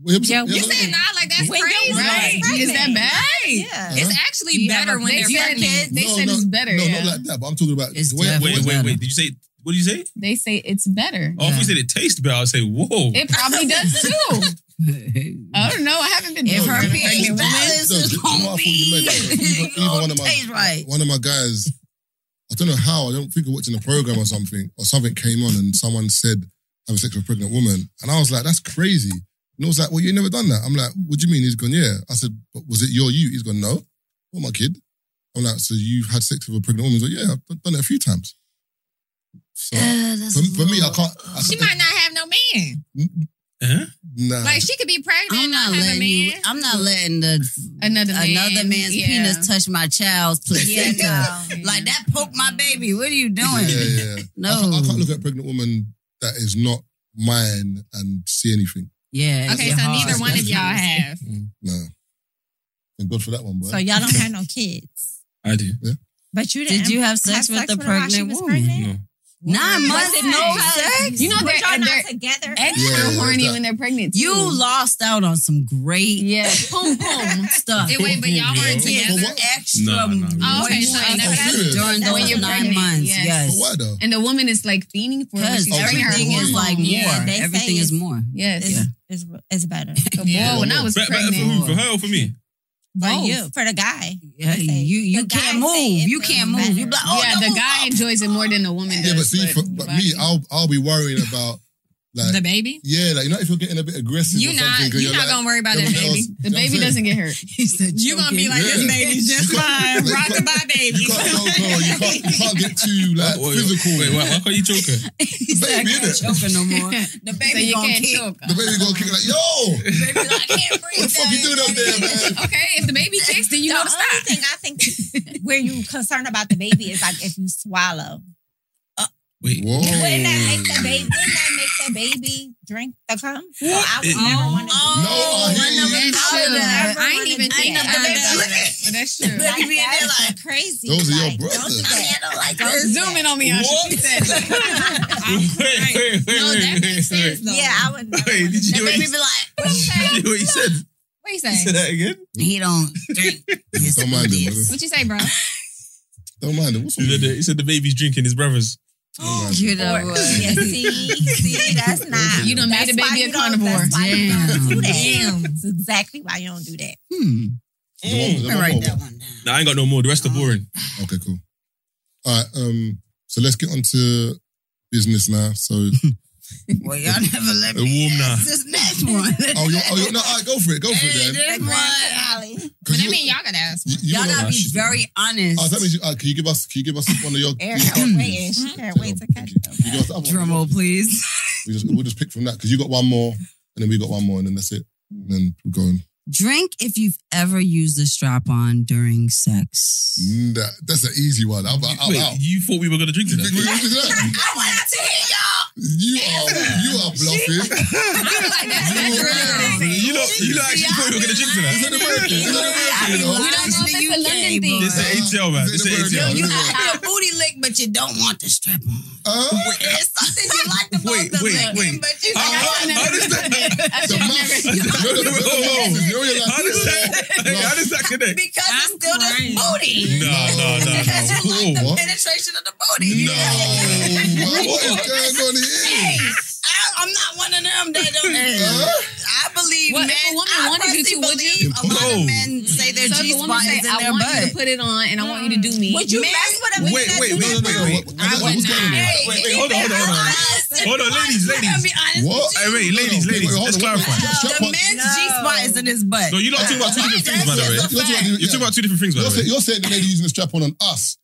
[SPEAKER 1] Wait,
[SPEAKER 9] Yeah,
[SPEAKER 6] You said not like that's
[SPEAKER 9] When
[SPEAKER 6] crazy.
[SPEAKER 9] you're
[SPEAKER 8] Right.
[SPEAKER 9] Right.
[SPEAKER 8] Is that bad?
[SPEAKER 9] Yeah.
[SPEAKER 1] Huh?
[SPEAKER 6] It's actually
[SPEAKER 8] Do you have
[SPEAKER 6] better
[SPEAKER 8] a-
[SPEAKER 6] when
[SPEAKER 8] they
[SPEAKER 6] they're
[SPEAKER 8] said
[SPEAKER 6] pregnant.
[SPEAKER 8] it's- they
[SPEAKER 1] No,
[SPEAKER 8] said
[SPEAKER 1] no,
[SPEAKER 8] it's better.
[SPEAKER 1] No,
[SPEAKER 8] yeah.
[SPEAKER 1] not like that. But I'm talking about
[SPEAKER 7] It's
[SPEAKER 1] the way-
[SPEAKER 7] definitely-
[SPEAKER 2] Wait,
[SPEAKER 7] What's
[SPEAKER 2] wait,
[SPEAKER 7] that?
[SPEAKER 2] wait. Did you say, what did you say?
[SPEAKER 8] they say it's better.
[SPEAKER 2] Oh, if
[SPEAKER 7] Yeah.
[SPEAKER 2] we said it tastes better, I'd say, whoa.
[SPEAKER 8] It probably does too. I don't know. I haven't been.
[SPEAKER 7] If
[SPEAKER 8] doing
[SPEAKER 7] her
[SPEAKER 8] it.
[SPEAKER 7] pH balance
[SPEAKER 1] No,
[SPEAKER 7] is
[SPEAKER 1] you know, I
[SPEAKER 7] going to
[SPEAKER 1] thought
[SPEAKER 7] be
[SPEAKER 1] you meant even,
[SPEAKER 7] <laughs>
[SPEAKER 1] even one of my
[SPEAKER 7] taste right.
[SPEAKER 1] one of my guys, I don't know how. I don't think I watching a program or something, or something came on and someone said having sex with a pregnant woman, and I was like, that's crazy. And I was like, well, you never done that. I'm like, what do you mean? He's gone, yeah. I said, but was it your you? He's gone, no. Not my kid. I'm like, so you've had sex with a pregnant woman? He's like, yeah, I've done it a few times. So
[SPEAKER 7] Uh, that's
[SPEAKER 1] for, for me, I
[SPEAKER 7] low.
[SPEAKER 1] can't. I
[SPEAKER 6] She might not have no man.
[SPEAKER 2] Huh?
[SPEAKER 1] Nah.
[SPEAKER 6] Like she could be pregnant
[SPEAKER 7] I'm
[SPEAKER 6] and
[SPEAKER 7] not
[SPEAKER 6] not have a
[SPEAKER 7] letting you.
[SPEAKER 6] man.
[SPEAKER 7] I'm not letting the
[SPEAKER 8] Another man.
[SPEAKER 7] another man's
[SPEAKER 8] yeah.
[SPEAKER 7] penis touch my child's placenta.
[SPEAKER 9] Yeah,
[SPEAKER 1] <laughs>
[SPEAKER 9] no.
[SPEAKER 7] Like that poked my baby. What are you doing?
[SPEAKER 6] <laughs>
[SPEAKER 1] Yeah, yeah.
[SPEAKER 7] No.
[SPEAKER 1] I, can't, I can't look at a pregnant woman that is not mine and see anything.
[SPEAKER 7] Yeah.
[SPEAKER 6] Okay,
[SPEAKER 7] it's
[SPEAKER 6] so
[SPEAKER 7] hard.
[SPEAKER 6] neither one of y'all have.
[SPEAKER 1] No. Thank God for that one, boy.
[SPEAKER 9] So y'all don't have no kids.
[SPEAKER 2] I do.
[SPEAKER 9] But you didn't
[SPEAKER 7] Did you have sex with a
[SPEAKER 9] her while she
[SPEAKER 7] pregnant
[SPEAKER 9] was
[SPEAKER 7] woman?
[SPEAKER 9] pregnant?
[SPEAKER 2] No.
[SPEAKER 7] Nine months, no sex.
[SPEAKER 8] You know
[SPEAKER 9] But
[SPEAKER 8] they're,
[SPEAKER 9] y'all not
[SPEAKER 8] they're
[SPEAKER 9] together.
[SPEAKER 8] extra
[SPEAKER 1] Yeah, yeah,
[SPEAKER 8] horny
[SPEAKER 1] that-
[SPEAKER 8] when they're pregnant. too.
[SPEAKER 7] You lost out on some great
[SPEAKER 8] Mm-hmm. yeah.
[SPEAKER 7] <laughs> boom boom stuff.
[SPEAKER 6] It wait, but y'all weren't
[SPEAKER 1] Yeah.
[SPEAKER 6] together.
[SPEAKER 1] But what-
[SPEAKER 7] Extra
[SPEAKER 2] No, no, no.
[SPEAKER 6] Oh, okay, so
[SPEAKER 7] moisture
[SPEAKER 6] that's-
[SPEAKER 1] that's-
[SPEAKER 7] during
[SPEAKER 8] that's
[SPEAKER 7] those
[SPEAKER 8] when you're
[SPEAKER 7] nine
[SPEAKER 8] pregnant,
[SPEAKER 7] months.
[SPEAKER 8] yes.
[SPEAKER 7] Yes,
[SPEAKER 1] But why though?
[SPEAKER 8] and the woman is like fiending for it.
[SPEAKER 7] because
[SPEAKER 8] She's bringing her
[SPEAKER 7] everything is
[SPEAKER 8] hormones.
[SPEAKER 7] like more.
[SPEAKER 9] Yeah, they say
[SPEAKER 7] everything
[SPEAKER 9] it's-
[SPEAKER 7] is more.
[SPEAKER 8] yes.
[SPEAKER 7] Yeah.
[SPEAKER 9] It's, it's
[SPEAKER 7] <laughs>
[SPEAKER 9] better.
[SPEAKER 8] But boy,
[SPEAKER 2] Yeah.
[SPEAKER 8] when I was
[SPEAKER 2] Better for
[SPEAKER 8] pregnant,
[SPEAKER 2] who? For her or for me?
[SPEAKER 9] For
[SPEAKER 7] Both.
[SPEAKER 9] you, for the guy.
[SPEAKER 7] Yeah,
[SPEAKER 9] They say-
[SPEAKER 7] you you
[SPEAKER 9] the guys
[SPEAKER 7] can't
[SPEAKER 9] say
[SPEAKER 7] move.
[SPEAKER 9] it
[SPEAKER 7] You
[SPEAKER 9] feels
[SPEAKER 7] can't move.
[SPEAKER 9] better.
[SPEAKER 7] You be like, oh,
[SPEAKER 8] yeah,
[SPEAKER 7] no,
[SPEAKER 8] the
[SPEAKER 7] move.
[SPEAKER 8] guy enjoys it more than the woman does.
[SPEAKER 1] Yeah, but see, for, but me, I'll I'll be worrying about like
[SPEAKER 6] <laughs> The baby?
[SPEAKER 1] yeah, like you know if you're getting a bit aggressive.
[SPEAKER 6] You
[SPEAKER 1] or
[SPEAKER 6] not
[SPEAKER 1] something, 'cause
[SPEAKER 6] you
[SPEAKER 1] you're
[SPEAKER 6] not
[SPEAKER 1] like,
[SPEAKER 6] gonna worry about
[SPEAKER 1] yeah,
[SPEAKER 6] that
[SPEAKER 1] but that
[SPEAKER 6] baby.
[SPEAKER 1] was- you know what
[SPEAKER 8] the
[SPEAKER 1] I'm
[SPEAKER 8] baby
[SPEAKER 1] saying?
[SPEAKER 8] doesn't get hurt.
[SPEAKER 7] <laughs> He said,
[SPEAKER 6] You gonna be
[SPEAKER 7] "Joking."
[SPEAKER 6] like this
[SPEAKER 1] Yeah. <laughs>
[SPEAKER 6] baby's just
[SPEAKER 1] You
[SPEAKER 6] fine.
[SPEAKER 7] <laughs>
[SPEAKER 1] can't-
[SPEAKER 6] Rock
[SPEAKER 1] you
[SPEAKER 6] my baby.
[SPEAKER 1] You can't go, girl, you can't, you can't get
[SPEAKER 2] <laughs>
[SPEAKER 1] too like
[SPEAKER 2] Wait, wait,
[SPEAKER 1] physical.
[SPEAKER 2] Wait, why, why can't you joke
[SPEAKER 6] <laughs>
[SPEAKER 2] her?
[SPEAKER 7] He said, I
[SPEAKER 1] baby,
[SPEAKER 7] can't
[SPEAKER 1] innit?
[SPEAKER 7] choke her no more. The
[SPEAKER 8] so
[SPEAKER 7] baby
[SPEAKER 8] you
[SPEAKER 7] gonna
[SPEAKER 8] can't
[SPEAKER 7] kick.
[SPEAKER 8] choke.
[SPEAKER 1] The baby gonna kick like yo. What
[SPEAKER 7] Baby like, I can't breathe.
[SPEAKER 1] the fuck you doing up there, man?
[SPEAKER 8] Okay, if the baby
[SPEAKER 6] <laughs>
[SPEAKER 8] kicks, then you
[SPEAKER 9] the
[SPEAKER 8] know to
[SPEAKER 9] only
[SPEAKER 8] stop.
[SPEAKER 9] thing I think where you concerned about the baby is like if you swallow.
[SPEAKER 2] Wait,
[SPEAKER 1] Whoa.
[SPEAKER 9] Wouldn't that make the baby? Wouldn't that make the baby drink the cum? So I would
[SPEAKER 2] It-
[SPEAKER 9] never want to.
[SPEAKER 7] Oh,
[SPEAKER 1] No, I hear you.
[SPEAKER 7] never
[SPEAKER 8] That's
[SPEAKER 7] thought of
[SPEAKER 8] true.
[SPEAKER 7] that.
[SPEAKER 8] I ain't even
[SPEAKER 7] I
[SPEAKER 8] think
[SPEAKER 7] never
[SPEAKER 8] about
[SPEAKER 7] thought of
[SPEAKER 8] that.
[SPEAKER 7] that.
[SPEAKER 8] But that's true.
[SPEAKER 7] Baby being there like,
[SPEAKER 9] crazy.
[SPEAKER 1] Those are your
[SPEAKER 9] Like, Don't do
[SPEAKER 1] brothers.
[SPEAKER 9] that.
[SPEAKER 7] I don't like
[SPEAKER 9] Don't
[SPEAKER 7] this.
[SPEAKER 9] do
[SPEAKER 8] Zoom in
[SPEAKER 7] <laughs>
[SPEAKER 8] on me, Asha. She said,
[SPEAKER 2] wait, wait, wait, wait,
[SPEAKER 6] No, that
[SPEAKER 2] wait, wait,
[SPEAKER 6] makes sense though.
[SPEAKER 9] Yeah, I would. Never
[SPEAKER 2] Wait,
[SPEAKER 9] wanna
[SPEAKER 2] did <laughs> you
[SPEAKER 9] do
[SPEAKER 2] hear
[SPEAKER 9] that.
[SPEAKER 2] what
[SPEAKER 7] Baby
[SPEAKER 2] he
[SPEAKER 7] be
[SPEAKER 2] said? What
[SPEAKER 7] like,
[SPEAKER 2] he said?
[SPEAKER 6] What you
[SPEAKER 2] He
[SPEAKER 6] say?
[SPEAKER 8] <laughs>
[SPEAKER 2] said that again?
[SPEAKER 7] he don't drink. his
[SPEAKER 1] Don't mind him,
[SPEAKER 7] ideas.
[SPEAKER 1] brother.
[SPEAKER 6] What you say, bro?
[SPEAKER 1] Don't mind him. What's wrong
[SPEAKER 2] He
[SPEAKER 1] with
[SPEAKER 2] said, the,
[SPEAKER 1] you?
[SPEAKER 2] he said the baby's drinking his brother's.
[SPEAKER 7] You know
[SPEAKER 9] Or-
[SPEAKER 7] what?
[SPEAKER 9] Yeah, see,
[SPEAKER 7] <laughs>
[SPEAKER 9] see, that's not.
[SPEAKER 8] You done made
[SPEAKER 9] that's
[SPEAKER 8] the baby
[SPEAKER 9] why
[SPEAKER 8] a
[SPEAKER 9] you don't-
[SPEAKER 8] carnivore.
[SPEAKER 9] That's why
[SPEAKER 8] <laughs>
[SPEAKER 9] you don't do that.
[SPEAKER 7] Damn.
[SPEAKER 9] That's exactly why you don't do that.
[SPEAKER 6] Uh,
[SPEAKER 7] Hmm.
[SPEAKER 1] The
[SPEAKER 7] I'm
[SPEAKER 1] one-
[SPEAKER 7] gonna
[SPEAKER 1] the
[SPEAKER 7] write
[SPEAKER 1] one-
[SPEAKER 7] that one down.
[SPEAKER 2] Nah, I ain't got no more. The rest
[SPEAKER 6] Oh.
[SPEAKER 2] are boring.
[SPEAKER 1] Okay, cool. All right, um, so let's get on to business now.
[SPEAKER 7] <laughs>
[SPEAKER 1] So, oh,
[SPEAKER 7] Well, y'all never let
[SPEAKER 2] It
[SPEAKER 7] me.
[SPEAKER 2] warm now.
[SPEAKER 7] ask This <laughs> next one.
[SPEAKER 1] you, oh, you, no, all right, go for it, go for it, then.
[SPEAKER 7] This
[SPEAKER 9] Like,
[SPEAKER 7] one,
[SPEAKER 9] Grandpa Ollie.
[SPEAKER 1] 'Cause
[SPEAKER 6] But I
[SPEAKER 1] you-
[SPEAKER 6] mean, y'all gotta ask
[SPEAKER 1] you-
[SPEAKER 6] one.
[SPEAKER 1] you
[SPEAKER 7] Y'all
[SPEAKER 1] know-
[SPEAKER 7] gotta be very honest.
[SPEAKER 1] Oh, that means you, uh, can you give us? Can you give us one of your?
[SPEAKER 9] Erica was waiting. She can't wait to catch
[SPEAKER 1] Can you give us the other one?
[SPEAKER 7] Drum roll, please.
[SPEAKER 1] We just we'll just pick from that because you got one more, and then we got one more, and then that's it. And then we're going.
[SPEAKER 7] Drink if you've ever used a strap on during sex.
[SPEAKER 1] "Mm, That, that's an easy one. I'm, I'm
[SPEAKER 6] Oh,
[SPEAKER 2] Wait,
[SPEAKER 1] out.
[SPEAKER 2] you thought we were gonna drink to
[SPEAKER 1] You
[SPEAKER 6] <laughs>
[SPEAKER 1] think we're
[SPEAKER 2] that?
[SPEAKER 1] gonna do that?
[SPEAKER 7] <laughs> I want to hear y'all.
[SPEAKER 1] You are you are bluffing.
[SPEAKER 8] that's
[SPEAKER 1] You
[SPEAKER 8] real.
[SPEAKER 2] You know, you know, actually thought we were gonna drink to
[SPEAKER 1] It's
[SPEAKER 2] that.
[SPEAKER 1] in America. It's in America. You know.
[SPEAKER 8] lying. know if it's a London thing.
[SPEAKER 2] This is ATL, man. This is
[SPEAKER 1] Yo,
[SPEAKER 2] ATL.
[SPEAKER 1] you-
[SPEAKER 2] <laughs>
[SPEAKER 7] You like your booty lick, but you don't want the strap on.
[SPEAKER 1] Uh,
[SPEAKER 7] <laughs> It's something you like the
[SPEAKER 2] Wait,
[SPEAKER 7] most
[SPEAKER 2] wait,
[SPEAKER 7] of licking,
[SPEAKER 2] wait.
[SPEAKER 7] but you <laughs>
[SPEAKER 2] How- how-
[SPEAKER 7] like,
[SPEAKER 2] how does that?
[SPEAKER 1] the
[SPEAKER 8] I should have
[SPEAKER 1] mouth.
[SPEAKER 8] never.
[SPEAKER 1] <laughs> You know the-
[SPEAKER 2] Whoa, whoa, whoa.
[SPEAKER 1] you know you're like-
[SPEAKER 2] <laughs> How does that?
[SPEAKER 1] No.
[SPEAKER 2] How does that connect?
[SPEAKER 7] because it's
[SPEAKER 6] I'm
[SPEAKER 7] still
[SPEAKER 6] crying.
[SPEAKER 7] the booty.
[SPEAKER 2] No, no, no,
[SPEAKER 7] Because you like the
[SPEAKER 2] no. Whoa.
[SPEAKER 7] penetration of the
[SPEAKER 2] Mm.
[SPEAKER 7] booty.
[SPEAKER 1] No, what, what is going on
[SPEAKER 7] Hey,
[SPEAKER 1] here?
[SPEAKER 7] I, I'm not one of them that
[SPEAKER 2] <laughs>
[SPEAKER 7] don't. I believe
[SPEAKER 8] Well, if
[SPEAKER 7] men.
[SPEAKER 8] a woman
[SPEAKER 7] I
[SPEAKER 8] wanted you to,
[SPEAKER 7] personally
[SPEAKER 8] would you?
[SPEAKER 7] believe A lot
[SPEAKER 2] No.
[SPEAKER 7] of men say their
[SPEAKER 8] So if
[SPEAKER 7] G
[SPEAKER 8] the woman
[SPEAKER 7] spot
[SPEAKER 8] say,
[SPEAKER 7] is in
[SPEAKER 8] I
[SPEAKER 7] their
[SPEAKER 8] want you to
[SPEAKER 7] butt.
[SPEAKER 8] put it on and I want you to do me.
[SPEAKER 9] Would you
[SPEAKER 7] Men-
[SPEAKER 9] mess with a
[SPEAKER 2] Wait,
[SPEAKER 9] man? that
[SPEAKER 2] wait, wait,
[SPEAKER 9] do
[SPEAKER 1] No, no,
[SPEAKER 2] wait,
[SPEAKER 9] that?
[SPEAKER 1] no,
[SPEAKER 2] wait.
[SPEAKER 1] wait, what's going on?
[SPEAKER 7] Hey,
[SPEAKER 2] Wait, wait,
[SPEAKER 7] if
[SPEAKER 2] hold on,
[SPEAKER 7] you
[SPEAKER 2] hold on, hold on.
[SPEAKER 7] ask-
[SPEAKER 2] Hold on, ladies,
[SPEAKER 7] I'm gonna be honest
[SPEAKER 1] What?
[SPEAKER 7] with you.
[SPEAKER 2] Hey, wait, ladies,
[SPEAKER 1] Wait, wait,
[SPEAKER 2] ladies,
[SPEAKER 1] hold
[SPEAKER 2] let's
[SPEAKER 1] on, wait, wait.
[SPEAKER 2] clarify.
[SPEAKER 1] Strap
[SPEAKER 7] The
[SPEAKER 1] on-
[SPEAKER 7] man's G spot is in his butt.
[SPEAKER 2] No, you're not talking about two different things, by the way.
[SPEAKER 1] You're talking about-
[SPEAKER 2] You're talking about two different things, by
[SPEAKER 1] You're,
[SPEAKER 2] the
[SPEAKER 1] say,
[SPEAKER 2] way.
[SPEAKER 1] you're saying the lady using a strap on on us.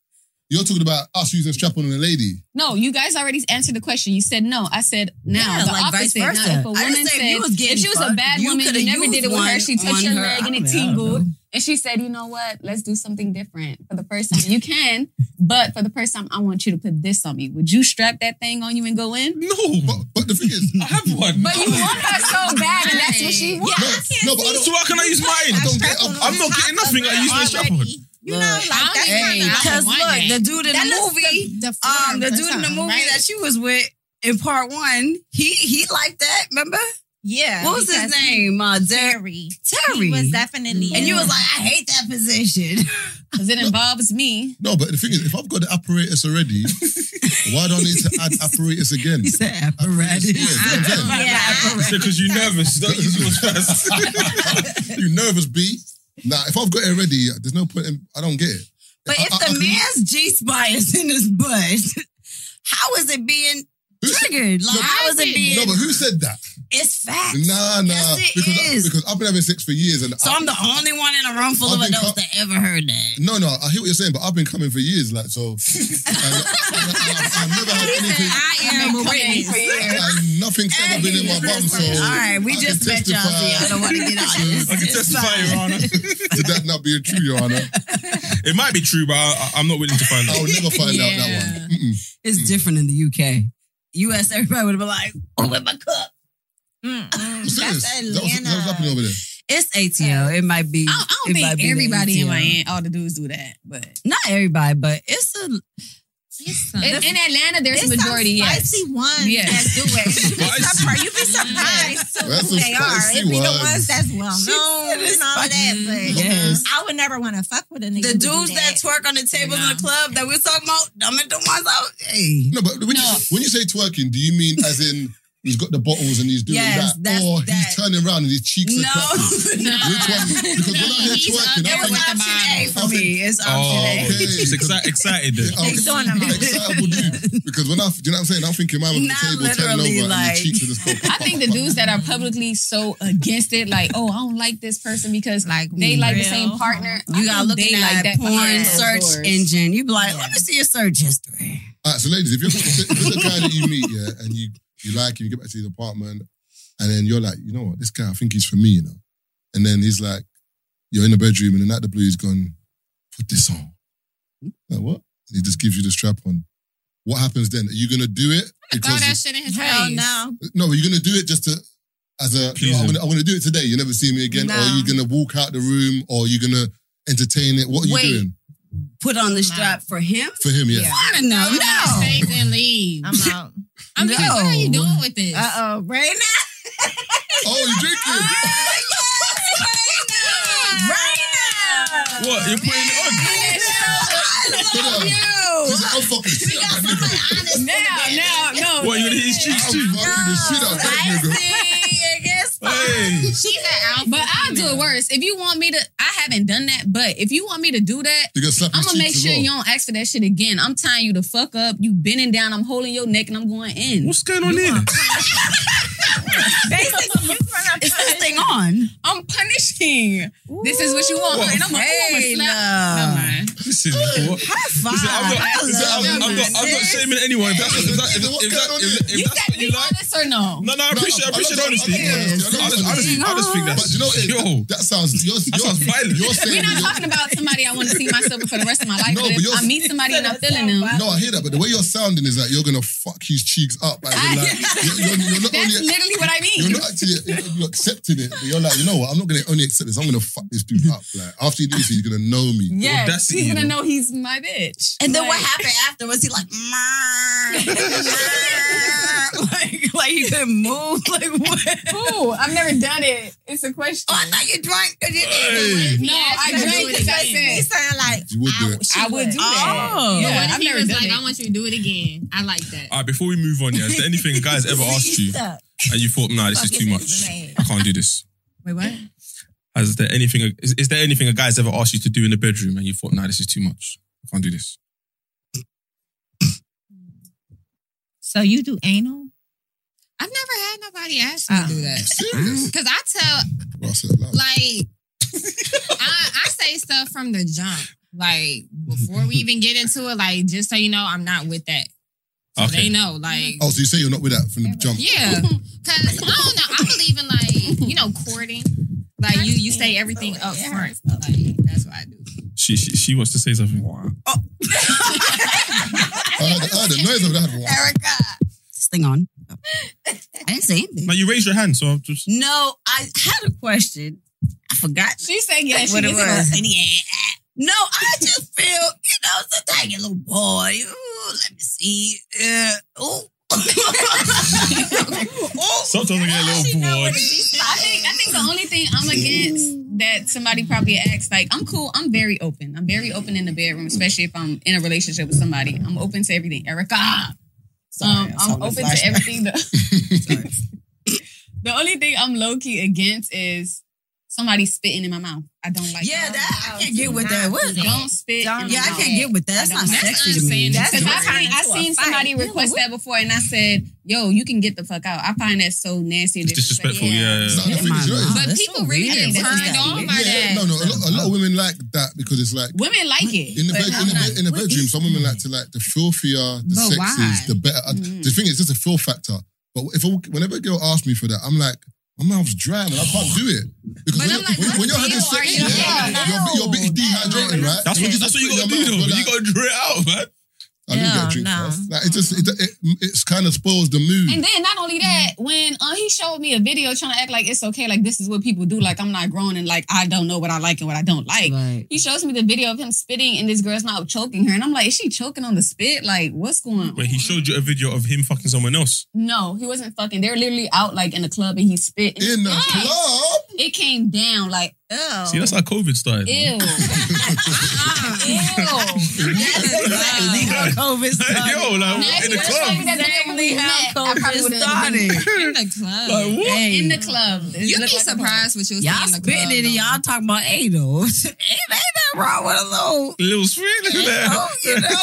[SPEAKER 1] You're talking about us using a strap on on a lady.
[SPEAKER 8] No, you guys already answered the question. You said no. I said now.
[SPEAKER 7] Yeah,
[SPEAKER 8] the
[SPEAKER 7] like vice
[SPEAKER 8] opposite. Now,
[SPEAKER 7] versa.
[SPEAKER 8] if a
[SPEAKER 7] I just
[SPEAKER 8] woman
[SPEAKER 7] said
[SPEAKER 8] said,
[SPEAKER 7] you was getting
[SPEAKER 8] if she was a
[SPEAKER 7] fucked,
[SPEAKER 8] bad
[SPEAKER 7] you
[SPEAKER 8] woman,
[SPEAKER 7] coulda
[SPEAKER 8] you never
[SPEAKER 7] used
[SPEAKER 8] did it with her.
[SPEAKER 7] one
[SPEAKER 8] She touched
[SPEAKER 7] on
[SPEAKER 8] your
[SPEAKER 7] her.
[SPEAKER 8] leg and
[SPEAKER 7] I
[SPEAKER 8] it
[SPEAKER 7] mean, I don't
[SPEAKER 8] tingled.
[SPEAKER 7] know.
[SPEAKER 8] And she said, you know what? Let's do something different for the first time. You can, but for the first time, I want you to put this on me. Would you strap that thing on you and go in?
[SPEAKER 1] But,
[SPEAKER 2] No,
[SPEAKER 1] but the thing is, <laughs>
[SPEAKER 2] I have one.
[SPEAKER 8] But you want her so bad, and that's what she wants.
[SPEAKER 1] no, no, but I
[SPEAKER 2] So
[SPEAKER 1] don't.
[SPEAKER 2] why can I use mine?
[SPEAKER 1] I don't get. I'm,
[SPEAKER 2] I'm not getting nothing. I use my strap on.
[SPEAKER 9] You know, like that's
[SPEAKER 6] I don't
[SPEAKER 9] kind
[SPEAKER 6] even-
[SPEAKER 9] of.
[SPEAKER 7] Because
[SPEAKER 6] Why
[SPEAKER 7] look,
[SPEAKER 6] not?
[SPEAKER 7] the dude in
[SPEAKER 6] That
[SPEAKER 7] the
[SPEAKER 6] is
[SPEAKER 7] movie,
[SPEAKER 6] the- the
[SPEAKER 7] um, the
[SPEAKER 6] form
[SPEAKER 7] dude in the
[SPEAKER 6] for
[SPEAKER 7] movie
[SPEAKER 6] something,
[SPEAKER 7] that she was with in part one, he he liked that. Remember
[SPEAKER 9] Yeah.
[SPEAKER 7] what was his
[SPEAKER 9] because
[SPEAKER 7] name? Uh, Derek
[SPEAKER 9] Terry.
[SPEAKER 7] Terry.
[SPEAKER 9] He was definitely.
[SPEAKER 7] and you
[SPEAKER 9] in
[SPEAKER 7] was
[SPEAKER 9] it.
[SPEAKER 7] like, I hate that position. <laughs>
[SPEAKER 8] Because it involves me.
[SPEAKER 1] no, but the thing is, if I've got the apparatus
[SPEAKER 7] <laughs>
[SPEAKER 1] already, why do I need to add apparatus again?
[SPEAKER 7] He said
[SPEAKER 1] Apparatus.
[SPEAKER 7] apparatus.
[SPEAKER 1] Yeah, yeah, yeah.
[SPEAKER 7] <laughs>
[SPEAKER 9] Yeah.
[SPEAKER 2] Because you're nervous. Don't use yours
[SPEAKER 1] <laughs>
[SPEAKER 2] first.
[SPEAKER 1] you nervous, B? Nah, if I've got it ready, there's no point. In, I don't get it.
[SPEAKER 7] But
[SPEAKER 1] I-
[SPEAKER 7] if
[SPEAKER 1] I- I
[SPEAKER 7] the
[SPEAKER 1] can-
[SPEAKER 7] man's G spot is in his butt, <laughs> how is it being
[SPEAKER 1] Who said-
[SPEAKER 7] triggered? Like
[SPEAKER 1] No,
[SPEAKER 7] how is it being?
[SPEAKER 1] No, but who said that?
[SPEAKER 7] it's facts.
[SPEAKER 1] Nah, nah.
[SPEAKER 7] Yes, it
[SPEAKER 1] because,
[SPEAKER 7] is.
[SPEAKER 1] because I've been having sex for years, and
[SPEAKER 7] so
[SPEAKER 1] I,
[SPEAKER 7] I'm the only one in a room full of
[SPEAKER 1] I've been
[SPEAKER 7] adults
[SPEAKER 1] co-
[SPEAKER 7] that ever heard that.
[SPEAKER 1] no, no. I hear what you're saying, but I've been coming for years, like
[SPEAKER 7] <laughs>
[SPEAKER 1] so. and, and I, I've never had anything.
[SPEAKER 7] I am a witness.
[SPEAKER 1] Like, nothing said I've been in my bum. So
[SPEAKER 7] All right, we
[SPEAKER 1] I can
[SPEAKER 7] just met y'all.
[SPEAKER 1] testify
[SPEAKER 7] So y'all don't want to get out of this.
[SPEAKER 2] <laughs> I can testify, Your Honor.
[SPEAKER 1] <laughs> to that not being true, Your Honor.
[SPEAKER 2] It might be true, but I, I- I'm not willing to find
[SPEAKER 1] I'll
[SPEAKER 2] out.
[SPEAKER 1] never find out that one. Mm-mm.
[SPEAKER 7] It's different in the UK. US, everybody would have been like, oh, <laughs> with my cup.
[SPEAKER 1] I'm serious. That was, that was
[SPEAKER 9] Atlanta.
[SPEAKER 1] happening over there.
[SPEAKER 7] It's ATL. It might be.
[SPEAKER 8] I don't, I
[SPEAKER 7] it
[SPEAKER 8] don't
[SPEAKER 7] might
[SPEAKER 8] think
[SPEAKER 7] be the
[SPEAKER 8] everybody in
[SPEAKER 7] ATL.
[SPEAKER 8] my aunt, all the dudes do that. But
[SPEAKER 7] Not everybody, but it's a.
[SPEAKER 6] In, in Atlanta, there's a
[SPEAKER 9] There's some
[SPEAKER 6] majority, yes.
[SPEAKER 9] spicy ones
[SPEAKER 8] Yes.
[SPEAKER 9] that do
[SPEAKER 7] <laughs>
[SPEAKER 9] it. You be surprised. You be surprised
[SPEAKER 1] That's
[SPEAKER 9] who
[SPEAKER 1] some
[SPEAKER 9] they are.
[SPEAKER 1] spicy
[SPEAKER 9] It be the
[SPEAKER 1] ones.
[SPEAKER 9] ones that's well known and all of that. But
[SPEAKER 7] Yes.
[SPEAKER 9] I would never want to fuck with a nigga.
[SPEAKER 7] The
[SPEAKER 9] who do
[SPEAKER 7] dudes that twerk on the tables in the club that we're talking about, them and the ones out. Hey.
[SPEAKER 1] No, but when, You, when you say twerking, do you mean as in he's got the bottles and he's doing
[SPEAKER 7] Yes,
[SPEAKER 1] that,
[SPEAKER 7] that's
[SPEAKER 1] or
[SPEAKER 7] that.
[SPEAKER 1] he's turning around and his cheeks are cracking?
[SPEAKER 7] <laughs> No.
[SPEAKER 1] Which one? Because when I hear twerking, I
[SPEAKER 6] He's up there
[SPEAKER 1] think
[SPEAKER 6] with the
[SPEAKER 7] Option A for me. It's option
[SPEAKER 2] Oh,
[SPEAKER 7] A.
[SPEAKER 1] okay.
[SPEAKER 2] she's exci- <laughs> excited. then.
[SPEAKER 1] Okay.
[SPEAKER 9] doing them all.
[SPEAKER 1] Excitable dude. Because when I, do you know what I'm saying? I'm thinking mine was
[SPEAKER 7] Not
[SPEAKER 1] the table turning
[SPEAKER 7] literally,
[SPEAKER 1] over and
[SPEAKER 7] like-
[SPEAKER 1] the cheeks are just going.
[SPEAKER 8] I think the dudes that are publicly so against it, like, oh, I don't like this person because like they like the same partner. I
[SPEAKER 7] You
[SPEAKER 8] think
[SPEAKER 7] gotta look
[SPEAKER 8] they
[SPEAKER 7] at
[SPEAKER 8] like
[SPEAKER 7] that porn
[SPEAKER 8] behind closed
[SPEAKER 7] search
[SPEAKER 8] doors.
[SPEAKER 7] engine. You be like, let me see your search history.
[SPEAKER 1] All right, so ladies, if you're, if you're the guy that you meet, yeah, and you you like him, you get back to his apartment, and then you're like, you know what, this guy, I think he's for me, you know. And then he's like, you're in the bedroom, and then out the blue, he's gone, put this on. Like what? And he just gives you the strap on. What happens then? Are you gonna do it?
[SPEAKER 6] Throw that
[SPEAKER 1] Because
[SPEAKER 6] shit in his
[SPEAKER 9] Hell
[SPEAKER 6] face.
[SPEAKER 9] no.
[SPEAKER 1] no, you're gonna do it just to. As a, you
[SPEAKER 2] Please
[SPEAKER 1] know, I'm,
[SPEAKER 2] him.
[SPEAKER 1] gonna, I'm gonna do it today. You never see me again. Or are
[SPEAKER 9] No.
[SPEAKER 1] you gonna walk out the room? Or are you gonna entertain it? What are you
[SPEAKER 7] Wait.
[SPEAKER 1] doing
[SPEAKER 7] Put on the strap for him?
[SPEAKER 1] for him? Yeah.
[SPEAKER 7] I don't know.
[SPEAKER 6] Throw that in
[SPEAKER 7] No.
[SPEAKER 6] his face and leave.
[SPEAKER 9] I'm
[SPEAKER 7] <laughs>
[SPEAKER 9] out.
[SPEAKER 6] I'm just like, what are you
[SPEAKER 7] No.
[SPEAKER 6] doing with this?
[SPEAKER 7] Uh oh. Right <laughs> now.
[SPEAKER 1] Oh, you drinking?
[SPEAKER 7] Right now.
[SPEAKER 2] What? You're putting it
[SPEAKER 1] Come on.
[SPEAKER 7] You.
[SPEAKER 1] She's like, I'm fucking shit out that nigga.
[SPEAKER 8] Now, now, no.
[SPEAKER 2] on? What? You're gonna hit his cheeks
[SPEAKER 1] I'm
[SPEAKER 2] too?
[SPEAKER 1] fucking the shit out that nigga.
[SPEAKER 8] <laughs>
[SPEAKER 7] I guess.
[SPEAKER 2] Hey.
[SPEAKER 6] She's an alpha.
[SPEAKER 8] But I'll do it worse. If you want me to, I haven't done that. But if you want me to do that,
[SPEAKER 1] You gonna slap
[SPEAKER 8] I'm
[SPEAKER 1] his
[SPEAKER 8] gonna make
[SPEAKER 1] cheeks as
[SPEAKER 8] sure
[SPEAKER 1] well.
[SPEAKER 8] you don't ask for that shit again. I'm tying you the fuck up. You bending down. I'm holding your neck and I'm going in.
[SPEAKER 2] What's going on here?
[SPEAKER 7] Basically, you run Is this thing on?
[SPEAKER 8] I'm punishing. This is what you want.
[SPEAKER 2] Ooh,
[SPEAKER 8] and I'm like, oh, I'm gonna
[SPEAKER 7] hey,
[SPEAKER 8] slap.
[SPEAKER 7] no.
[SPEAKER 8] Never mind.
[SPEAKER 2] This is what.
[SPEAKER 7] High
[SPEAKER 2] Listen, I'm
[SPEAKER 7] Uh, I
[SPEAKER 2] not, listen,
[SPEAKER 7] love
[SPEAKER 2] I'm, I'm
[SPEAKER 7] you,
[SPEAKER 2] not, I'm not
[SPEAKER 7] sis.
[SPEAKER 2] shaming anyone. If that's, if that, if, if that, if, if
[SPEAKER 8] You
[SPEAKER 2] that's
[SPEAKER 8] said
[SPEAKER 2] what
[SPEAKER 8] be
[SPEAKER 2] you like,
[SPEAKER 8] honest or no?
[SPEAKER 2] no, no, I appreciate, I
[SPEAKER 1] I'm not
[SPEAKER 2] appreciate
[SPEAKER 1] joking,
[SPEAKER 2] honesty.
[SPEAKER 1] I'm not joking, I'm not
[SPEAKER 2] Honestly,
[SPEAKER 1] joking.
[SPEAKER 2] I just think
[SPEAKER 1] But you know,
[SPEAKER 2] that's
[SPEAKER 1] it,
[SPEAKER 2] yo.
[SPEAKER 1] that sounds you're,
[SPEAKER 2] That
[SPEAKER 1] you're,
[SPEAKER 2] sounds violent.
[SPEAKER 1] you're saying
[SPEAKER 8] We're not
[SPEAKER 1] that
[SPEAKER 8] talking about somebody I want to see myself for the rest of my life.
[SPEAKER 1] No,
[SPEAKER 8] but
[SPEAKER 1] but
[SPEAKER 8] if
[SPEAKER 1] you're-
[SPEAKER 8] I meet somebody and I'm feeling them.
[SPEAKER 1] you're, no, I hear that, but the way you're sounding is that you're gonna fuck his cheeks up. Like, you're,
[SPEAKER 8] <laughs>
[SPEAKER 1] like, you're, you're, you're not
[SPEAKER 8] That's
[SPEAKER 1] only
[SPEAKER 8] literally what I
[SPEAKER 1] you're
[SPEAKER 8] mean.
[SPEAKER 1] not actually you're, you're accepting it, but you're like, you know what? I'm not gonna only accept this. I'm gonna fuck this dude up. Like after you do this, he's gonna know me.
[SPEAKER 8] Yes,
[SPEAKER 2] audacity,
[SPEAKER 8] he's gonna
[SPEAKER 2] you
[SPEAKER 8] know he's my bitch.
[SPEAKER 7] And then what
[SPEAKER 8] Like,
[SPEAKER 7] happened afterwards? He like, "Mmm, "Mrrr, mrrr," <laughs> like, like he couldn't move. Like what? <laughs>
[SPEAKER 8] Who? I've never done it. It's a question.
[SPEAKER 7] Oh, I thought mmm." you drank because you didn't.
[SPEAKER 2] Hey.
[SPEAKER 8] no, I
[SPEAKER 6] Yeah,
[SPEAKER 8] drank
[SPEAKER 6] do it
[SPEAKER 8] because I
[SPEAKER 6] again.
[SPEAKER 9] He
[SPEAKER 8] said
[SPEAKER 9] sound like
[SPEAKER 1] You would do it.
[SPEAKER 8] I would do that.
[SPEAKER 7] Oh.
[SPEAKER 8] yeah,
[SPEAKER 6] But what if
[SPEAKER 8] I've
[SPEAKER 6] he
[SPEAKER 8] never
[SPEAKER 6] was
[SPEAKER 8] done
[SPEAKER 6] like,
[SPEAKER 8] it.
[SPEAKER 6] I want you to do it again. I like that.
[SPEAKER 2] All right, before we move on, yeah, is there anything a guy's ever asked you and you thought, nah, this is too much. I can't do this.
[SPEAKER 6] Wait, what?
[SPEAKER 2] Has there anything? Is, is there anything a guy's ever asked you to do in the bedroom and you thought, nah, this is too much. I can't do this.
[SPEAKER 9] So you do anal?
[SPEAKER 6] I've never had nobody ask me to do
[SPEAKER 1] <laughs>
[SPEAKER 6] that.
[SPEAKER 1] Serious?
[SPEAKER 6] Because I tell,
[SPEAKER 8] Mm.
[SPEAKER 1] Bro, I said, like,
[SPEAKER 6] like, I, I say stuff from the jump. Like, before we even get into it, like, just so you know, I'm not with that. So they
[SPEAKER 2] Okay.
[SPEAKER 6] know, like,
[SPEAKER 1] oh, so you say you're not with that from the jump?
[SPEAKER 6] Yeah, because I don't know. I believe in like you know courting. Like you, you say everything
[SPEAKER 9] Oh,
[SPEAKER 6] up front. Like that's what I do.
[SPEAKER 2] She, she she wants to say something.
[SPEAKER 1] I heard, I heard the noise of that.
[SPEAKER 7] <laughs> Erica. This thing on. I didn't say anything.
[SPEAKER 2] Now you raised your hand, so I'm just.
[SPEAKER 7] No, I had a question. I forgot
[SPEAKER 8] She said yes.
[SPEAKER 7] what
[SPEAKER 8] she
[SPEAKER 7] it
[SPEAKER 8] is gonna
[SPEAKER 7] was.
[SPEAKER 8] say yes.
[SPEAKER 7] No, I just feel, you know, sometimes I get a little bored. Ooh, let me see. Uh, ooh. ooh.
[SPEAKER 2] Sometimes I get a little bored.
[SPEAKER 8] I think I think the only thing I'm against that somebody probably acts like I'm cool. I'm very open. I'm very open in the bedroom, especially if I'm in a relationship with somebody. I'm open to everything. Erica, um, I'm open to everything.
[SPEAKER 2] <laughs>
[SPEAKER 8] The, the only thing I'm low key against is somebody spitting in my mouth. I don't like.
[SPEAKER 7] Yeah, that, I can't get with that. What is
[SPEAKER 8] Don't spit. in my
[SPEAKER 7] Yeah, I
[SPEAKER 8] mouth.
[SPEAKER 7] can't get with that. That's
[SPEAKER 8] I
[SPEAKER 7] not
[SPEAKER 8] don't like
[SPEAKER 7] sexy to me.
[SPEAKER 6] That's
[SPEAKER 8] Because I,
[SPEAKER 6] Turn
[SPEAKER 8] find, I seen somebody request that before, and I said, "yo, you can get the fuck out. I find that so nasty. and
[SPEAKER 2] It's disrespectful. Yeah.
[SPEAKER 1] It's not the thing,
[SPEAKER 7] my
[SPEAKER 1] it's your-
[SPEAKER 7] mouth.
[SPEAKER 6] But
[SPEAKER 7] that's
[SPEAKER 6] people
[SPEAKER 7] so
[SPEAKER 6] really get
[SPEAKER 7] weird. This is
[SPEAKER 6] turned
[SPEAKER 7] that
[SPEAKER 6] on
[SPEAKER 7] weird.
[SPEAKER 6] by
[SPEAKER 1] Yeah,
[SPEAKER 6] that.
[SPEAKER 1] no, no. A lot, a lot of women like that because it's like
[SPEAKER 8] Women like
[SPEAKER 7] Mm.
[SPEAKER 8] it.
[SPEAKER 1] In the,
[SPEAKER 8] but
[SPEAKER 1] bed,
[SPEAKER 8] I'm
[SPEAKER 1] in, the
[SPEAKER 8] not.
[SPEAKER 1] bed, in the bedroom, some women
[SPEAKER 7] <laughs>
[SPEAKER 1] like to like the filthier, the
[SPEAKER 6] But
[SPEAKER 1] sexiest,
[SPEAKER 6] why?
[SPEAKER 1] the better. The thing is, it's just a feel factor. But if a, whenever a girl asks me for that, I'm like, my mouth's dry, man. I can't do it because
[SPEAKER 6] But
[SPEAKER 1] when,
[SPEAKER 6] I'm
[SPEAKER 1] you're-
[SPEAKER 6] like,
[SPEAKER 1] when,
[SPEAKER 6] what
[SPEAKER 1] when you're
[SPEAKER 6] deal
[SPEAKER 1] having
[SPEAKER 6] are
[SPEAKER 1] sex,
[SPEAKER 6] you
[SPEAKER 1] yeah,
[SPEAKER 6] getting?
[SPEAKER 1] you're, you're a bit
[SPEAKER 8] No.
[SPEAKER 1] dehydrated, right?
[SPEAKER 2] That's what you,
[SPEAKER 1] just
[SPEAKER 2] that's what you
[SPEAKER 1] put in
[SPEAKER 2] gotta do
[SPEAKER 1] your
[SPEAKER 2] though.
[SPEAKER 1] mouth,
[SPEAKER 2] You
[SPEAKER 1] you're
[SPEAKER 2] gotta drill it out, man.
[SPEAKER 1] I didn't get
[SPEAKER 9] Yeah,
[SPEAKER 1] a drink
[SPEAKER 9] no.
[SPEAKER 1] first. Like, it just it, it, it's kind of spoils the mood.
[SPEAKER 8] And then not only that,
[SPEAKER 7] Mm.
[SPEAKER 8] when uh, he showed me a video trying to act like it's okay, like this is what people do, like I'm not grown and like I don't know what I like and what I don't like.
[SPEAKER 7] Right.
[SPEAKER 8] He shows me the video of him spitting and this girl's not choking her, and I'm like, is she choking on the spit? Like what's going on?
[SPEAKER 2] Wait, he showed you a video of him fucking someone else.
[SPEAKER 8] no, he wasn't fucking. They were literally out like in the club and he spit.
[SPEAKER 1] in the
[SPEAKER 8] Yes.
[SPEAKER 1] club,
[SPEAKER 8] it came down like ew,
[SPEAKER 2] See, that's how COVID started.
[SPEAKER 8] <laughs> ew,
[SPEAKER 2] man.
[SPEAKER 8] ew.
[SPEAKER 7] <laughs> Exactly how COVID started.
[SPEAKER 2] Yo, like
[SPEAKER 8] Now, if
[SPEAKER 2] in the
[SPEAKER 8] you would've showed me
[SPEAKER 2] club.
[SPEAKER 8] that video when we
[SPEAKER 7] Exactly how
[SPEAKER 8] met, I probably
[SPEAKER 7] COVID
[SPEAKER 8] would've
[SPEAKER 7] started. <laughs>
[SPEAKER 6] in the club.
[SPEAKER 2] Like what?
[SPEAKER 8] In the club, It
[SPEAKER 6] You'd be
[SPEAKER 8] looked like a club.
[SPEAKER 6] surprised what you'll see
[SPEAKER 7] Y'all
[SPEAKER 6] in the club.
[SPEAKER 7] spitting it and
[SPEAKER 6] though.
[SPEAKER 7] y'all talking about anal. <laughs> ain't, ain't that wrong with a little,
[SPEAKER 2] Little sweet in there.
[SPEAKER 7] oh, you know?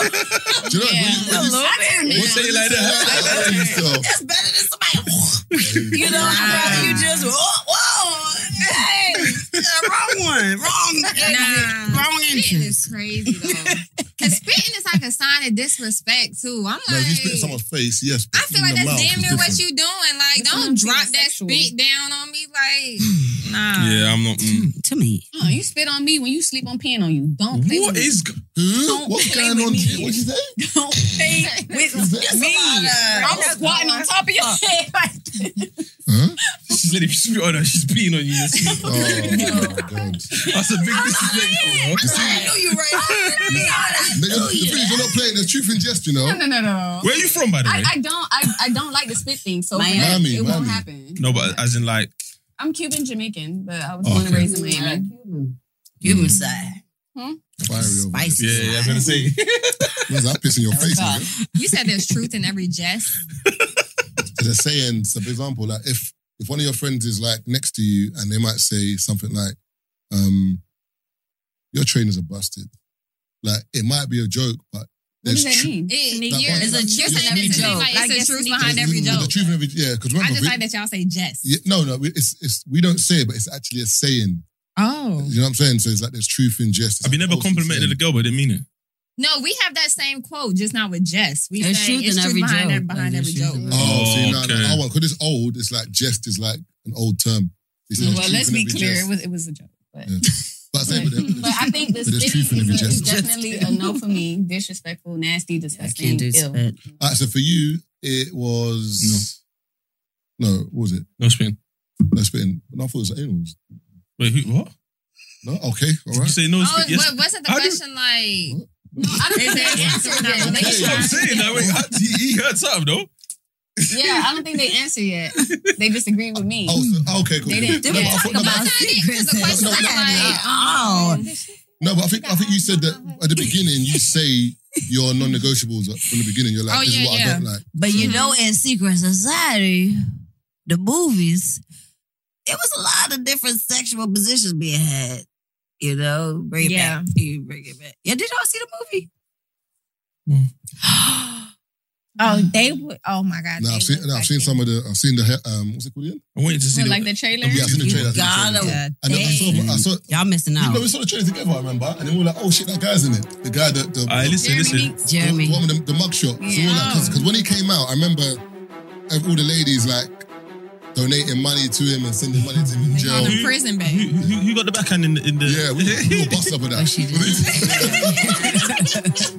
[SPEAKER 1] do you know
[SPEAKER 8] Yeah.
[SPEAKER 1] when you- when you
[SPEAKER 7] a little bit.
[SPEAKER 2] We'll say it like
[SPEAKER 1] <laughs>
[SPEAKER 2] that.
[SPEAKER 1] tell yourself,
[SPEAKER 7] That's better than somebody. you know, I'd rather you just, whoa, whoa. Hey, yeah, <laughs> wrong one. Wrong exit.
[SPEAKER 6] Nah.
[SPEAKER 7] Wrong
[SPEAKER 6] Spitting
[SPEAKER 7] entrance.
[SPEAKER 6] is crazy though. <laughs> Cause spitting is like a sign of disrespect too. I'm like,
[SPEAKER 1] no, if you spit in someone's face, yes.
[SPEAKER 6] I
[SPEAKER 1] but
[SPEAKER 6] feel
[SPEAKER 1] in
[SPEAKER 6] like
[SPEAKER 1] the
[SPEAKER 6] that's
[SPEAKER 1] mouth
[SPEAKER 6] damn
[SPEAKER 1] is
[SPEAKER 6] near what
[SPEAKER 1] different.
[SPEAKER 6] you doing. Like, don't
[SPEAKER 8] not
[SPEAKER 6] drop
[SPEAKER 8] being
[SPEAKER 6] that
[SPEAKER 8] sexual.
[SPEAKER 6] spit down on me.
[SPEAKER 1] <sighs>
[SPEAKER 6] Like, nah.
[SPEAKER 2] Yeah, I'm not. Mm.
[SPEAKER 7] To me.
[SPEAKER 8] Uh, you spit on me when you sleep on peeing on you. Don't play
[SPEAKER 2] What
[SPEAKER 8] with me.
[SPEAKER 2] is?
[SPEAKER 1] Huh?
[SPEAKER 8] Don't
[SPEAKER 1] What's
[SPEAKER 8] play
[SPEAKER 1] going
[SPEAKER 8] with
[SPEAKER 1] on?
[SPEAKER 8] me.
[SPEAKER 1] here? What'd you say?
[SPEAKER 8] <laughs> Don't play
[SPEAKER 1] <laughs>
[SPEAKER 8] with me. I'm squatting on top of your
[SPEAKER 1] Uh.
[SPEAKER 8] head. <laughs>
[SPEAKER 1] Huh?
[SPEAKER 2] <laughs> She said if you spit on her, she's peeing on you. You'll see.
[SPEAKER 1] Oh my
[SPEAKER 8] <laughs>
[SPEAKER 1] god!
[SPEAKER 2] That's a big disrespect. bro.
[SPEAKER 7] I knew you right.
[SPEAKER 1] Nigga,
[SPEAKER 8] Oh,
[SPEAKER 1] the thing is, you're not playing. There's truth in jest, you know.
[SPEAKER 8] No, no, no, no.
[SPEAKER 2] Where are you from, by the way?
[SPEAKER 8] I, I don't. I, I don't like the spit thing. So <laughs>
[SPEAKER 7] Miami.
[SPEAKER 8] that,
[SPEAKER 1] Miami,
[SPEAKER 8] it won't
[SPEAKER 1] Miami.
[SPEAKER 8] happen.
[SPEAKER 2] No, but as in like,
[SPEAKER 8] I'm Cuban Jamaican, but I was
[SPEAKER 1] Oh,
[SPEAKER 8] born and
[SPEAKER 1] okay.
[SPEAKER 8] raised in Miami.
[SPEAKER 7] Human side.
[SPEAKER 1] Fiery over there.
[SPEAKER 7] Spicy.
[SPEAKER 2] yeah, yeah I was gonna say.
[SPEAKER 1] <laughs> Where's that piss in your face?
[SPEAKER 7] God.
[SPEAKER 1] nigga?
[SPEAKER 6] <laughs> You said there's truth in every jest.
[SPEAKER 1] It's a saying. It's a for example. Like if if one of your friends is like next to you and they might say something like, um, "Your trainers are busted." Like it might be a joke, but
[SPEAKER 8] What
[SPEAKER 1] there's
[SPEAKER 8] does that
[SPEAKER 1] tru-
[SPEAKER 8] mean?
[SPEAKER 6] It,
[SPEAKER 1] That
[SPEAKER 6] you're,
[SPEAKER 1] one-
[SPEAKER 6] it's a,
[SPEAKER 1] It's a
[SPEAKER 6] you're
[SPEAKER 1] truth
[SPEAKER 6] saying
[SPEAKER 1] in
[SPEAKER 6] this
[SPEAKER 1] every
[SPEAKER 6] to me
[SPEAKER 1] joke.
[SPEAKER 6] like,
[SPEAKER 7] Like
[SPEAKER 6] it's
[SPEAKER 7] it's
[SPEAKER 6] a truth
[SPEAKER 7] sneaky.
[SPEAKER 6] behind every
[SPEAKER 1] there's
[SPEAKER 6] joke.
[SPEAKER 1] the truth in every yeah. Because
[SPEAKER 6] I
[SPEAKER 1] remember,
[SPEAKER 6] just
[SPEAKER 1] we-
[SPEAKER 6] like that y'all say jest.
[SPEAKER 1] yeah, no, no, we- it's it's we don't say it, but it's actually a saying.
[SPEAKER 6] Oh.
[SPEAKER 1] You know what I'm saying? So it's like there's truth in jest. It's
[SPEAKER 2] I've
[SPEAKER 1] like
[SPEAKER 2] never
[SPEAKER 1] a wholesome
[SPEAKER 2] complimented
[SPEAKER 1] saying.
[SPEAKER 2] a girl, but I didn't mean it.
[SPEAKER 6] No, we have that same quote, just not with jest. We
[SPEAKER 7] It's
[SPEAKER 6] say
[SPEAKER 7] truth
[SPEAKER 6] it's
[SPEAKER 7] in
[SPEAKER 6] truth
[SPEAKER 7] every
[SPEAKER 6] behind,
[SPEAKER 7] joke.
[SPEAKER 6] every- behind
[SPEAKER 7] Like,
[SPEAKER 6] every
[SPEAKER 7] it's truth
[SPEAKER 6] joke.
[SPEAKER 7] in
[SPEAKER 1] Oh,
[SPEAKER 2] Oh,
[SPEAKER 1] see, no,
[SPEAKER 2] okay.
[SPEAKER 1] no, I want because it's old. It's like jest is like an old term. It's like
[SPEAKER 8] well,
[SPEAKER 1] there's truth
[SPEAKER 8] let's
[SPEAKER 1] in
[SPEAKER 8] be
[SPEAKER 1] every
[SPEAKER 8] clear.
[SPEAKER 1] jest.
[SPEAKER 8] It was, it was a joke. But,
[SPEAKER 1] Yeah. But I say, but, there-
[SPEAKER 8] <laughs> but
[SPEAKER 1] <laughs>
[SPEAKER 8] I think the
[SPEAKER 1] But there's truth in
[SPEAKER 8] spitting
[SPEAKER 1] every
[SPEAKER 8] is, a, is
[SPEAKER 1] jest.
[SPEAKER 8] definitely a no for me. Disrespectful, nasty,
[SPEAKER 7] I
[SPEAKER 8] disgusting,
[SPEAKER 7] can't do
[SPEAKER 8] ill.
[SPEAKER 7] spit.
[SPEAKER 1] All right, so for you, it was no. what was it?
[SPEAKER 2] No spin.
[SPEAKER 1] No spitting. No, I thought it was animals.
[SPEAKER 2] Wait, who, what?
[SPEAKER 1] No, okay, all
[SPEAKER 2] You
[SPEAKER 1] right.
[SPEAKER 2] say no
[SPEAKER 6] Oh,
[SPEAKER 2] spin? Yes.
[SPEAKER 6] what, wasn't the
[SPEAKER 2] How do-
[SPEAKER 6] question like?
[SPEAKER 8] I don't think
[SPEAKER 6] Is
[SPEAKER 8] they
[SPEAKER 6] that
[SPEAKER 8] answered
[SPEAKER 6] answer
[SPEAKER 8] yet.
[SPEAKER 6] now?
[SPEAKER 2] That's what I'm saying. Like, wait, how-
[SPEAKER 1] E?
[SPEAKER 2] <laughs> he, he heard something though.
[SPEAKER 8] Yeah, I don't think they answered yet. They disagree with me.
[SPEAKER 1] Oh, so, okay, cool.
[SPEAKER 8] They didn't-
[SPEAKER 1] No, but
[SPEAKER 8] they didn't
[SPEAKER 1] I thought- no, but I-
[SPEAKER 6] Because the
[SPEAKER 7] secrets.
[SPEAKER 1] No, no,
[SPEAKER 6] question
[SPEAKER 1] no,
[SPEAKER 6] was like,
[SPEAKER 7] Oh,
[SPEAKER 1] no, but I think I think you said that at the beginning. You say your non-negotiables from the beginning. You're like,
[SPEAKER 6] Oh,
[SPEAKER 1] this
[SPEAKER 6] yeah,
[SPEAKER 1] is what
[SPEAKER 6] yeah.
[SPEAKER 1] I don't like.
[SPEAKER 7] But you know, in Secret Society, the movies, it was a lot of different sexual positions being had. You know, bring it
[SPEAKER 6] Yeah.
[SPEAKER 7] back. You bring it back. Yeah, did y'all see the movie?
[SPEAKER 9] Oh, they would. Oh my God.
[SPEAKER 1] No,
[SPEAKER 9] they
[SPEAKER 1] I've seen,
[SPEAKER 9] would
[SPEAKER 1] no, I've
[SPEAKER 9] like
[SPEAKER 1] seen
[SPEAKER 9] it.
[SPEAKER 1] some of the. I've seen the. he- Um, what's it called again?
[SPEAKER 2] I wanted to see.
[SPEAKER 8] like the trailer. <laughs>
[SPEAKER 1] Yeah, I've seen the trailer. I've seen the trailer.
[SPEAKER 7] Gotta,
[SPEAKER 1] And then I saw. I saw.
[SPEAKER 7] y'all missing
[SPEAKER 1] No,
[SPEAKER 7] out.
[SPEAKER 1] we saw the trailer together. I remember, and then we were like, "Oh shit, that guy's in it." The guy that the.
[SPEAKER 2] I listen,
[SPEAKER 6] Jeremy
[SPEAKER 2] listen.
[SPEAKER 6] Meeks.
[SPEAKER 7] Jeremy.
[SPEAKER 1] The, one with the, the mugshot.
[SPEAKER 6] Yeah.
[SPEAKER 1] Because when he came out, I remember ev- all the ladies like donating money to him and sending money to him in jail.
[SPEAKER 6] on a prison
[SPEAKER 2] Who,
[SPEAKER 6] bag.
[SPEAKER 2] who, who got the backhand in the? In the
[SPEAKER 1] Yeah,
[SPEAKER 2] <laughs>
[SPEAKER 1] we, we were bust up with that.
[SPEAKER 7] But she didn't.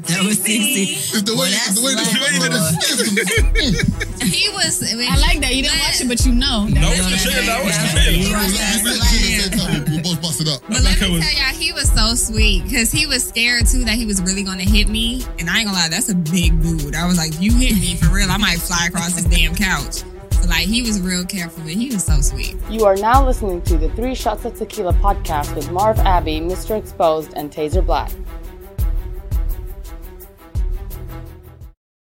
[SPEAKER 7] that was sexy.
[SPEAKER 1] It's <laughs> the way, it's the way
[SPEAKER 7] Well,
[SPEAKER 1] this
[SPEAKER 7] that's
[SPEAKER 1] the
[SPEAKER 6] <laughs> He was.
[SPEAKER 8] I like that. You didn't watch it, but you know.
[SPEAKER 2] No,
[SPEAKER 8] that-
[SPEAKER 2] it's the trailer. I watched the
[SPEAKER 1] way
[SPEAKER 2] trailer.
[SPEAKER 1] that we both busted up.
[SPEAKER 6] But let
[SPEAKER 2] Like I
[SPEAKER 6] me
[SPEAKER 2] was-
[SPEAKER 6] tell y'all, he was so sweet because he was scared too that he was really gonna hit me. And I ain't gonna lie, that's a big dude. I was like, you hit me for real, I might fly across this damn couch. So like, he was real careful, and he was so sweet.
[SPEAKER 4] You are now listening to the Three Shots of Tequila podcast with Marv Abbey, Mr. Exposed, and Taser Black.